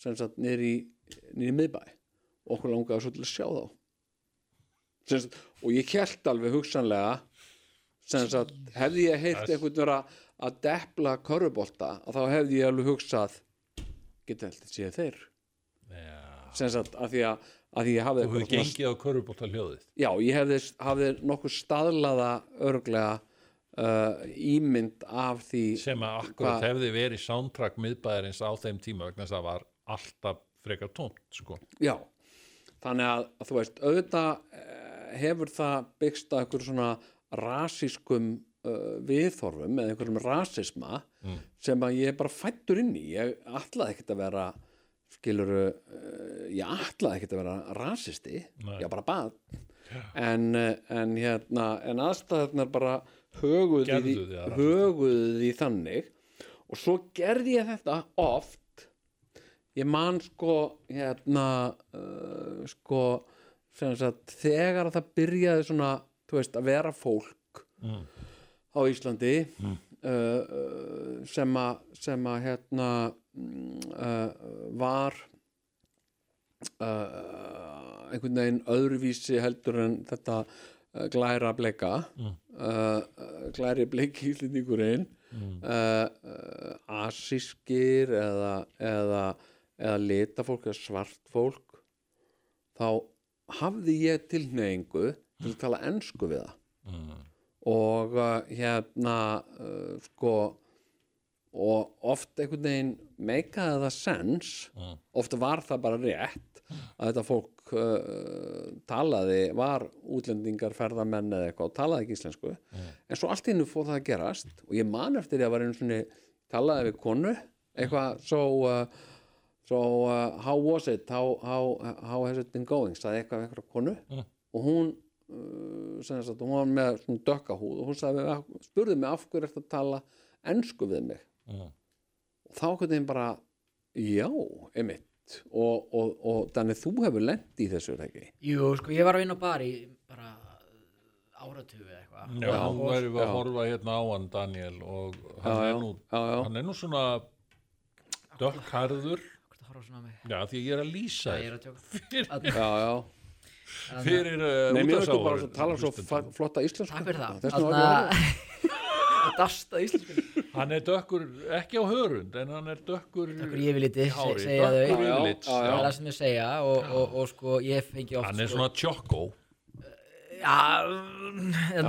[SPEAKER 3] sem satt nýr í, nýr í miðbæ og okkur langaði svo til að sjá þá Sem sagt, og ég held alveg hugsanlega sem sagt, hefði ég heyrt einhvern vera að depla körfubolta að þá hefði ég alveg hugsað geta held að séu þeir
[SPEAKER 2] Já.
[SPEAKER 3] sem sagt, að því að, að því ég hafði
[SPEAKER 2] Þú hefur
[SPEAKER 3] eitthvað svona-
[SPEAKER 2] gengið á körfubólta hljóðið.
[SPEAKER 3] já, ég hefði, hafði nokkuð staðlaða örglega uh, ímynd af því
[SPEAKER 2] sem að akkurat
[SPEAKER 3] Hvað-
[SPEAKER 2] hefði verið soundtrack miðbæðarins á þeim tíma vegna þess að það var alltaf frekar tómt sko.
[SPEAKER 3] Já, þannig að, að þú veist, auðvitað eh, hefur það byggst að einhver svona rasískum uh, viðþorfum eða einhverjum rasisma
[SPEAKER 2] Mm.
[SPEAKER 3] sem að ég er bara fættur inn í. Ég ætlaði ekkert að vera, skiluru, uh, ég ætlaði ekkert að vera rasisti,
[SPEAKER 2] Nei.
[SPEAKER 3] ég var bara bað. En, eh, en, hérna, en aðstæðarnar bara höguðu því,
[SPEAKER 2] Gerðu þig að rasista.
[SPEAKER 3] höguðu því þannig og svo gerði ég þetta oft ég man sko hérna uh, sko sem sagt þegar að það byrjaði svona þú veist að vera fólk
[SPEAKER 2] Mm.
[SPEAKER 3] á Íslandi uh, uh, sem að sem að hérna mm, uh, var uh, einhvern veginn öðruvísi heldur en þetta uh, glæra bleika mm. uh, glæri bleiki íslendingurinn mm. uh, uh, asískir eða, eða, eða litafólk eða svartfólk þá hafði ég tilhneingu til að tala ensku við það og uh, hérna uh, sko og oft einhvern veginn meikaði það sens
[SPEAKER 2] Mm.
[SPEAKER 3] oft var það bara rétt að þetta fólk uh, talaði, var útlendingar ferðamenn eða eitthvað og talaði ekki íslensku en svo allt í innu fóð það að gerast og ég man eftir því að var einu svona talaði við konu eitthvað so, uh, so uh, how was it how, how, how has it been going sagði eitthvað við eitthvað konu og hún uh, sem sagt, hún var með svona dökka húð og hún sagði, við- spurði mig af hverju eftir að tala ensku við mig
[SPEAKER 2] Mm.
[SPEAKER 3] og þá hvernig einn bara já, einmitt og, og, og þannig þú hefur lent í þessu er það ekki
[SPEAKER 4] Jú, sko, ég var að vinna á bar í bara áratugu eða
[SPEAKER 2] Já,
[SPEAKER 4] eitthvað
[SPEAKER 2] nú
[SPEAKER 4] og,
[SPEAKER 2] erum við
[SPEAKER 3] já.
[SPEAKER 2] að horfa hérna á hann Daniel og hann,
[SPEAKER 3] Já, já,
[SPEAKER 2] er, nú,
[SPEAKER 3] já, já.
[SPEAKER 2] hann er nú svona dökkarður
[SPEAKER 4] Hvort að horfa svona á mig
[SPEAKER 2] já, því ég er að lýsa
[SPEAKER 4] Nei, ég
[SPEAKER 2] þér
[SPEAKER 4] er að tjóka Að-
[SPEAKER 3] já, já,
[SPEAKER 2] fyrir
[SPEAKER 3] nei,
[SPEAKER 2] uh,
[SPEAKER 3] mér veist þú bara
[SPEAKER 2] útvarpsáhorn-
[SPEAKER 3] að tala svo
[SPEAKER 2] hlustendum.
[SPEAKER 3] fa- flotta íslensku
[SPEAKER 4] Takk fyrir það
[SPEAKER 3] þess
[SPEAKER 4] Þarna-
[SPEAKER 3] vegna var ég
[SPEAKER 4] Að dasta íslensku
[SPEAKER 2] hann er dökkur, ekki á hörund en hann er dökkur,
[SPEAKER 4] Takkur ég vil liti,
[SPEAKER 2] Hári,
[SPEAKER 4] segja þau
[SPEAKER 2] dökkur
[SPEAKER 4] Það
[SPEAKER 3] Já, já,
[SPEAKER 2] yfirlits
[SPEAKER 3] já,
[SPEAKER 4] er
[SPEAKER 2] já.
[SPEAKER 4] það sem þau segja og, og, og sko, ég fengi oft
[SPEAKER 2] hann er
[SPEAKER 4] sko-
[SPEAKER 2] svona tjokkó
[SPEAKER 4] Já, en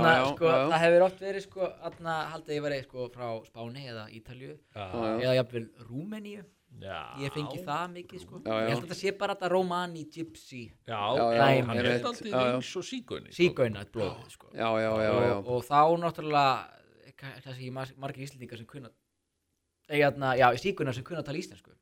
[SPEAKER 3] Já, já,
[SPEAKER 4] sko,
[SPEAKER 3] já, já.
[SPEAKER 4] það hefur oft verið sko, aðna haldið ég verið sko frá Spáni eða Ítalju
[SPEAKER 3] Já.
[SPEAKER 4] eða jafnvel Rúmeníu,
[SPEAKER 2] já,
[SPEAKER 4] ég fengi það mikið sko,
[SPEAKER 3] Já, já.
[SPEAKER 4] ég held að það sé bara þetta Romani, Gypsy,
[SPEAKER 2] já,
[SPEAKER 3] Já,
[SPEAKER 4] já,
[SPEAKER 2] hann er
[SPEAKER 4] einmitt.
[SPEAKER 2] daldið
[SPEAKER 3] Já, já.
[SPEAKER 2] eins og síkunni
[SPEAKER 4] sígaunar blóðið sko
[SPEAKER 3] já, já, já, já,
[SPEAKER 4] og, og þá náttúrulega ka- kannski mar- margir íslendingar sem kunna eða jafna, já, sígaunar sem kunna að tala íslensku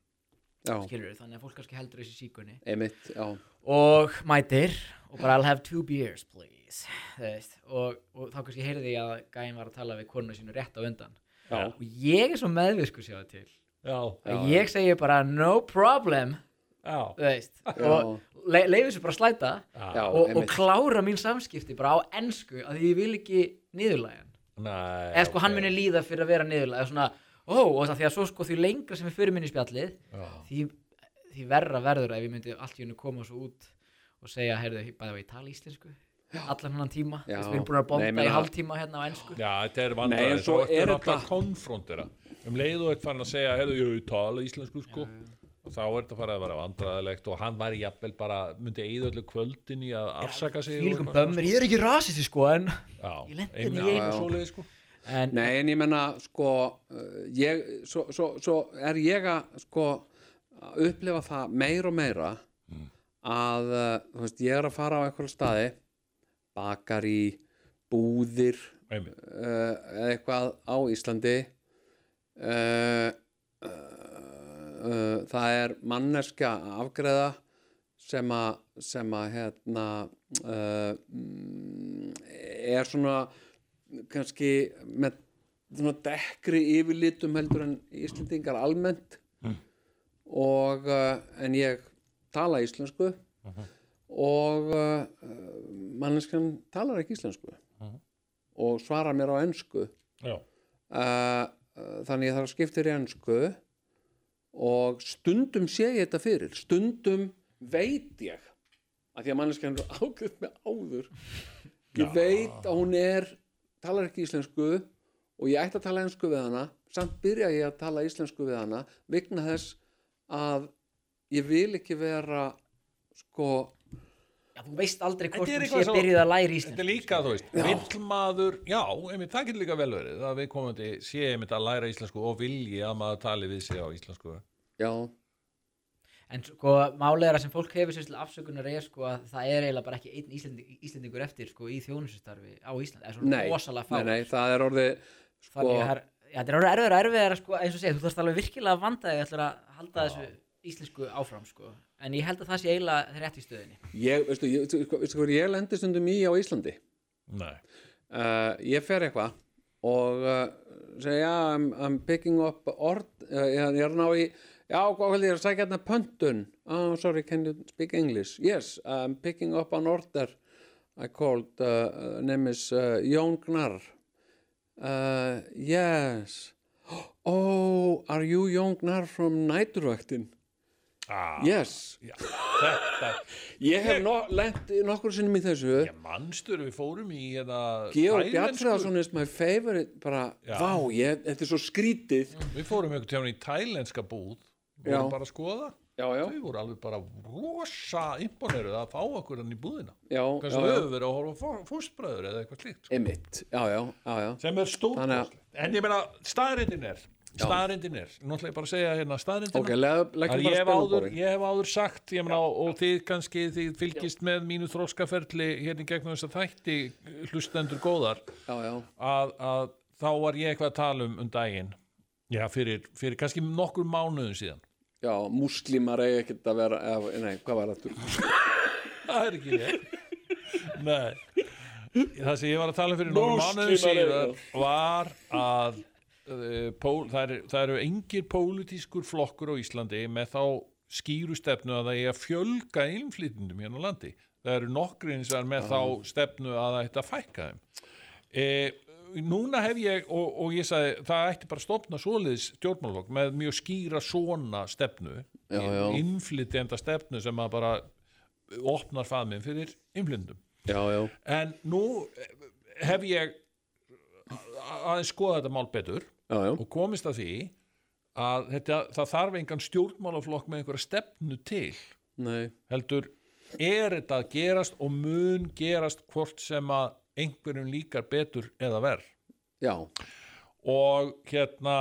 [SPEAKER 3] já,
[SPEAKER 4] skilur þannig að fólk kannski heldur þessi sígaunni
[SPEAKER 3] einmitt já,
[SPEAKER 4] og mætir og bara I'll have two beers please Þú veist, og, og þá kannski heyrði ég að gæin var að tala við konu sínu rétt á undan
[SPEAKER 3] Já.
[SPEAKER 4] og ég er svo meðvisku sjá það til
[SPEAKER 2] já,
[SPEAKER 4] að ég segi bara no problem
[SPEAKER 2] já,
[SPEAKER 4] þú veist, og le leifir sér bara að slæta
[SPEAKER 3] já,
[SPEAKER 4] og, og
[SPEAKER 3] einmitt
[SPEAKER 4] klára mín samskipti bara á ensku að ég vil ekki niðurlægan
[SPEAKER 2] Nei,
[SPEAKER 4] eða sko hann
[SPEAKER 2] ok.
[SPEAKER 4] muni líða fyrir að vera niðurlæg svona, ó, og það því að svo sko því lengra sem við fyrir minni í spjallið
[SPEAKER 2] Já.
[SPEAKER 4] því, því verra verður ef ég myndi allt í hennu koma svo út og segja, heyrðu, bæði við í tala íslensku allan hann tíma,
[SPEAKER 3] Já.
[SPEAKER 4] þess við erum búin að bonda
[SPEAKER 3] Nei, meina-
[SPEAKER 4] í hálftíma hérna á ensku
[SPEAKER 2] Já, þetta er
[SPEAKER 3] Nei,
[SPEAKER 2] vandræði,
[SPEAKER 3] en svo
[SPEAKER 2] þá ertu
[SPEAKER 3] er
[SPEAKER 2] náttúrulega
[SPEAKER 3] þetta-
[SPEAKER 2] að konfrontera um leið og eitt fann að segja, heyrðu, ég tala íslensku sko, og þá er þetta farið að vera vandræðilegt og hann væri jafnvel bara myndi eigið öllu kvöldin í að afsaka sig og
[SPEAKER 4] fylgum
[SPEAKER 2] eitthvað
[SPEAKER 4] bömmur, ég er ekki rasisti sko en,
[SPEAKER 2] svona.
[SPEAKER 4] Ég
[SPEAKER 2] Já, einmitt
[SPEAKER 4] lenti henni í
[SPEAKER 2] alveg
[SPEAKER 3] einu.
[SPEAKER 2] svoleiðis sko
[SPEAKER 4] en
[SPEAKER 3] Nei, en ég menna, sko, uh, ég, svo, svo, svo er ég að, sko, að upplifa það meira og meira að, uh, þú veist, ég er að fara á einhverja staði, bakari, búðir,
[SPEAKER 2] Einmitt,
[SPEAKER 3] uh, eða eitthvað á Íslandi, uh, uh, uh, það er manneska að afgreða sem að, sem að, hérna, uh, mm, er svona, kannski með svona dekkri yfirlitum heldur en Íslendingar almennt og uh, en ég tala íslensku og uh, manneskan talar ekki íslensku og svarar mér á ensku
[SPEAKER 2] já,
[SPEAKER 3] uh, uh, þannig ég þarf að skipta þér í ensku og stundum sé ég þetta fyrir stundum veit ég að því að manneskjan er ágæð með áður ég veit að hún er talar ekki íslensku og ég ætti að tala ensku við hana samt byrja ég að tala íslensku við hana vegna þess að ég vil ekki vera sko
[SPEAKER 4] Já, þú veist aldrei hvort
[SPEAKER 2] Þetta er
[SPEAKER 4] hún
[SPEAKER 2] eitthvað
[SPEAKER 4] sé
[SPEAKER 2] svo-
[SPEAKER 4] byrjuð að læra íslensku. sko.
[SPEAKER 2] Þetta er líka, þú veist, vill maður, já, einmitt, það getur líka vel verið að við komandi sé einmitt að læra íslensku og vilji að maður tali við sig á íslensku.
[SPEAKER 3] já,
[SPEAKER 4] En sko, málið er að sem fólk hefur sér til afsökunar er sko að það er eiginlega bara ekki einn Íslending, Íslendingur eftir sko í þjónustustarfi á Íslandi, það er svona
[SPEAKER 3] nei,
[SPEAKER 4] rosalega fá.
[SPEAKER 3] nei, nei það er orðið sko,
[SPEAKER 4] Þannig að það er- já, þetta er orðið erfiðar erfiðar sko, eins og segja, þú þarfst alveg virkilega að vanda þig ætlar að halda þessu íslensku áfram sko. En ég held að það sé eiginlega rétt í stöðinni.
[SPEAKER 3] ég, veistu, ég, veistu, hvað- veistu hvað ég lendir stundum í á Íslandi
[SPEAKER 2] Nei.
[SPEAKER 3] uh, ég fer eitthvað og uh, segja, já, I'm, I'm picking up ord, uh, ég ég er að ná í já, hvað vil ég að sækja hérna pöntun oh, sorry, can you speak English yes, I'm picking up an order I called, uh, name is uh, Jón Gnar uh, yes oh, are you Jón Gnar from Næturvöktin
[SPEAKER 2] Ah,
[SPEAKER 3] yes,
[SPEAKER 2] já, þetta,
[SPEAKER 3] ég hef no, lent nokkur sinnum í þessu
[SPEAKER 2] ég manstur við fórum í hérna
[SPEAKER 3] Georg
[SPEAKER 2] tælensku.
[SPEAKER 3] Bjartfræðarsson is my favorite bara,
[SPEAKER 2] Já.
[SPEAKER 3] vá, ég, þetta er svo skrítið
[SPEAKER 2] Við fórum einhvern tímann í tælenska búð,
[SPEAKER 3] Já.
[SPEAKER 2] vorum bara að skoða,
[SPEAKER 3] já, já,
[SPEAKER 2] þau voru alveg bara rosa imponeruð að fá okkur hann í búðina.
[SPEAKER 3] já,
[SPEAKER 2] Kannski
[SPEAKER 3] já,
[SPEAKER 2] þau
[SPEAKER 3] já
[SPEAKER 2] hefur verið að horfa fósbræður eða eitthvað slíkt. sko.
[SPEAKER 3] emitt, já, já, já, já
[SPEAKER 2] sem er
[SPEAKER 3] Þannig að-
[SPEAKER 2] stórkostlegt en ég meina, staðrindin er staðrindin er, nú ætla ég bara að segja hérna staðrindin
[SPEAKER 3] ok, leg-
[SPEAKER 2] að
[SPEAKER 3] leggjum
[SPEAKER 2] ég
[SPEAKER 3] bara
[SPEAKER 2] hef, áður,
[SPEAKER 3] spilabóri
[SPEAKER 2] ég hef áður sagt ég meina, og þið kannski, þið fylgist með mínu þróskaferli hérna í gegnum þess að þætti hlustendur góðar
[SPEAKER 3] já, já,
[SPEAKER 2] að, að þá var ég eitthvað að tala um um daginn já, fyrir, fyrir kannski nokkur mánuðum síðan
[SPEAKER 3] já, múslimar eiga ekkert að vera, eða, nei, hvað var þetta
[SPEAKER 2] það er ekki ég nei það sem ég var að tala um fyrir nokkrum mánuðum
[SPEAKER 3] Múslimar eru
[SPEAKER 2] síðan var að uh, pól, það, er, það eru engir pólitískur flokkur á Íslandi með þá skýru stefnu að það er að fjölga innflytjendum hérna á landi það eru nokkri eins vegar með þá stefnu að það ætti að fækka þeim e, núna hef ég og, og ég sagði það ætti bara að stopna svoleiðis stjórnmálflokk með mjög skýra svona stefnu
[SPEAKER 3] Já, já.
[SPEAKER 2] innflytjenda stefnu sem að bara opnar faðminn fyrir innflytjendum
[SPEAKER 3] já, já,
[SPEAKER 2] en nú e, hef ég aðeins skoða þetta mál betur
[SPEAKER 3] já, já,
[SPEAKER 2] og komist að því að þetta, það þarf engan stjórnmálaflokk með einhverja stefnu til
[SPEAKER 3] nei
[SPEAKER 2] heldur er þetta að gerast og mun gerast hvort sem að einhverjum líkar betur eða verð
[SPEAKER 3] já,
[SPEAKER 2] og hérna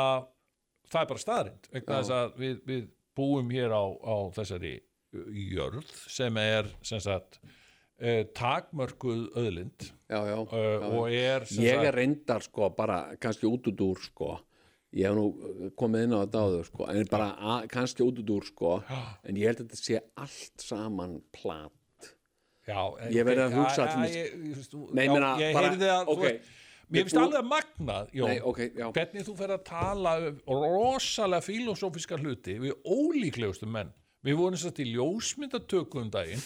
[SPEAKER 2] það er bara staðrind vegna þess að við, við búum hér á, á þessari uh, jörð sem er sem sagt uh, takmörkuð öðlind
[SPEAKER 3] já, já,
[SPEAKER 2] uh,
[SPEAKER 3] já.
[SPEAKER 2] og er sem
[SPEAKER 3] ég
[SPEAKER 2] sagt,
[SPEAKER 3] er reyndar, sko, bara kannski út út úr, sko ég hef nú uh, komið inn á þetta áður, sko en bara að, kannski út út úr, sko en ég held að þetta sé allt saman plat
[SPEAKER 2] já, eh,
[SPEAKER 3] Ég verð að
[SPEAKER 2] ok,
[SPEAKER 3] hugsa
[SPEAKER 2] að-
[SPEAKER 3] til
[SPEAKER 2] að
[SPEAKER 3] þess-
[SPEAKER 2] ég- ég eh, veist,
[SPEAKER 3] Nei,
[SPEAKER 2] já,
[SPEAKER 3] meina,
[SPEAKER 2] ég
[SPEAKER 3] bara-
[SPEAKER 2] heyrði að þú
[SPEAKER 3] ok.
[SPEAKER 2] veist, mér finnst
[SPEAKER 3] Þú-
[SPEAKER 2] alveg magnað Jón,
[SPEAKER 3] Nei, ok, já.
[SPEAKER 2] hvernig þú fer að tala um rosalega filosófiska hluti við ólíklegustu menn við vorum þess að til ljósmyndatöku um daginn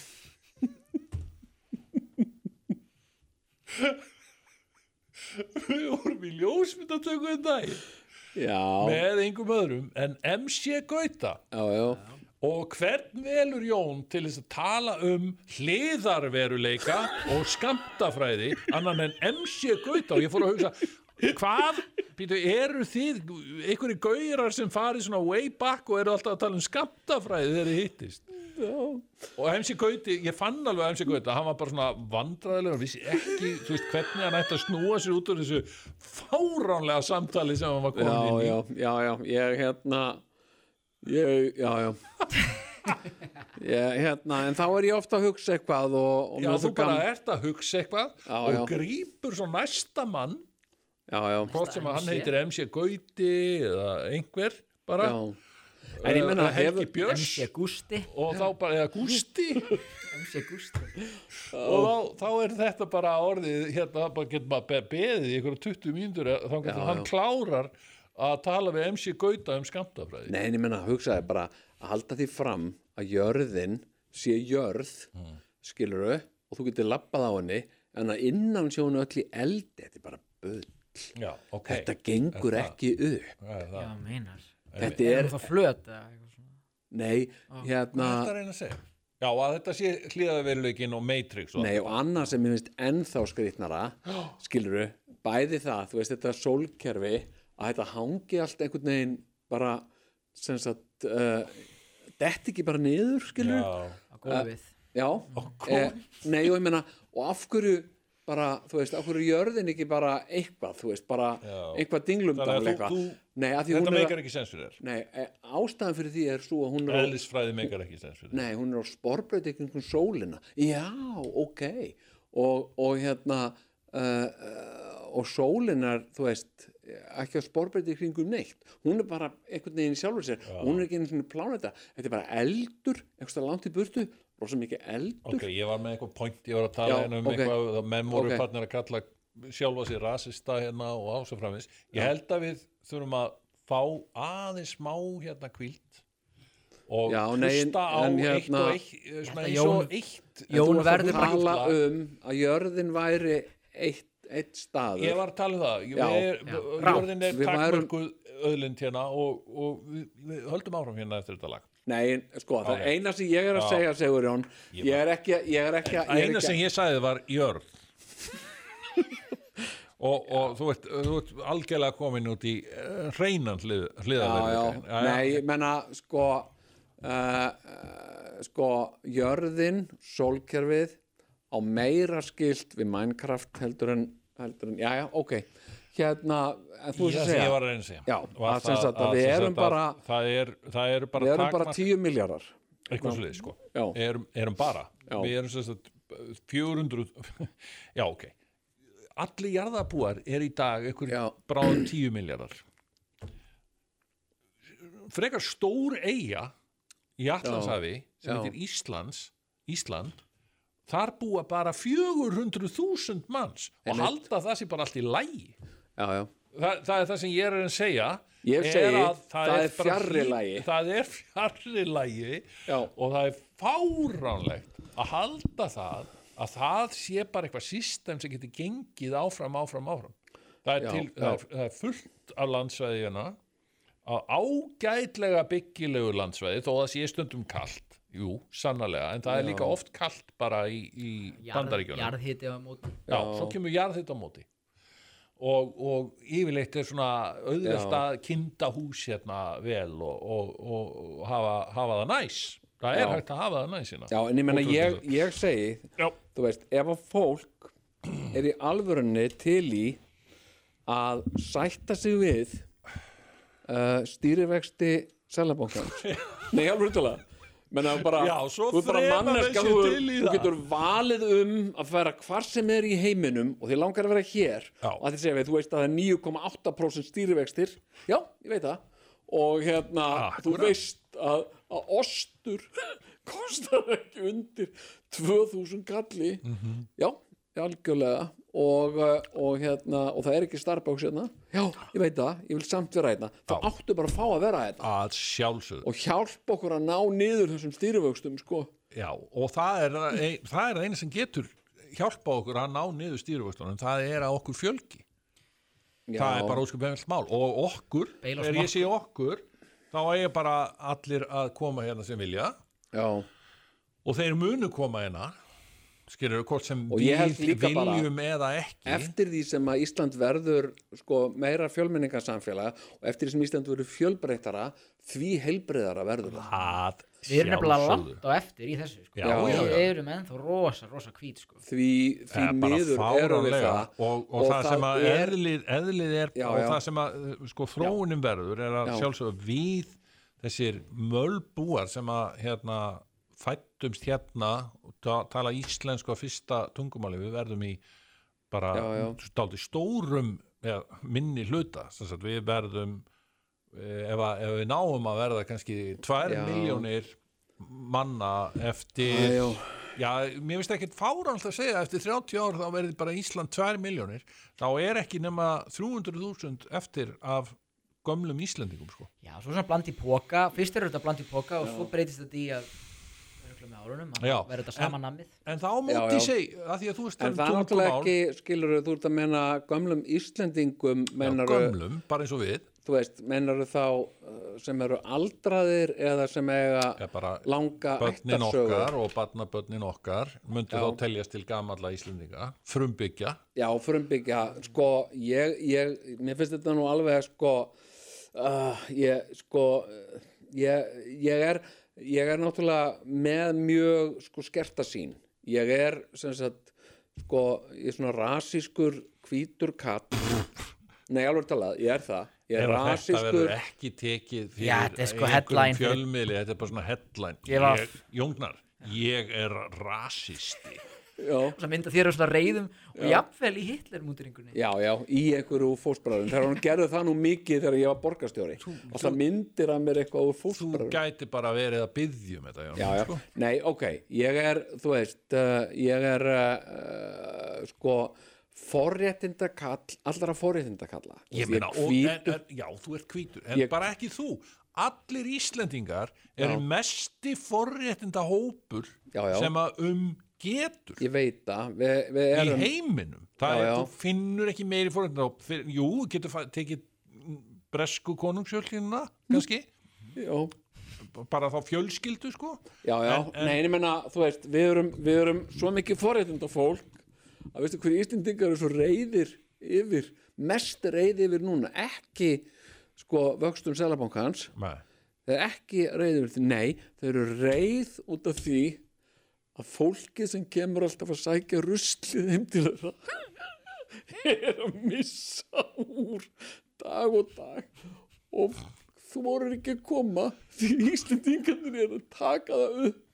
[SPEAKER 2] við vorum í ljósmyndatöku um daginn
[SPEAKER 3] já,
[SPEAKER 2] með einhverjum öðrum en MC Gauta
[SPEAKER 3] já, já
[SPEAKER 2] Og hvern velur Jón til þess að tala um hliðarveruleika og skamtafræði annan en MC Gauta og ég fór að hugsa, hvað, býtu, eru þið, einhverju gaurar sem farið svona way back og eru alltaf að tala um skamtafræði þegar þið hittist? og MC Gauti, ég fann alveg að MC Gauti hann var bara svona vandræðilega og vissi ekki, þú veist, hvernig hann ætti að snúa sér út úr þessu fáránlega samtali sem hann var komin inn í
[SPEAKER 3] já, já, já, já, ég hérna ég, já, já ég, hérna, en þá er ég ofta að hugsa eitthvað og, og
[SPEAKER 2] Já,
[SPEAKER 3] mér
[SPEAKER 2] þú
[SPEAKER 3] finnst
[SPEAKER 2] bara
[SPEAKER 3] gaman-
[SPEAKER 2] ert að hugsa eitthvað
[SPEAKER 3] Já,
[SPEAKER 2] og
[SPEAKER 3] já.
[SPEAKER 2] grípur svo næsta mann
[SPEAKER 3] já, já,
[SPEAKER 2] hvort sem að hann
[SPEAKER 4] MC.
[SPEAKER 2] heitir MC Gauti eða einhver bara
[SPEAKER 3] já en ég
[SPEAKER 2] eða
[SPEAKER 3] menna,
[SPEAKER 2] Helgi
[SPEAKER 3] hefur
[SPEAKER 2] Björns
[SPEAKER 4] MC Gusti,
[SPEAKER 2] og þá bara, eða Gústi
[SPEAKER 4] MC Gusti.
[SPEAKER 2] og þá, þá er þetta bara orðið hérna, bara getur maður be- beðið í einhverja 20 mínútur eða þá getur
[SPEAKER 3] Já,
[SPEAKER 2] hann
[SPEAKER 3] já.
[SPEAKER 2] klárar að tala við MC Gauta um skamtafræði
[SPEAKER 3] nei, en ég menna, hugsaði bara að halda því fram að jörðin sé jörð
[SPEAKER 2] Hmm.
[SPEAKER 3] mm. skiluru, og þú getur labbað á henni en að innan sé hún öll í eldi þetta er bara bull
[SPEAKER 2] Já, ok
[SPEAKER 3] þetta gengur
[SPEAKER 2] Þetta-
[SPEAKER 3] ekki upp
[SPEAKER 2] Já, það-
[SPEAKER 4] Já, meinar.
[SPEAKER 3] þetta
[SPEAKER 4] Er
[SPEAKER 3] er,
[SPEAKER 4] það flöt eða eitthvað svona?
[SPEAKER 3] nei,
[SPEAKER 2] Ah. Hvað
[SPEAKER 3] hérna
[SPEAKER 2] ertu að reyna að segja? Já, að þetta sé hlýðaði veruleikin og Matrix og
[SPEAKER 3] Nei, og annað sem ég finnst ennþá skrýtnara skiluru, bæði það þú veist þetta sólkerfi að þetta hangi allt einhvern veginn bara sem sagt uh, detti ekki bara niður skiluru
[SPEAKER 2] Já,
[SPEAKER 4] á gólfið
[SPEAKER 3] Já, eh, nei, og ég meina og af hverju bara, þú veist, af hverju er jörðin ekki bara eitthvað, þú veist, bara
[SPEAKER 2] Já.
[SPEAKER 3] eitthvað dinglumdál
[SPEAKER 2] Þannig að
[SPEAKER 3] eitthvað
[SPEAKER 2] þú-
[SPEAKER 3] Nei, af því
[SPEAKER 2] þetta
[SPEAKER 3] hún er
[SPEAKER 2] meikar
[SPEAKER 3] að,
[SPEAKER 2] ekki sens fyrir þér.
[SPEAKER 3] nei, eh, ástæðan fyrir því er svo að hún er á,
[SPEAKER 2] Eðlisfræði meikar ekki sens fyrir þér.
[SPEAKER 3] nei, hún er á sporbreyt einhvern sólina, já, ok og, og hérna uh, uh, og sólinar þú veist, ekki á sporbreyt kringum neitt, hún er bara einhvern veginn í sjálfur sér, hún er ekki einhvern veginn pláneta þetta er bara eldur, eitthvað langt í burtu rosa mikið eldur
[SPEAKER 2] Ok, ég var með eitthvað point, ég var að tala
[SPEAKER 3] Já,
[SPEAKER 2] hérna um
[SPEAKER 3] ok.
[SPEAKER 2] eitthvað að menn voru
[SPEAKER 3] Ok.
[SPEAKER 2] farnir að kalla sjálfa sér rasista hérna og ás og framins. Ég held að við þurfum að fá aðeins smá hérna kvíld og
[SPEAKER 3] Já, nei, en-
[SPEAKER 2] hlusta á eitt
[SPEAKER 3] en
[SPEAKER 2] og
[SPEAKER 3] hérna-
[SPEAKER 2] eitt, eh, svona
[SPEAKER 4] að
[SPEAKER 2] eins og
[SPEAKER 4] Jón-
[SPEAKER 2] eitt.
[SPEAKER 3] En þú
[SPEAKER 4] Jón
[SPEAKER 3] varst að
[SPEAKER 4] verður bara
[SPEAKER 3] tala um að jörðin væri eitt, eitt staður
[SPEAKER 2] Ég var að tala um það, ég,
[SPEAKER 3] Já,
[SPEAKER 2] er,
[SPEAKER 4] já.
[SPEAKER 2] jörðin er
[SPEAKER 3] Við værum-
[SPEAKER 2] takkmörguð öðlind hérna og, og við, við höldum áfram hérna eftir þetta lag.
[SPEAKER 3] Nei, en sko, það
[SPEAKER 2] Já,
[SPEAKER 3] er eina sem ég er að
[SPEAKER 2] Já.
[SPEAKER 3] segja, Sigurjón Ég er ekki, að- ég er ekki, að-
[SPEAKER 2] Það
[SPEAKER 3] ég er
[SPEAKER 2] eina
[SPEAKER 3] ekki
[SPEAKER 2] sem
[SPEAKER 3] að-
[SPEAKER 2] ég sagði var jörð og, og þú, ert, þú ert algjörlega komin út í eh, hreinan hlið,
[SPEAKER 3] Já, já,
[SPEAKER 2] hliðarveruleikann.
[SPEAKER 3] nei, ég menna, sko uh, uh, Sko, jörðin, sólkerfið á meira skilt við Minecraft heldur en, heldur en já, já, ok Hérna, en þú veist
[SPEAKER 2] Já,
[SPEAKER 3] að
[SPEAKER 2] sem ég
[SPEAKER 3] segja
[SPEAKER 2] var að reyna að segja
[SPEAKER 3] Já,
[SPEAKER 2] var
[SPEAKER 3] að sem sagt að við
[SPEAKER 2] sem
[SPEAKER 3] erum
[SPEAKER 2] sagt að
[SPEAKER 3] bara-
[SPEAKER 2] það er, það er bara
[SPEAKER 3] Við erum bara
[SPEAKER 2] takmark-
[SPEAKER 3] 10 miljardar
[SPEAKER 2] eitthvað sliði sko
[SPEAKER 3] Já.
[SPEAKER 2] erum, erum bara,
[SPEAKER 3] Já.
[SPEAKER 2] við erum sem sagt 400 já ok allir jarðabúar er í dag einhver
[SPEAKER 3] Já.
[SPEAKER 2] bráðum 10 miljardar frekar stór eiga í Atlansafi sem
[SPEAKER 3] Já.
[SPEAKER 2] heitir Íslands Ísland þar búa bara 400.000 manns og
[SPEAKER 3] Einmitt.
[SPEAKER 2] halda það sé bara allt í lægi
[SPEAKER 3] Já, já,
[SPEAKER 2] Þa, það er það sem ég er að segja
[SPEAKER 3] Ég
[SPEAKER 2] er
[SPEAKER 3] segi,
[SPEAKER 2] að
[SPEAKER 3] það er
[SPEAKER 2] bara
[SPEAKER 3] fjarri
[SPEAKER 2] hlý-
[SPEAKER 3] lagi.
[SPEAKER 2] Það er fjarri lagi
[SPEAKER 3] Já.
[SPEAKER 2] og það er fáránlegt að halda það að það sé bara eitthvað system sem getur gengið áfram, áfram, áfram það er,
[SPEAKER 3] Já,
[SPEAKER 2] til,
[SPEAKER 3] já.
[SPEAKER 2] Það er, það er fullt af landsvæðina á ágætlega byggilegu landsvæði þó að það sé stundum kalt jú, sannlega, en það er líka oft kalt bara í, í bandaríkjunum
[SPEAKER 4] jarðhiti á móti
[SPEAKER 2] já, svo kemur jarðhita á móti og, og yfirleitt er svona auðvelt
[SPEAKER 3] Já.
[SPEAKER 2] að kynda hús hérna vel og, og, og, og hafa, hafa það næs það er
[SPEAKER 3] Já.
[SPEAKER 2] hægt að hafa það næs hérna
[SPEAKER 3] já, en ég menna, ég,
[SPEAKER 2] Ótrúlegt.
[SPEAKER 3] ég segi
[SPEAKER 2] já,
[SPEAKER 3] þú veist, ef að fólk er í alvörunni til í að sætta sig við uh, stýrivexti selabókans nei, alveg tala menna bara,
[SPEAKER 2] Já, svo
[SPEAKER 3] þú er bara
[SPEAKER 2] þrema
[SPEAKER 3] manneska
[SPEAKER 2] menn
[SPEAKER 3] þú,
[SPEAKER 2] sér
[SPEAKER 3] er-
[SPEAKER 2] til í
[SPEAKER 3] þú
[SPEAKER 2] það.
[SPEAKER 3] getur valið um að fara hvar sem er í heiminum og þið langar að vera hér
[SPEAKER 2] Já.
[SPEAKER 3] og að þið segja við, þú veist að það er 9,8% stýrivextir já, ég veit það og hérna, þú
[SPEAKER 2] Akkurat.
[SPEAKER 3] veist að, að ostur kostar ekki undir 2000 kalli
[SPEAKER 2] Mhm.
[SPEAKER 3] já, algjörlega og, uh, og hérna, og það er ekki Starbucks hérna, já, ég veit það, ég vil samt vera hérna, þá áttu bara að fá að vera hérna
[SPEAKER 2] að sjálfsögðu
[SPEAKER 3] og hjálpa okkur að ná niður þessum stýrivöxtum, sko
[SPEAKER 2] já, og það er, ein- það er einu sem getur hjálpa okkur að ná niður stýruvöxtunum það er að okkur fjölgi
[SPEAKER 3] já,
[SPEAKER 2] það er bara óskup hefnilegt mál og okkur,
[SPEAKER 4] Beila
[SPEAKER 2] er
[SPEAKER 4] smá.
[SPEAKER 2] ég sé okkur þá er bara allir að koma hérna sem vilja
[SPEAKER 3] já,
[SPEAKER 2] og þeir munu koma hérna skilur hvort sem
[SPEAKER 3] Og ég held
[SPEAKER 2] við
[SPEAKER 3] líka bara-
[SPEAKER 2] viljum eða ekki
[SPEAKER 3] eftir því sem að Ísland verður sko, meira fjölmenningarsamfélag og eftir því sem Ísland verður fjölbreyttara því heilbreyðara verður það
[SPEAKER 2] að
[SPEAKER 4] við erum nefnilega
[SPEAKER 2] sjálfsögðu.
[SPEAKER 4] langt á eftir í þessu sko.
[SPEAKER 2] Já, já,
[SPEAKER 4] við
[SPEAKER 2] já.
[SPEAKER 4] erum ennþá rosa, rosa hvít sko.
[SPEAKER 3] því, því
[SPEAKER 2] Það er Eh, bara
[SPEAKER 3] miður erum við
[SPEAKER 2] fáránlega.
[SPEAKER 3] það
[SPEAKER 2] og, og, það, sem að eðlið, eðlið er
[SPEAKER 3] Já,
[SPEAKER 2] og
[SPEAKER 3] já.
[SPEAKER 2] það sem að sko, þróunin verður er að
[SPEAKER 3] Já.
[SPEAKER 2] sjálfsögðu við þessir mölbúar sem að hérna, fættumst hérna og ta- tala íslensku á fyrsta tungumáli við verðum í bara
[SPEAKER 3] Já, já.
[SPEAKER 2] dálítið stórum eða, minni hluta sem sagt, við verðum eh, ef, að, ef við náum að verða kannski 2
[SPEAKER 3] Já.
[SPEAKER 2] miljónir manna eftir
[SPEAKER 3] Æjó.
[SPEAKER 2] Já, mér finnst ekkert fáránst að segja að eftir 30 ár þá verði bara Ísland 2 miljónir þá er ekki nema 300.000 eftir af gömlum Íslandingum sko.
[SPEAKER 4] já, svo svona bland í póka fyrst er þetta bland í póka og svo breytist þetta í að örugglega með árunum, að
[SPEAKER 2] Já.
[SPEAKER 4] verður þetta
[SPEAKER 2] En-
[SPEAKER 4] sama namið
[SPEAKER 2] en þá
[SPEAKER 3] Já,
[SPEAKER 2] móti
[SPEAKER 3] já.
[SPEAKER 2] ég seg að því að þú veist
[SPEAKER 3] en það er náttúrulega ekki skilur þú ert að menna gömlum Íslendingum mennaru,
[SPEAKER 2] gömlum, bara eins og við
[SPEAKER 3] þú veist, mennaru þá uh, sem eru aldraðir eða sem eiga
[SPEAKER 2] eða bara
[SPEAKER 3] langa
[SPEAKER 2] börnin
[SPEAKER 3] ættarsögu.
[SPEAKER 2] okkar og barnabörnin okkar myndu
[SPEAKER 3] Já.
[SPEAKER 2] þá teljast til gamalla Íslendinga frumbyggja
[SPEAKER 3] Já, frumbyggja, sko, ég, ég, mér finnst þetta nú alveg, sko, uh, ég, sko, uh, ég, ég er, ég er náttúrulega með mjög, sko, skerta sín. Ég er, sem sagt, sko, ég er svona rasískur hvítur katt. Nei, alveg talað, ég er það. Ég er
[SPEAKER 2] ef að þetta verður
[SPEAKER 3] rasískur,
[SPEAKER 2] ekki tekið fyrir
[SPEAKER 4] Já, þetta er sko
[SPEAKER 2] einhverjum
[SPEAKER 4] headline fyrir-
[SPEAKER 2] fjölmiðli, þetta er bara svona headline
[SPEAKER 4] Ég var-
[SPEAKER 2] Jóngnar, ég er rasisti
[SPEAKER 3] já,
[SPEAKER 4] Það mynda þér á svona reyðum og jafnvel í Hitler-mútiringunni
[SPEAKER 3] já, já, í einhverju fóstbræðum. Þegar hún gerði það nú mikið þegar ég var borgarstjóri. Og það myndir að mér eitthvað úr
[SPEAKER 2] þú
[SPEAKER 3] fóstbræðum.
[SPEAKER 2] gæti bara verið að byggja um þetta
[SPEAKER 3] já, já.
[SPEAKER 2] Jóngnar, sko.
[SPEAKER 3] Nei, ok, ég er, þú veist, uh, ég er, uh, uh, sko, forréttindakall, allra forréttindakalla.
[SPEAKER 2] ég meina, og,
[SPEAKER 3] hvít,
[SPEAKER 2] en, en, já, þú ert hvítur en
[SPEAKER 3] Ég-
[SPEAKER 2] bara ekki þú allir Íslendingar er mesti forréttinda hópur
[SPEAKER 3] Já, já.
[SPEAKER 2] sem að um getur
[SPEAKER 3] ég veit það, við,
[SPEAKER 2] í
[SPEAKER 3] við erum,
[SPEAKER 2] heiminum það
[SPEAKER 3] Já,
[SPEAKER 2] er,
[SPEAKER 3] já.
[SPEAKER 2] þú finnur ekki meiri fórhættin þá, fyr- jú, þú getur fa- tekið mm, bresku konungsjölkinuna
[SPEAKER 3] Mhm.
[SPEAKER 2] kannski,
[SPEAKER 3] já,
[SPEAKER 2] b- bara þá fjölskyldu sko,
[SPEAKER 3] já, já,
[SPEAKER 2] En- en-
[SPEAKER 3] nei, ég meina, þú veist, við erum, við erum svo mikið forréttindafólk að veistu hverju Íslendingar eru svo reyðir yfir, mest reyði yfir núna, ekki, sko, vöxtum selabankans,
[SPEAKER 2] með
[SPEAKER 3] Þau eru ekki reyðið yfir því, nei, þau eru reyð út af því að fólkið sem kemur alltaf að sækja ruslið heim til þeirra er að missa úr dag og dag og þú voru ekki að koma því Íslendingarnir eru að taka það upp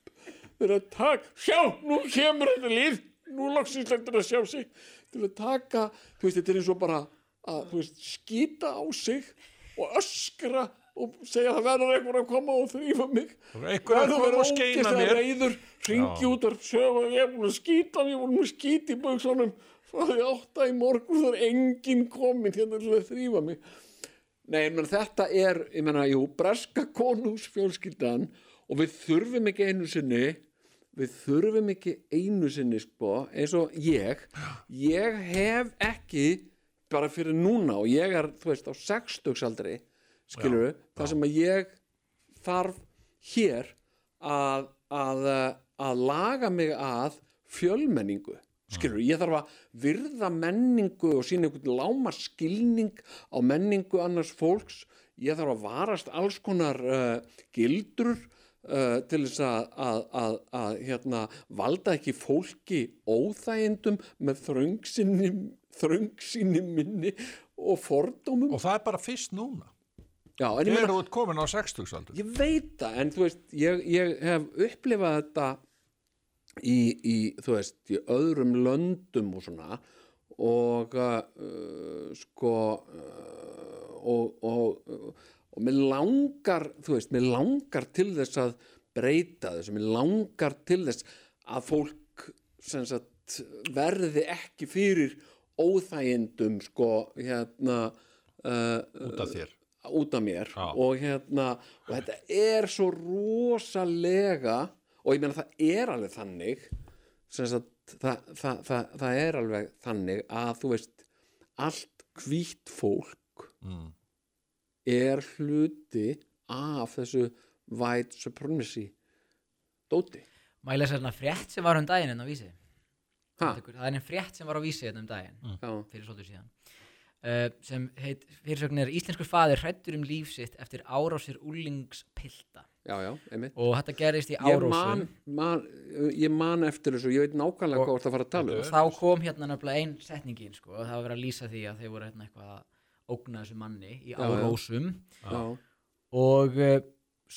[SPEAKER 3] þeir eru að taka, sjá, nú kemur þetta líf nú loksins lendur að sjá sig til að taka, þú veist, þetta er eins og bara að, þú veist, skýta á sig og öskra og segja það verður einhver að koma og þrýfa mig
[SPEAKER 2] Einhver að koma og skeina mér.
[SPEAKER 3] reyður, ringi
[SPEAKER 2] Já.
[SPEAKER 3] út og sögum, ég er búin að skýta ég er búin að skýta í buksunum frá því átta í morgun þar er enginn komin hérna til að þrýfa mig Nei, menn, þetta er, ég menna, jú, breska konungsfjölskyldan og við þurfum ekki einu sinni, við þurfum ekki einu sinni, sko, eins og ég, ég hef ekki, bara fyrir núna og ég er, þú veist, á sextugsaldri, skilur við, það sem að ég þarf hér að, að, eh, að laga mig að fjölmenningu skilur, ég þarf að virða menningu og sína einhvern láma skilning á menningu annars fólks ég þarf að varast alls konar uh, gildur uh, til þess að, að, að, að hérna, valda ekki fólki óþægindum með þröngsinni, þröngsinni minni og fordómum
[SPEAKER 2] og það er bara fyrst núna
[SPEAKER 3] Já, en ég meina-
[SPEAKER 2] þegar þú ert komin á 60-saldur
[SPEAKER 3] Ég veit það, en þú veist, ég, ég hef upplifað þetta í, í, þú veist, í öðrum löndum og svona og uh, sko uh, og, og, og, og mér langar, þú veist, mér langar til þess að breyta þessu, mér langar til þess að fólk sem sagt verði ekki fyrir óþægindum sko hérna uh,
[SPEAKER 2] út af þér
[SPEAKER 3] út af mér
[SPEAKER 2] Já.
[SPEAKER 3] og hérna og þetta er svo rosalega og ég meina það er alveg þannig sem sagt, það, það, það, það er alveg þannig að þú veist allt hvít fólk
[SPEAKER 2] mm.
[SPEAKER 3] er hluti af þessu white supremacy dóti
[SPEAKER 4] Mæla sér hérna frétt sem var um daginn en á vísi
[SPEAKER 3] ha,
[SPEAKER 4] Það er einn frétt sem var á vísi hérna um daginn
[SPEAKER 3] já,
[SPEAKER 4] fyrir svolítið síðan uh, sem heit, fyrirsögnin er Íslenskur faðir hrættur um líf sitt eftir árásir úlingspilta
[SPEAKER 3] já, já, einmitt
[SPEAKER 4] og þetta gerist í
[SPEAKER 3] ég
[SPEAKER 4] árásum
[SPEAKER 3] man, man, ég man eftir þessu, ég veit nákvæmlega
[SPEAKER 4] Og-
[SPEAKER 3] hvað þú ert að fara að tala
[SPEAKER 4] og
[SPEAKER 3] um
[SPEAKER 4] þá kom hérna nefnilega ein setningin sko, og það var verið að lýsa því að þeir voru hérna eitthvað að ógna þessu manni í
[SPEAKER 3] já.
[SPEAKER 4] árásum
[SPEAKER 3] já,
[SPEAKER 4] og uh,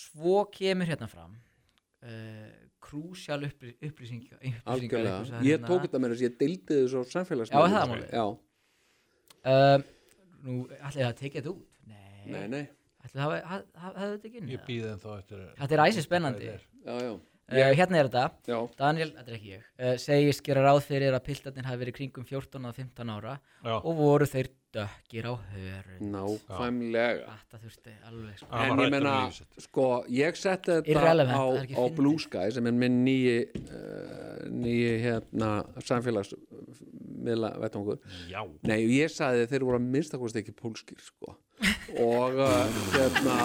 [SPEAKER 4] svo kemur hérna fram uh, krúsjál uppl upplýsingar
[SPEAKER 3] algjörlega, ég tók þetta sko. með þess ég deildi þessu á
[SPEAKER 4] hérna. Já, er það
[SPEAKER 3] samfélagsmiðlum
[SPEAKER 4] málið?
[SPEAKER 3] já,
[SPEAKER 4] uh, Nú, ætlaði það að tekja þetta út? Nei,
[SPEAKER 3] nei, nei
[SPEAKER 4] ætlaði það hafi- haf- haf- hafði þetta ekki inn
[SPEAKER 2] ég býði en þá eftir
[SPEAKER 4] Þetta er æsi spennandi
[SPEAKER 2] Þetta er-
[SPEAKER 3] já, já,
[SPEAKER 4] uh, Hérna er þetta
[SPEAKER 3] já,
[SPEAKER 4] Daniel, þetta er ekki ég, uh, segist gera ráð fyrir að piltarnir hafi verið kringum 14 að 15 ára
[SPEAKER 2] Já.
[SPEAKER 4] og voru þeir dökkir á hörun.
[SPEAKER 3] nákvæmlega
[SPEAKER 4] Þetta þurfti alveg sko.
[SPEAKER 2] Ah. Hann
[SPEAKER 3] en
[SPEAKER 2] var
[SPEAKER 3] ég
[SPEAKER 2] hræddur um
[SPEAKER 3] meina,
[SPEAKER 2] líf sitt.
[SPEAKER 3] sko ég setti þetta á,
[SPEAKER 4] Irrelevant, það er ekki
[SPEAKER 3] á
[SPEAKER 4] fyndið.
[SPEAKER 3] Blue Sky sem er minn nýji uh, nýji hérna samfélagsmiðla vettungur
[SPEAKER 2] já,
[SPEAKER 3] nei, ég sagði að þeir voru að minnstakosti ekki pólskir sko og uh, hérna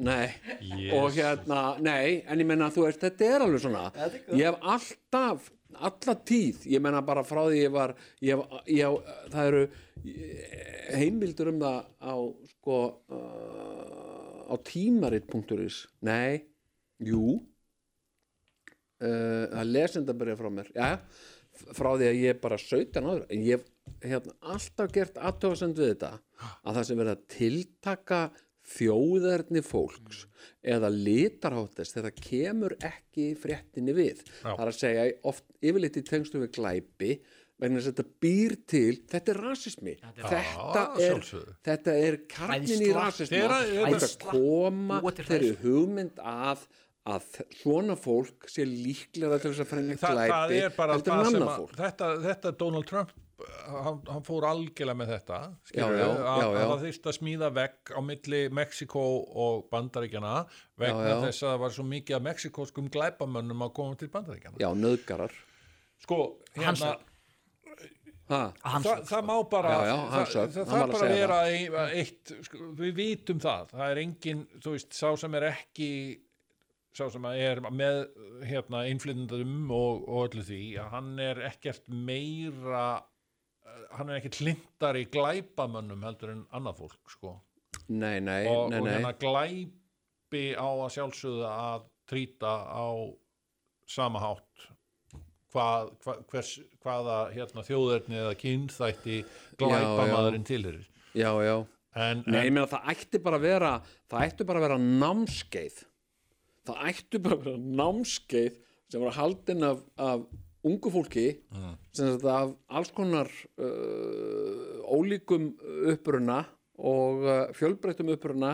[SPEAKER 3] Nei,
[SPEAKER 5] Jesus.
[SPEAKER 3] og hérna, nei, en ég menna þú veist, þetta er alveg svona
[SPEAKER 4] Þetta er gott.
[SPEAKER 3] Ég hef alltaf, alla tíð, ég menna bara frá því ég var, ég hef, ég hef það eru eh, heimildur um það á, sko, uh, á tímarit.is, nei, jú, uh, það er lesenda að byrja frá mér, já, frá því að ég er bara 17 áður, en ég hef hérna, alltaf gert aðtöfasend við þetta að það sem verið að tiltaka þjóðerni fólks eða litarháttist þegar það kemur ekki fréttinni við
[SPEAKER 2] Já.
[SPEAKER 3] það er að segja oft yfirleitt í tengstum við glæpi vegna þess að þetta býr til þetta er rasismi
[SPEAKER 4] Þetta er-
[SPEAKER 3] þetta
[SPEAKER 5] Já,
[SPEAKER 3] er,
[SPEAKER 5] sjálfsögðu.
[SPEAKER 3] þetta er karnin í
[SPEAKER 4] Hræðsla.
[SPEAKER 3] rasismi
[SPEAKER 2] Þeirra-
[SPEAKER 3] þetta
[SPEAKER 4] Hræðsla.
[SPEAKER 3] koma
[SPEAKER 4] Búa til
[SPEAKER 3] þeirri
[SPEAKER 4] hræðslu.
[SPEAKER 3] hugmynd að að svona fólk sé líklega til þess að fremja
[SPEAKER 2] Þa, það
[SPEAKER 3] glæpi
[SPEAKER 2] er bara
[SPEAKER 3] heldur
[SPEAKER 2] það
[SPEAKER 3] en
[SPEAKER 2] sem
[SPEAKER 3] annað
[SPEAKER 2] að
[SPEAKER 3] fólk
[SPEAKER 2] þetta, þetta Donald Trump uh, hann, hann fór algjörlega með þetta skilur,
[SPEAKER 3] Já, já,
[SPEAKER 2] að,
[SPEAKER 3] já, já.
[SPEAKER 2] að það þyrst að smíða vegg á milli Mexiko og Bandaríkjana vegna
[SPEAKER 3] Já, já.
[SPEAKER 2] þess að það var svo mikið af mexikoskum glæpamönnum að koma til Bandaríkjana
[SPEAKER 3] já, nöðgarar
[SPEAKER 2] sko,
[SPEAKER 4] Hans-
[SPEAKER 2] hérna,
[SPEAKER 3] ha,
[SPEAKER 4] að hans
[SPEAKER 2] Þa, það má bara
[SPEAKER 3] Já, já, hann
[SPEAKER 2] það,
[SPEAKER 3] sögð,
[SPEAKER 2] það,
[SPEAKER 3] hann
[SPEAKER 2] það
[SPEAKER 3] var að
[SPEAKER 2] bara
[SPEAKER 3] segja
[SPEAKER 2] vera ein- eitt, sko, við vitum það það er engin, þú veist, sá sem er ekki sá sem að er með hérna innflytendum og, og öllu því að hann er ekkert meira eh, hann er ekkert lindar í glæpamönnum heldur en annað fólk sko.
[SPEAKER 3] nei, nei,
[SPEAKER 2] og,
[SPEAKER 3] nei,
[SPEAKER 2] og
[SPEAKER 3] nei.
[SPEAKER 2] hérna glæpi á að sjálfsögðu að trýta á sama hátt hvað, hva, hvers, hvaða hérna, þjóðerni eða kynþætti glæpamaðurinn tilherir
[SPEAKER 3] já, já
[SPEAKER 2] en,
[SPEAKER 3] Nei, ég
[SPEAKER 2] en
[SPEAKER 3] meina það ætti bara að vera það ætti bara að vera námskeið það ætti bara að vera námskeið sem var haldin af, af ungu fólki
[SPEAKER 2] Mm.
[SPEAKER 3] sem þetta af alls konar uh, ólíkum uppruna og uh, fjölbreyttum uppruna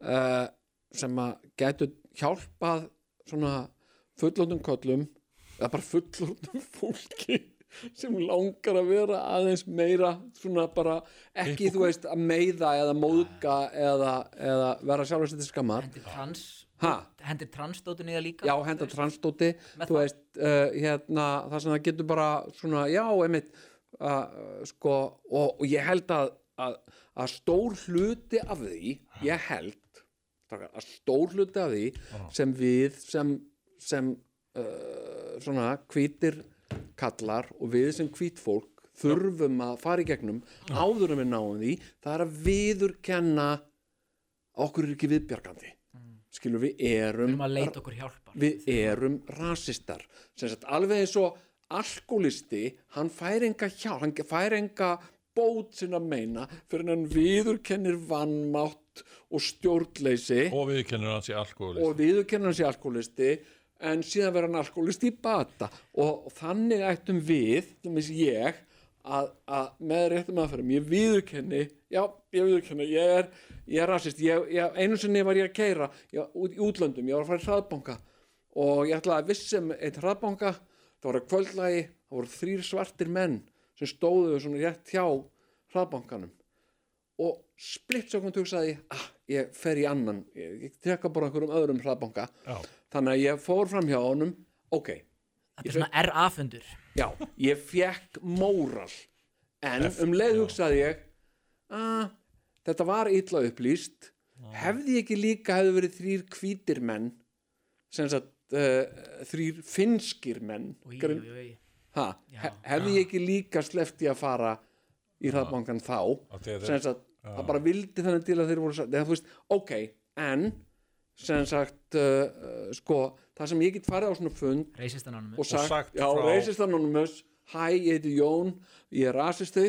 [SPEAKER 3] uh, sem að gætu hjálpað svona fullóttum köllum eða bara fullorðnum fólki sem langar að vera aðeins meira svona bara ekki þú veist að meiða eða móðga eða, eða vera sjálf sér til skammar
[SPEAKER 4] hendir trans
[SPEAKER 3] ha,
[SPEAKER 4] hendir transdótið niður líka
[SPEAKER 3] já, henda transdóti þú
[SPEAKER 4] Með það.
[SPEAKER 3] veist, uh, hérna það sem það getur bara svona, já, einmitt uh, sko, og, og ég held að, að að stór hluti af því, ég held strákar, að stór hluti af því sem við sem, sem uh, svona hvítir kallar og við sem hvít fólk þurfum að fara í gegnum áður en við náum því, það er að viðurkenna að okkur er ekki viðbjargandi skilur við
[SPEAKER 4] Mm. við
[SPEAKER 3] erum
[SPEAKER 4] erum að leita okkur hjálpar
[SPEAKER 3] við erum rasistar sem sagt alveg eins og alkoholisti, hann fær enga hjá hann fær enga bót sinna meina fyrir hann viðurkennir vannmátt og stjórnleysi
[SPEAKER 2] og við kennum hans í alkoholist
[SPEAKER 3] og viðurkenna hann sé alkoholisti en síðan vera hann alkoholisti í bata og þannig ættum við til þess ég að, að með réttum aðferðum, ég viðurkenni já, ég viðurkenni, ég er ég er rasist, ég, ég, einu sinni var ég að keira ég, út, í útlöndum, ég var að fara í hraðbanka og ég ætlaði að vissi um eitt hraðbanka, það var að kvöldlagi það voru þrýr svartir menn sem stóðu svona rétt hjá hraðbankanum og splitt sekund hugsaði ég, ah, ég fer í annan ég, ég teka bara einhverjum öðrum hraðbanka
[SPEAKER 2] Já.
[SPEAKER 3] þannig að ég fór fram hjá honum ok,
[SPEAKER 4] þetta er svona RA-fundur
[SPEAKER 3] já, ég fekk móral en um leið hugsaði ég ah, þetta var illa upplýst hefði ég ekki líka hefði verið þrýr hvítir menn sem sagt uh, þrýr finskir menn
[SPEAKER 4] Új,
[SPEAKER 3] Grim-
[SPEAKER 4] új, új.
[SPEAKER 3] ha, he, hefði ég ekki líka sleppt ég að fara í hraðbankan þá
[SPEAKER 2] Af því að þeir-
[SPEAKER 3] sem sagt, það bara vildi þannig til að þeir voru það, þú veist, ok, en sem sagt uh, uh, sko, það sem ég get farið á svona fund
[SPEAKER 4] reisist hann ánum
[SPEAKER 3] og sagt,
[SPEAKER 2] sagt
[SPEAKER 3] já,
[SPEAKER 2] frá-
[SPEAKER 3] reisist anonymous hæ, ég heiti Jón, ég er rasisti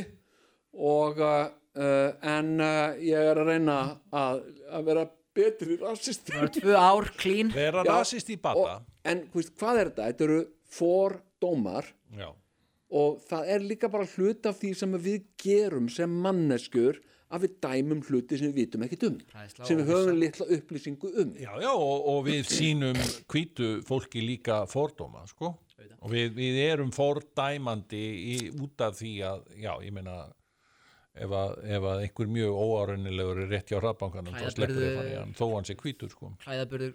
[SPEAKER 3] og uh, uh, en uh, ég er að reyna að, að vera betri rasisti
[SPEAKER 4] það eru tvö ár clean
[SPEAKER 2] vera
[SPEAKER 3] Já,
[SPEAKER 2] rasist í bata
[SPEAKER 3] og, en þú veist, hvað er þetta? Þetta eru fordómar
[SPEAKER 2] já,
[SPEAKER 3] og það er líka bara hlut af því sem við gerum sem manneskur að við dæmum hluti sem við vitum ekkit um
[SPEAKER 4] Hræðsla
[SPEAKER 3] sem
[SPEAKER 4] og
[SPEAKER 3] við höfum litla upplýsingu um
[SPEAKER 2] já, já og, og við sínum hvítu fólki líka fordóma sko og við, við erum fordæmandi í, út af því að já, ég meina ef að, ef að einhver mjög óárennilegur er rétt hjá hraðbankanum þá
[SPEAKER 4] Klæðaburður-
[SPEAKER 2] sleppur þið fannig hann þó hann sé hvítur sko
[SPEAKER 4] klæðaburður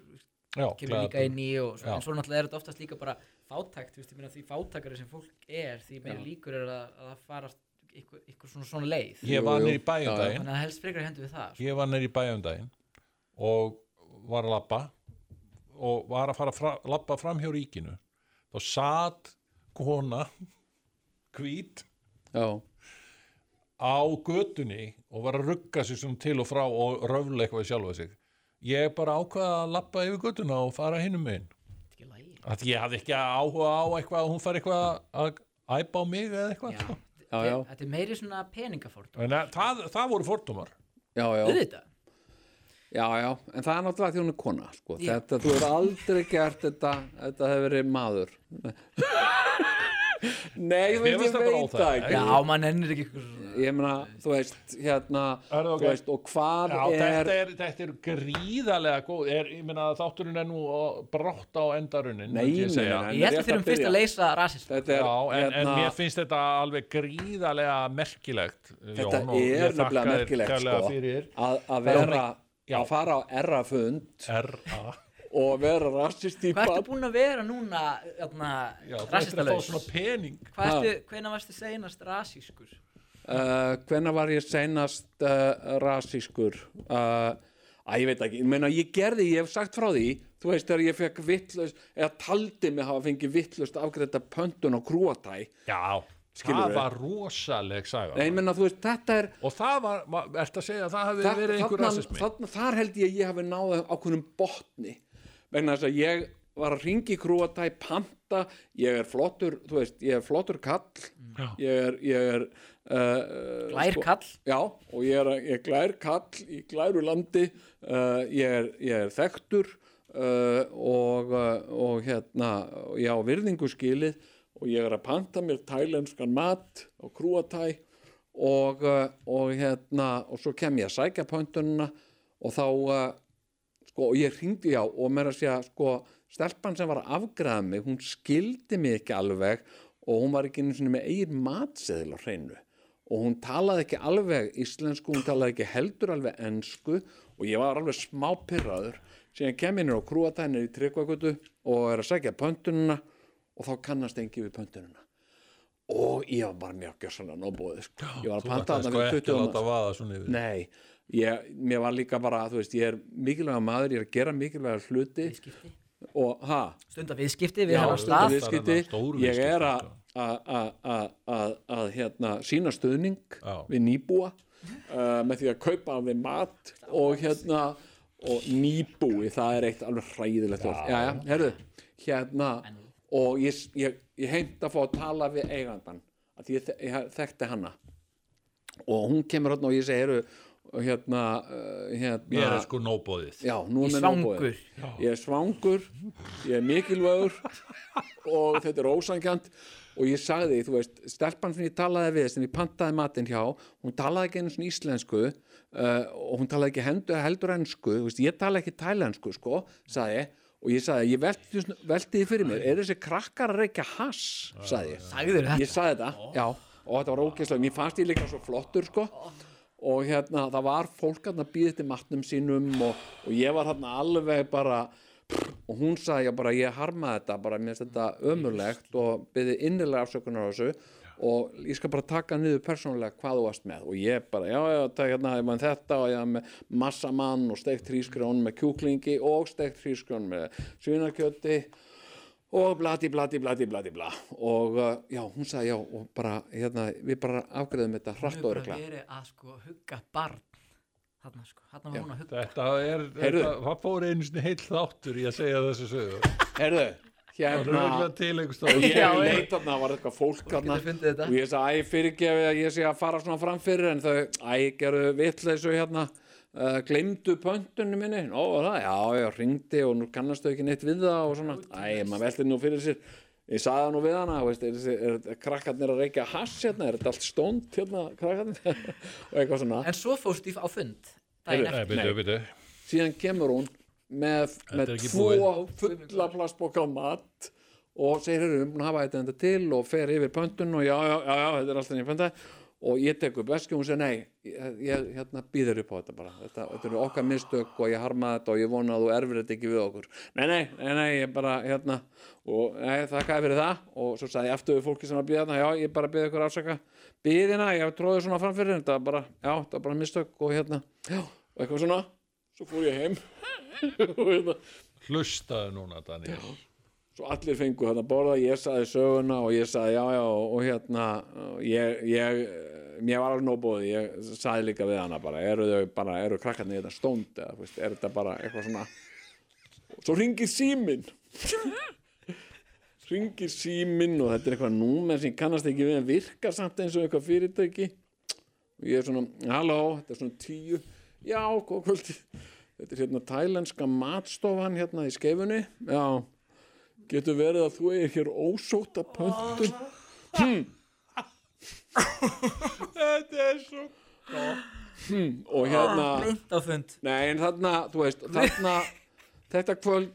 [SPEAKER 2] já,
[SPEAKER 4] kemur líka inn í og
[SPEAKER 2] Já.
[SPEAKER 4] svona, en svona náttúrulega er þetta oftast líka bara fátækt, þú veist, ég meina því fátækari sem fólk er, því meira líkur er að, að það farast ykkur, ykkur svona svona leið
[SPEAKER 2] ég
[SPEAKER 3] Jú,
[SPEAKER 2] var
[SPEAKER 3] jú.
[SPEAKER 2] nýr í
[SPEAKER 3] Já, já.
[SPEAKER 2] bæjum daginn
[SPEAKER 4] þannig að helst frekar hendur við það sko.
[SPEAKER 2] ég var nýr í bæjum daginn og, var að labba og var að fara að fra, labba fram hjá ríkinu þá satt kona hvít
[SPEAKER 3] já,
[SPEAKER 2] á götunni og var að rugga sér svona til og frá og röfla eitthvað sjálfa sig ég bara ákvaða að labba yfir götuna og fara hinum megin
[SPEAKER 4] Þetta er ekki lægi.
[SPEAKER 2] að ég hafði ekki áhuga á eitthvað að hún fari eitthvað að æpa á mig eða eitthvað sko.
[SPEAKER 3] Já, já.
[SPEAKER 4] Þetta er meiri svona peningafórtum.
[SPEAKER 2] en að, það, það voru fordómar
[SPEAKER 3] já, já,
[SPEAKER 4] Auðvitað.
[SPEAKER 3] já, já en það er náttúrulega því hún er kona sko.
[SPEAKER 4] Já.
[SPEAKER 3] þetta, þú hefur aldrei gert þetta þetta hefur verið maður Nei, ég
[SPEAKER 2] Mér
[SPEAKER 3] veit,
[SPEAKER 2] fannst
[SPEAKER 3] ég
[SPEAKER 2] þetta bara
[SPEAKER 3] veit það
[SPEAKER 2] óþægilegt.
[SPEAKER 3] ekki
[SPEAKER 4] Já, mann ennir ekki eitthvað svona.
[SPEAKER 3] Ég meina, þú veist, hérna
[SPEAKER 2] Er það ok?
[SPEAKER 3] þú veist, og hvað
[SPEAKER 2] Já,
[SPEAKER 3] er,
[SPEAKER 2] þetta, er, þetta er gríðarlega góð er, ég meina að þátturinn er nú á- brátt á endarunin
[SPEAKER 3] Nei,
[SPEAKER 2] myndi ég
[SPEAKER 3] nei,
[SPEAKER 2] segja.
[SPEAKER 3] nei, nei.
[SPEAKER 4] Ég
[SPEAKER 3] rétt
[SPEAKER 4] held að
[SPEAKER 3] að
[SPEAKER 4] þurfum
[SPEAKER 3] byrja.
[SPEAKER 4] fyrst að leysa rasist.
[SPEAKER 3] þetta er
[SPEAKER 2] Já, en, en
[SPEAKER 3] hérna,
[SPEAKER 2] mér finnst þetta alveg gríðarlega merkilegt
[SPEAKER 3] þetta
[SPEAKER 2] Jón, og ég
[SPEAKER 3] er
[SPEAKER 2] þakka
[SPEAKER 3] nefnilega
[SPEAKER 2] þér
[SPEAKER 3] merkilegt
[SPEAKER 2] kærlega
[SPEAKER 3] sko,
[SPEAKER 2] fyrir
[SPEAKER 3] að, að
[SPEAKER 2] er
[SPEAKER 3] vera
[SPEAKER 2] Já.
[SPEAKER 3] að fara á errafund
[SPEAKER 2] R.A.
[SPEAKER 3] og vera rassist í
[SPEAKER 4] Hvað ertu
[SPEAKER 3] barn
[SPEAKER 4] búin að vera núna játna,
[SPEAKER 2] Já, þú ættir að fá
[SPEAKER 4] rasistalaus?
[SPEAKER 2] svona pening
[SPEAKER 4] Hvað ertu, hvenær varstu seinast rasískur?
[SPEAKER 3] uh, hvenær var ég seinast uh, rasískur uh, að ég veit ekki, ég meina ég gerði ég hef sagt frá því, þú veist þegar ég fekk vittlust, eða taldi mig hafa fengið vittlust afgreita pöntun á krúatæ
[SPEAKER 2] Já,
[SPEAKER 3] Skilurðu?
[SPEAKER 2] það var rosaleg saga
[SPEAKER 3] Nei, ég meina þú veist, þetta er
[SPEAKER 2] og það var, var- ertu að segja að það hafi
[SPEAKER 3] Þa-
[SPEAKER 2] verið einhver
[SPEAKER 3] þarna-
[SPEAKER 2] rasismi
[SPEAKER 3] þarna, þar held ég að ég hafi náð ákveðnum botni vegna þess að ég var að ringi krúata í panta ég er flottur, þú veist, ég er flottur kall
[SPEAKER 2] Já.
[SPEAKER 3] ég er, ég er uh,
[SPEAKER 4] Glær kall?
[SPEAKER 3] já, og ég er, ég er glær kall í glæru landi uh, ég, er, ég er þekktur uh, og, uh, og hérna og ég á virðingu skilið og ég er að panta mér tælenskan mat og krúatæ og, uh, og hérna og svo kem ég að sækja pöntununa og þá uh, sko, og ég hringdi já og mér að segja sko, stelpan sem var að afgræða mig hún skildi mig ekki alveg og hún var ekki einu sinni með eigin matseðil á hreinu og hún talaði ekki alveg íslensku, hún talaði ekki heldur alveg ensku og ég var alveg smá pyrraður síðan kem ég nýr á krúatænir í tryggvakutu og er að segja pöntununa og þá kannast engi við pöntununa og ég var bara mjög gjössalega nóbúið sko. ég var að
[SPEAKER 2] Þú
[SPEAKER 3] panta
[SPEAKER 2] ætlaðir
[SPEAKER 3] þarna
[SPEAKER 2] sko
[SPEAKER 3] fyrir
[SPEAKER 2] ekki
[SPEAKER 3] 20
[SPEAKER 2] að
[SPEAKER 3] manns.
[SPEAKER 2] láta vaða svona yfir
[SPEAKER 3] Nei, ég, mér var líka bara, þú veist, ég er mikilvæga maður, ég er að gera mikilvæga hluti
[SPEAKER 4] Viðskipti?
[SPEAKER 3] og, ha,
[SPEAKER 4] Stunda viðskipti, við
[SPEAKER 3] já,
[SPEAKER 4] hann á
[SPEAKER 3] stunda
[SPEAKER 4] stað.
[SPEAKER 2] við-
[SPEAKER 3] viðskipti,
[SPEAKER 2] Stór
[SPEAKER 3] ég er
[SPEAKER 2] viðskipti,
[SPEAKER 3] að,
[SPEAKER 2] sko.
[SPEAKER 3] að, að, að, að, að hérna, sína stuðning
[SPEAKER 2] Já.
[SPEAKER 3] við nýbúa uh, með því að kaupa af þeim mat og hérna, og nýbúi, það er eitt alveg hræðilegt orð, já, já, herðu, hérna, og ég, ég, ég heimt að fá að tala við eigandan, að ég, þek- ég þekkti hana og hún kemur hérna og ég segi, heyrðu, hérna, uh, hérna
[SPEAKER 2] Mér er sko nóbóðið
[SPEAKER 3] já, nú
[SPEAKER 4] Ég
[SPEAKER 3] er
[SPEAKER 4] er
[SPEAKER 3] mér nóg boðið.
[SPEAKER 4] svangur.
[SPEAKER 3] ég er svangur, ég er mikilvægur og þetta er ósangjant og ég sagði, þú veist, stelpan sem ég talaði við, sem ég pantaði matinn hjá hún talaði ekki einu svona íslensku uh, og hún talaði ekki hendur, heldur ensku þú veist, ég tala ekki tælensku, sko sagði, ég. og ég sagði, ég velti, því svona- velti því fyrir mér, er þessi krakkar að reykja hass, sagði ég
[SPEAKER 4] Sagður þetta?
[SPEAKER 3] ég sagði þetta, já og þetta var ógeðslega, mér fannst ég líka svo flottur sko og hérna, það var fólk að býða til matnum sínum og, og ég var hérna alveg bara og hún sagði, já bara ég harma þetta bara mér finnst
[SPEAKER 4] Mm,
[SPEAKER 3] þetta ömurlegt og byrði innilega afsökunar á þessu og ég skal bara taka niður persónulega hvað þú varst með og ég bara, já, já, það hérna ég var með þetta og ég var með massamann og steikt hrísgrjón með kjúklingi og steikt hrísgrjón með svínakjöti og blati, blati, blati, blati, bla og uh, já, hún sagði já og bara, hérna, við bara afgreðum þetta hratt og
[SPEAKER 4] Við
[SPEAKER 3] örgla
[SPEAKER 4] bara verið að sko hugga barn. Þarna sko, þarna var hún að hugga.
[SPEAKER 2] Þetta er,
[SPEAKER 3] Heyrðu.
[SPEAKER 2] þetta, það fór einu sinni heill þáttur í að segja þessu sögur
[SPEAKER 3] Herðu,
[SPEAKER 2] Það er auðvitað
[SPEAKER 3] hérna
[SPEAKER 2] til einhvers
[SPEAKER 3] og
[SPEAKER 2] staðar.
[SPEAKER 3] ég
[SPEAKER 4] Já, ég-
[SPEAKER 3] leit þarna, það var eitthvað fólk þarna
[SPEAKER 4] Getur fundið þetta?
[SPEAKER 3] og ég sagði, æ, fyrirgefi að ég sé að fara svona framfyrir en þau, æ, gerðu vitleysu hérna uh, glemdu pöntunum minni, ó, var það, já, já, ringdi og nú kannast þau ekki neitt við það og svona, æ, maður velti nú fyrir sér ég sagði það nú við hana, veist, er, þessi- er, er krakkarnir að reykja hass hérna, er þetta allt stónt hérna, krakkarnir og eitthvað svona
[SPEAKER 4] En svo fórstu í- á fund. Daginn
[SPEAKER 2] Nei,
[SPEAKER 4] eftir.
[SPEAKER 2] byrju, byrju
[SPEAKER 3] síðan kemur hún með, með
[SPEAKER 2] er ekki
[SPEAKER 3] tvo fulla plastboka af mat og segir hér um, hafa þetta enda til og fer yfir pöntun og já, já, já, já þetta er alltaf nýja pönta og ég tek upp veski og hún segir nei, ég, ég hérna býður upp á þetta bara þetta, þetta eru okkar mistök og ég harma þetta og ég vona að þú erfir þetta ekki við okkur nei, nei, nei, nei, ég bara hérna og nei, þakkaði fyrir það og svo sagði ég aftur við fólki sem var að býða þarna, já, ég bara býði ykkur afsaka býðina, ég tróði svona framfyrir þetta var bara, já, þetta var bara mistök og hérna, já, og hérna, eitthvað svona svo fór ég heim og hérna,
[SPEAKER 2] Hlustaðu núna, Daniel.
[SPEAKER 3] svo allir fengu hérna að borða ég saði söguna og ég saði já já og, og hérna og ég, ég, mér var alveg nóbóði ég saði líka við hana bara eru þau bara, eru krakkarnir hérna stónd eða þú veist, er þetta bara eitthvað svona svo ringir síminn ringir síminn og þetta er eitthvað númer sem ég kannast ekki við en virkar samt eins og eitthvað fyrirtæki og ég er svona, halló, þetta er svona tíu já, góð kvöldi þetta er hérna tælenska matstofan hérna í skeifunni já, getur verið að þú eigir hér ósóta pöntun
[SPEAKER 2] Þetta er svo...
[SPEAKER 3] og hérna
[SPEAKER 4] Beint á fund
[SPEAKER 3] Nei, en þarna, þú veist, þarna þetta kvöld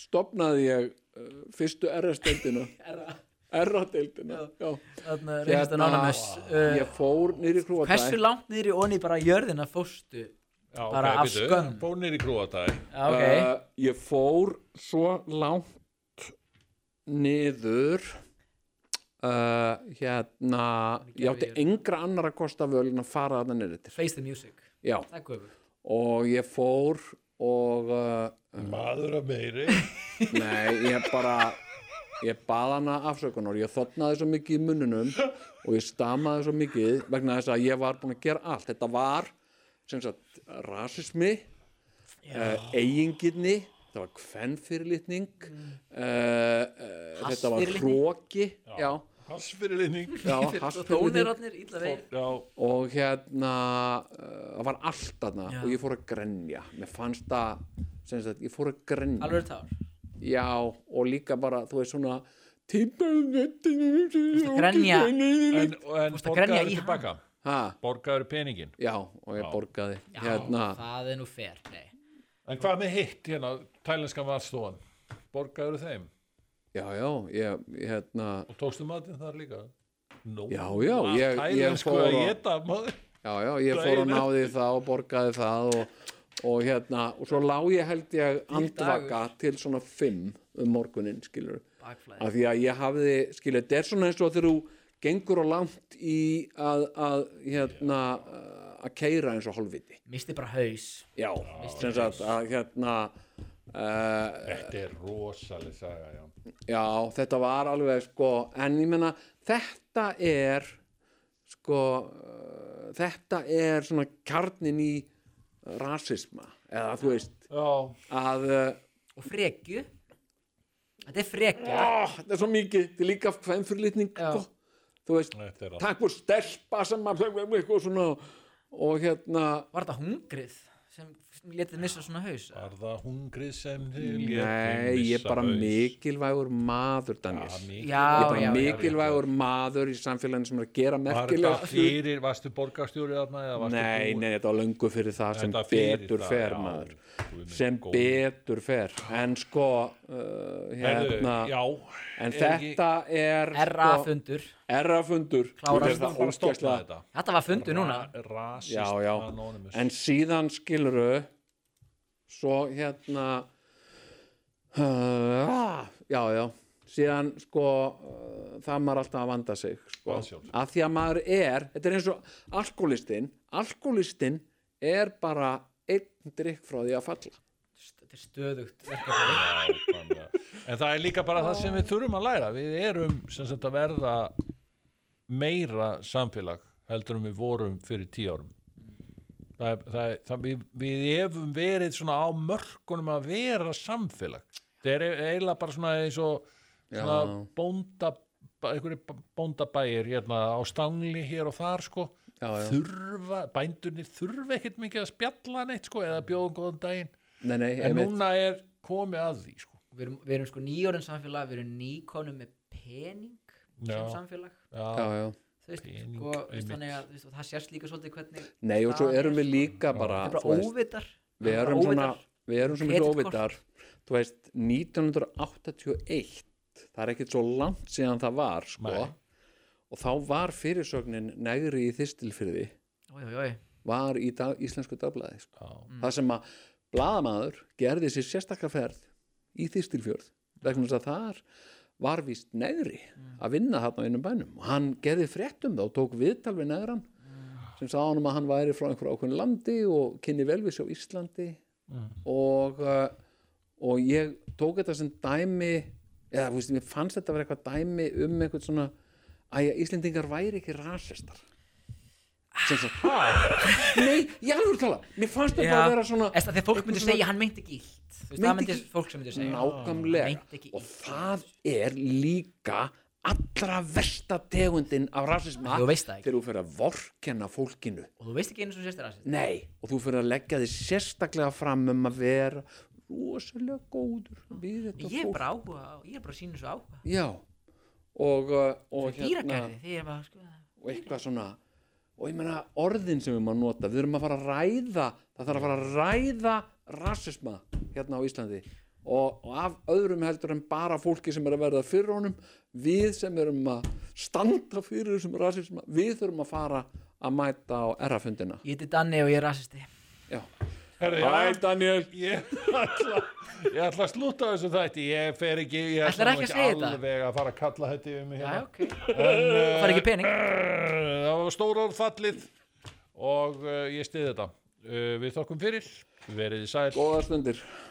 [SPEAKER 3] stopnaði ég uh, fyrstu RS-deildina RA-deildina, já,
[SPEAKER 4] Þarna reynist
[SPEAKER 3] Hérna,
[SPEAKER 4] anonymous uh,
[SPEAKER 3] ég fór nýri krúa
[SPEAKER 4] Hversu langt niður í onni bara jörðina fóstu?
[SPEAKER 2] Já,
[SPEAKER 4] Bara af skömm.
[SPEAKER 2] Bónir í krúatæ.
[SPEAKER 4] Já, ok
[SPEAKER 3] uh, ég fór svo langt niður uh, hérna ég átti engra annara kosta völ en að fara þarna niður til
[SPEAKER 4] Face the music
[SPEAKER 3] já,
[SPEAKER 4] Það er guður
[SPEAKER 3] og ég fór og uh,
[SPEAKER 2] Maður að meiri.
[SPEAKER 3] Nei, ég bara ég bað hana afsökunar ég þotnaði svo mikið í mununum og ég stamaði svo mikið vegna þess að ég var búin að gera allt þetta var sem sagt rasismi uh, eigingirni þetta var kvennfyrirlitning mm. eh, þetta var
[SPEAKER 4] Hassfyrirlitning?
[SPEAKER 3] hróki já,
[SPEAKER 2] Hassfyrirlinning.
[SPEAKER 3] já, hassfyrirlitning
[SPEAKER 4] Dónirarnir, illa veginn
[SPEAKER 2] Já,
[SPEAKER 3] og hérna eh, það var allt þarna
[SPEAKER 4] Já.
[SPEAKER 3] og ég fór að grenja mér fannst það, sem sagt, ég fór að grenja
[SPEAKER 4] Alveg tár
[SPEAKER 3] Já, og líka bara, þú veist svona Þú
[SPEAKER 4] grenja.
[SPEAKER 2] en, en
[SPEAKER 4] Fórstu að grenja
[SPEAKER 2] borgaður
[SPEAKER 4] í
[SPEAKER 2] tilbaka.
[SPEAKER 3] Ha,
[SPEAKER 2] Borgaður peningin.
[SPEAKER 3] já, og ég borgaði
[SPEAKER 4] Já,
[SPEAKER 3] Hérna,
[SPEAKER 4] það er nú fair Nei
[SPEAKER 2] En hvað með hitt hérna, tælenska matstofan? Borgaður þeim?
[SPEAKER 3] já, já, ég, hérna
[SPEAKER 2] Og tókstu matinn þar líka? No.
[SPEAKER 3] Já, já,
[SPEAKER 2] Allt
[SPEAKER 3] ég- ég
[SPEAKER 4] sko,
[SPEAKER 2] Tælensku
[SPEAKER 3] fór
[SPEAKER 2] að
[SPEAKER 3] á-
[SPEAKER 2] geta, maður.
[SPEAKER 3] Já, já, ég fór og
[SPEAKER 2] Daginn
[SPEAKER 3] náði það og borgaði það og, og hérna, og svo lá ég held ég andvaka til svona fimm um morguninn, skilur
[SPEAKER 4] Backfly
[SPEAKER 3] af því að ég hafði, skilur, þetta er svona eins og þegar þú gengur og langt í að, að hérna að keira eins og hálfviti
[SPEAKER 4] Misti bara haus
[SPEAKER 3] Já, sem sagt að hérna uh,
[SPEAKER 2] Þetta er rosalega saga, já.
[SPEAKER 3] já, þetta var alveg sko, en ég meina þetta er sko, uh, þetta er svona kjarnin í rasisma, eða þú veist
[SPEAKER 2] Já,
[SPEAKER 3] að, uh,
[SPEAKER 4] Og frekju Þetta er frekja
[SPEAKER 3] oh, þetta er svo mikið þetta er líka kvennfyrirlitning sko, þú veist,
[SPEAKER 2] þetta er allt.
[SPEAKER 3] takk fyrir stelpa sem að um eitthvað svona og hérna,
[SPEAKER 4] Var þetta hungrið sem sem letið missa svona haus?
[SPEAKER 2] Var það hungrið sem þið létu
[SPEAKER 3] nei, ég er
[SPEAKER 2] missa
[SPEAKER 3] bara
[SPEAKER 2] haus?
[SPEAKER 3] mikilvægur maður, Danis
[SPEAKER 2] Já, mikil-
[SPEAKER 3] ég er
[SPEAKER 4] Já, já,
[SPEAKER 3] bara
[SPEAKER 4] já
[SPEAKER 3] mikilvægur maður í samfélaginu sem er að gera
[SPEAKER 2] Var þetta
[SPEAKER 3] merkilega hlut.
[SPEAKER 2] fyrir, varstu borgarstjóri þarna eða varstu
[SPEAKER 3] nei, nei, þetta var löngu fyrir það sem
[SPEAKER 2] Þetta fyrir
[SPEAKER 3] betur
[SPEAKER 2] það,
[SPEAKER 3] fer
[SPEAKER 2] já.
[SPEAKER 3] maður
[SPEAKER 2] Guð minn
[SPEAKER 3] sem
[SPEAKER 2] góður.
[SPEAKER 3] betur fer en sko uh,
[SPEAKER 2] Herðu,
[SPEAKER 3] hérna,
[SPEAKER 2] já,
[SPEAKER 3] en
[SPEAKER 2] er
[SPEAKER 3] þetta er
[SPEAKER 4] Erra
[SPEAKER 3] sko,
[SPEAKER 4] fundur
[SPEAKER 3] errafundur
[SPEAKER 4] Klárast.
[SPEAKER 3] Þetta er
[SPEAKER 2] bara að stoppa
[SPEAKER 3] ógeðslega-
[SPEAKER 2] þetta
[SPEAKER 4] Þetta var fundur núna
[SPEAKER 2] Ra- Rasist
[SPEAKER 3] já, já.
[SPEAKER 2] Anonymous
[SPEAKER 3] en síðan skiluru svo hérna uh, já, já síðan sko uh, það maður alltaf að vanda sig sko.
[SPEAKER 2] Að sjálfsögðu.
[SPEAKER 3] að því að maður er, þetta er eins og alkoholistinn, alkoholistinn er bara einn drikk frá því að falla
[SPEAKER 4] St- Þetta er stöðugt verkefni
[SPEAKER 2] Nákvæmlega. en það er líka bara það sem við þurfum að læra við erum sem sagt að verða meira samfélag heldur en við vorum fyrir tíu árum það, er- það, er- það, við, við hefum verið svona á mörkunum að vera samfélag það er eiginlega bara svona eins og svona
[SPEAKER 3] Já.
[SPEAKER 2] bónda einhverju bóndabæir hérna á stangli hér og þar sko
[SPEAKER 3] Já, já.
[SPEAKER 2] þurfa, bændurnir þurfa ekkert mikið að spjalla neitt sko eða bjóðum góðan daginn
[SPEAKER 3] nei, nei,
[SPEAKER 2] en
[SPEAKER 3] einmitt,
[SPEAKER 2] núna er komið að því sko.
[SPEAKER 4] Við erum, við erum sko nýjórinn samfélag Við erum nýkonum með pening
[SPEAKER 2] Já.
[SPEAKER 4] sem samfélag
[SPEAKER 3] já,
[SPEAKER 2] já,
[SPEAKER 3] já
[SPEAKER 4] Þú veist,
[SPEAKER 2] Pening,
[SPEAKER 4] sko, þú veist,
[SPEAKER 2] einmitt.
[SPEAKER 4] þannig að þú veist, og það sérst líka svolítið hvernig
[SPEAKER 3] nei, og svo
[SPEAKER 4] staðan
[SPEAKER 3] erum
[SPEAKER 4] er,
[SPEAKER 3] við
[SPEAKER 4] sko.
[SPEAKER 3] líka bara,
[SPEAKER 4] Þetta er
[SPEAKER 3] þú
[SPEAKER 4] bara
[SPEAKER 3] veist,
[SPEAKER 4] óvitar
[SPEAKER 3] við
[SPEAKER 4] Bara
[SPEAKER 3] erum svona
[SPEAKER 4] óvitar.
[SPEAKER 3] við erum svona mikið
[SPEAKER 4] Kreditkort.
[SPEAKER 3] óvitar þú veist, 1981 það er ekkert svo langt síðan það var sko,
[SPEAKER 2] Nei.
[SPEAKER 3] og þá var fyrirsögnin negri í þistilfyrði
[SPEAKER 4] Oj, oj, oj.
[SPEAKER 3] var í dag, íslensku dagblæði sko.
[SPEAKER 2] já.
[SPEAKER 4] Mm.
[SPEAKER 3] það sem að blaðamaður gerði sér sérstakka ferð í þistilfjörð vegna þess að þar var víst negri
[SPEAKER 4] Mm.
[SPEAKER 3] að vinna þarna á einum bænum og hann gerði fréttum þá og tók viðtal við negran sem sagði honum að hann væri frá einhverju ákveðin landi og kynni velvis á Íslandi
[SPEAKER 4] Mm.
[SPEAKER 3] og, uh, og ég tók þetta sem dæmi eða, þú veist, mér fannst þetta vera eitthvað dæmi um eitthvað svona að Íslendingar væri ekki rasistar sem sagt nei, ég alveg tala, mér fannst þetta að vera svona
[SPEAKER 4] Eða þegar fólk myndi
[SPEAKER 3] svona-
[SPEAKER 4] segja hann meinti ekki illt Þú veist,
[SPEAKER 3] Meinti
[SPEAKER 4] það myndi
[SPEAKER 3] ekki-
[SPEAKER 4] fólk sem myndi segja Hann meinti
[SPEAKER 3] nákvæmlega
[SPEAKER 4] ekki
[SPEAKER 3] og
[SPEAKER 4] illt.
[SPEAKER 3] það er líka allra versta tegundin af rasisma
[SPEAKER 4] Þú veist það ekki.
[SPEAKER 3] þegar þú fyrir að vorkenna fólkinu
[SPEAKER 4] Og þú veist ekki einu sem sérst er aðsett
[SPEAKER 3] Nei, og þú fyrir að leggja þig sérstaklega fram um að vera rosalega góður við þetta
[SPEAKER 4] Ég er
[SPEAKER 3] fólk.
[SPEAKER 4] bara áhuga, á- ég er bara að sína svo áhuga
[SPEAKER 3] Já, og, uh, og hérna,
[SPEAKER 4] Dýragarði, því ég er bara sko
[SPEAKER 3] og eitthvað svona, og ég meina orðin sem við maður nota, við erum að fara að ræða, það þarf að fara að ræða rasisma hérna á Íslandi og, og af öðrum heldur en bara fólki sem er að verða fyrir honum, við sem erum að standa fyrir þessum rasisma, við þurfum að fara að mæta á errafundina.
[SPEAKER 4] Ég heiti Danni og ég er rasisti
[SPEAKER 3] Já.
[SPEAKER 2] Herri,
[SPEAKER 3] Hæ,
[SPEAKER 2] já,
[SPEAKER 3] Daniel!
[SPEAKER 2] ég ætla ég ætla að slúta þessu þætti ég fer ekki, ég
[SPEAKER 4] Ætlar
[SPEAKER 2] ætla nú
[SPEAKER 4] ekki að segja þetta?
[SPEAKER 2] alveg að fara að kalla þetta yfir mig
[SPEAKER 4] Já,
[SPEAKER 2] hérna eh,
[SPEAKER 4] ok Það er ekki pening
[SPEAKER 2] það var eh, stóra orðfallið og uh, ég stiði þetta uh, við þokkum Eh, fyrir, verið sæl
[SPEAKER 3] Góðar stundir.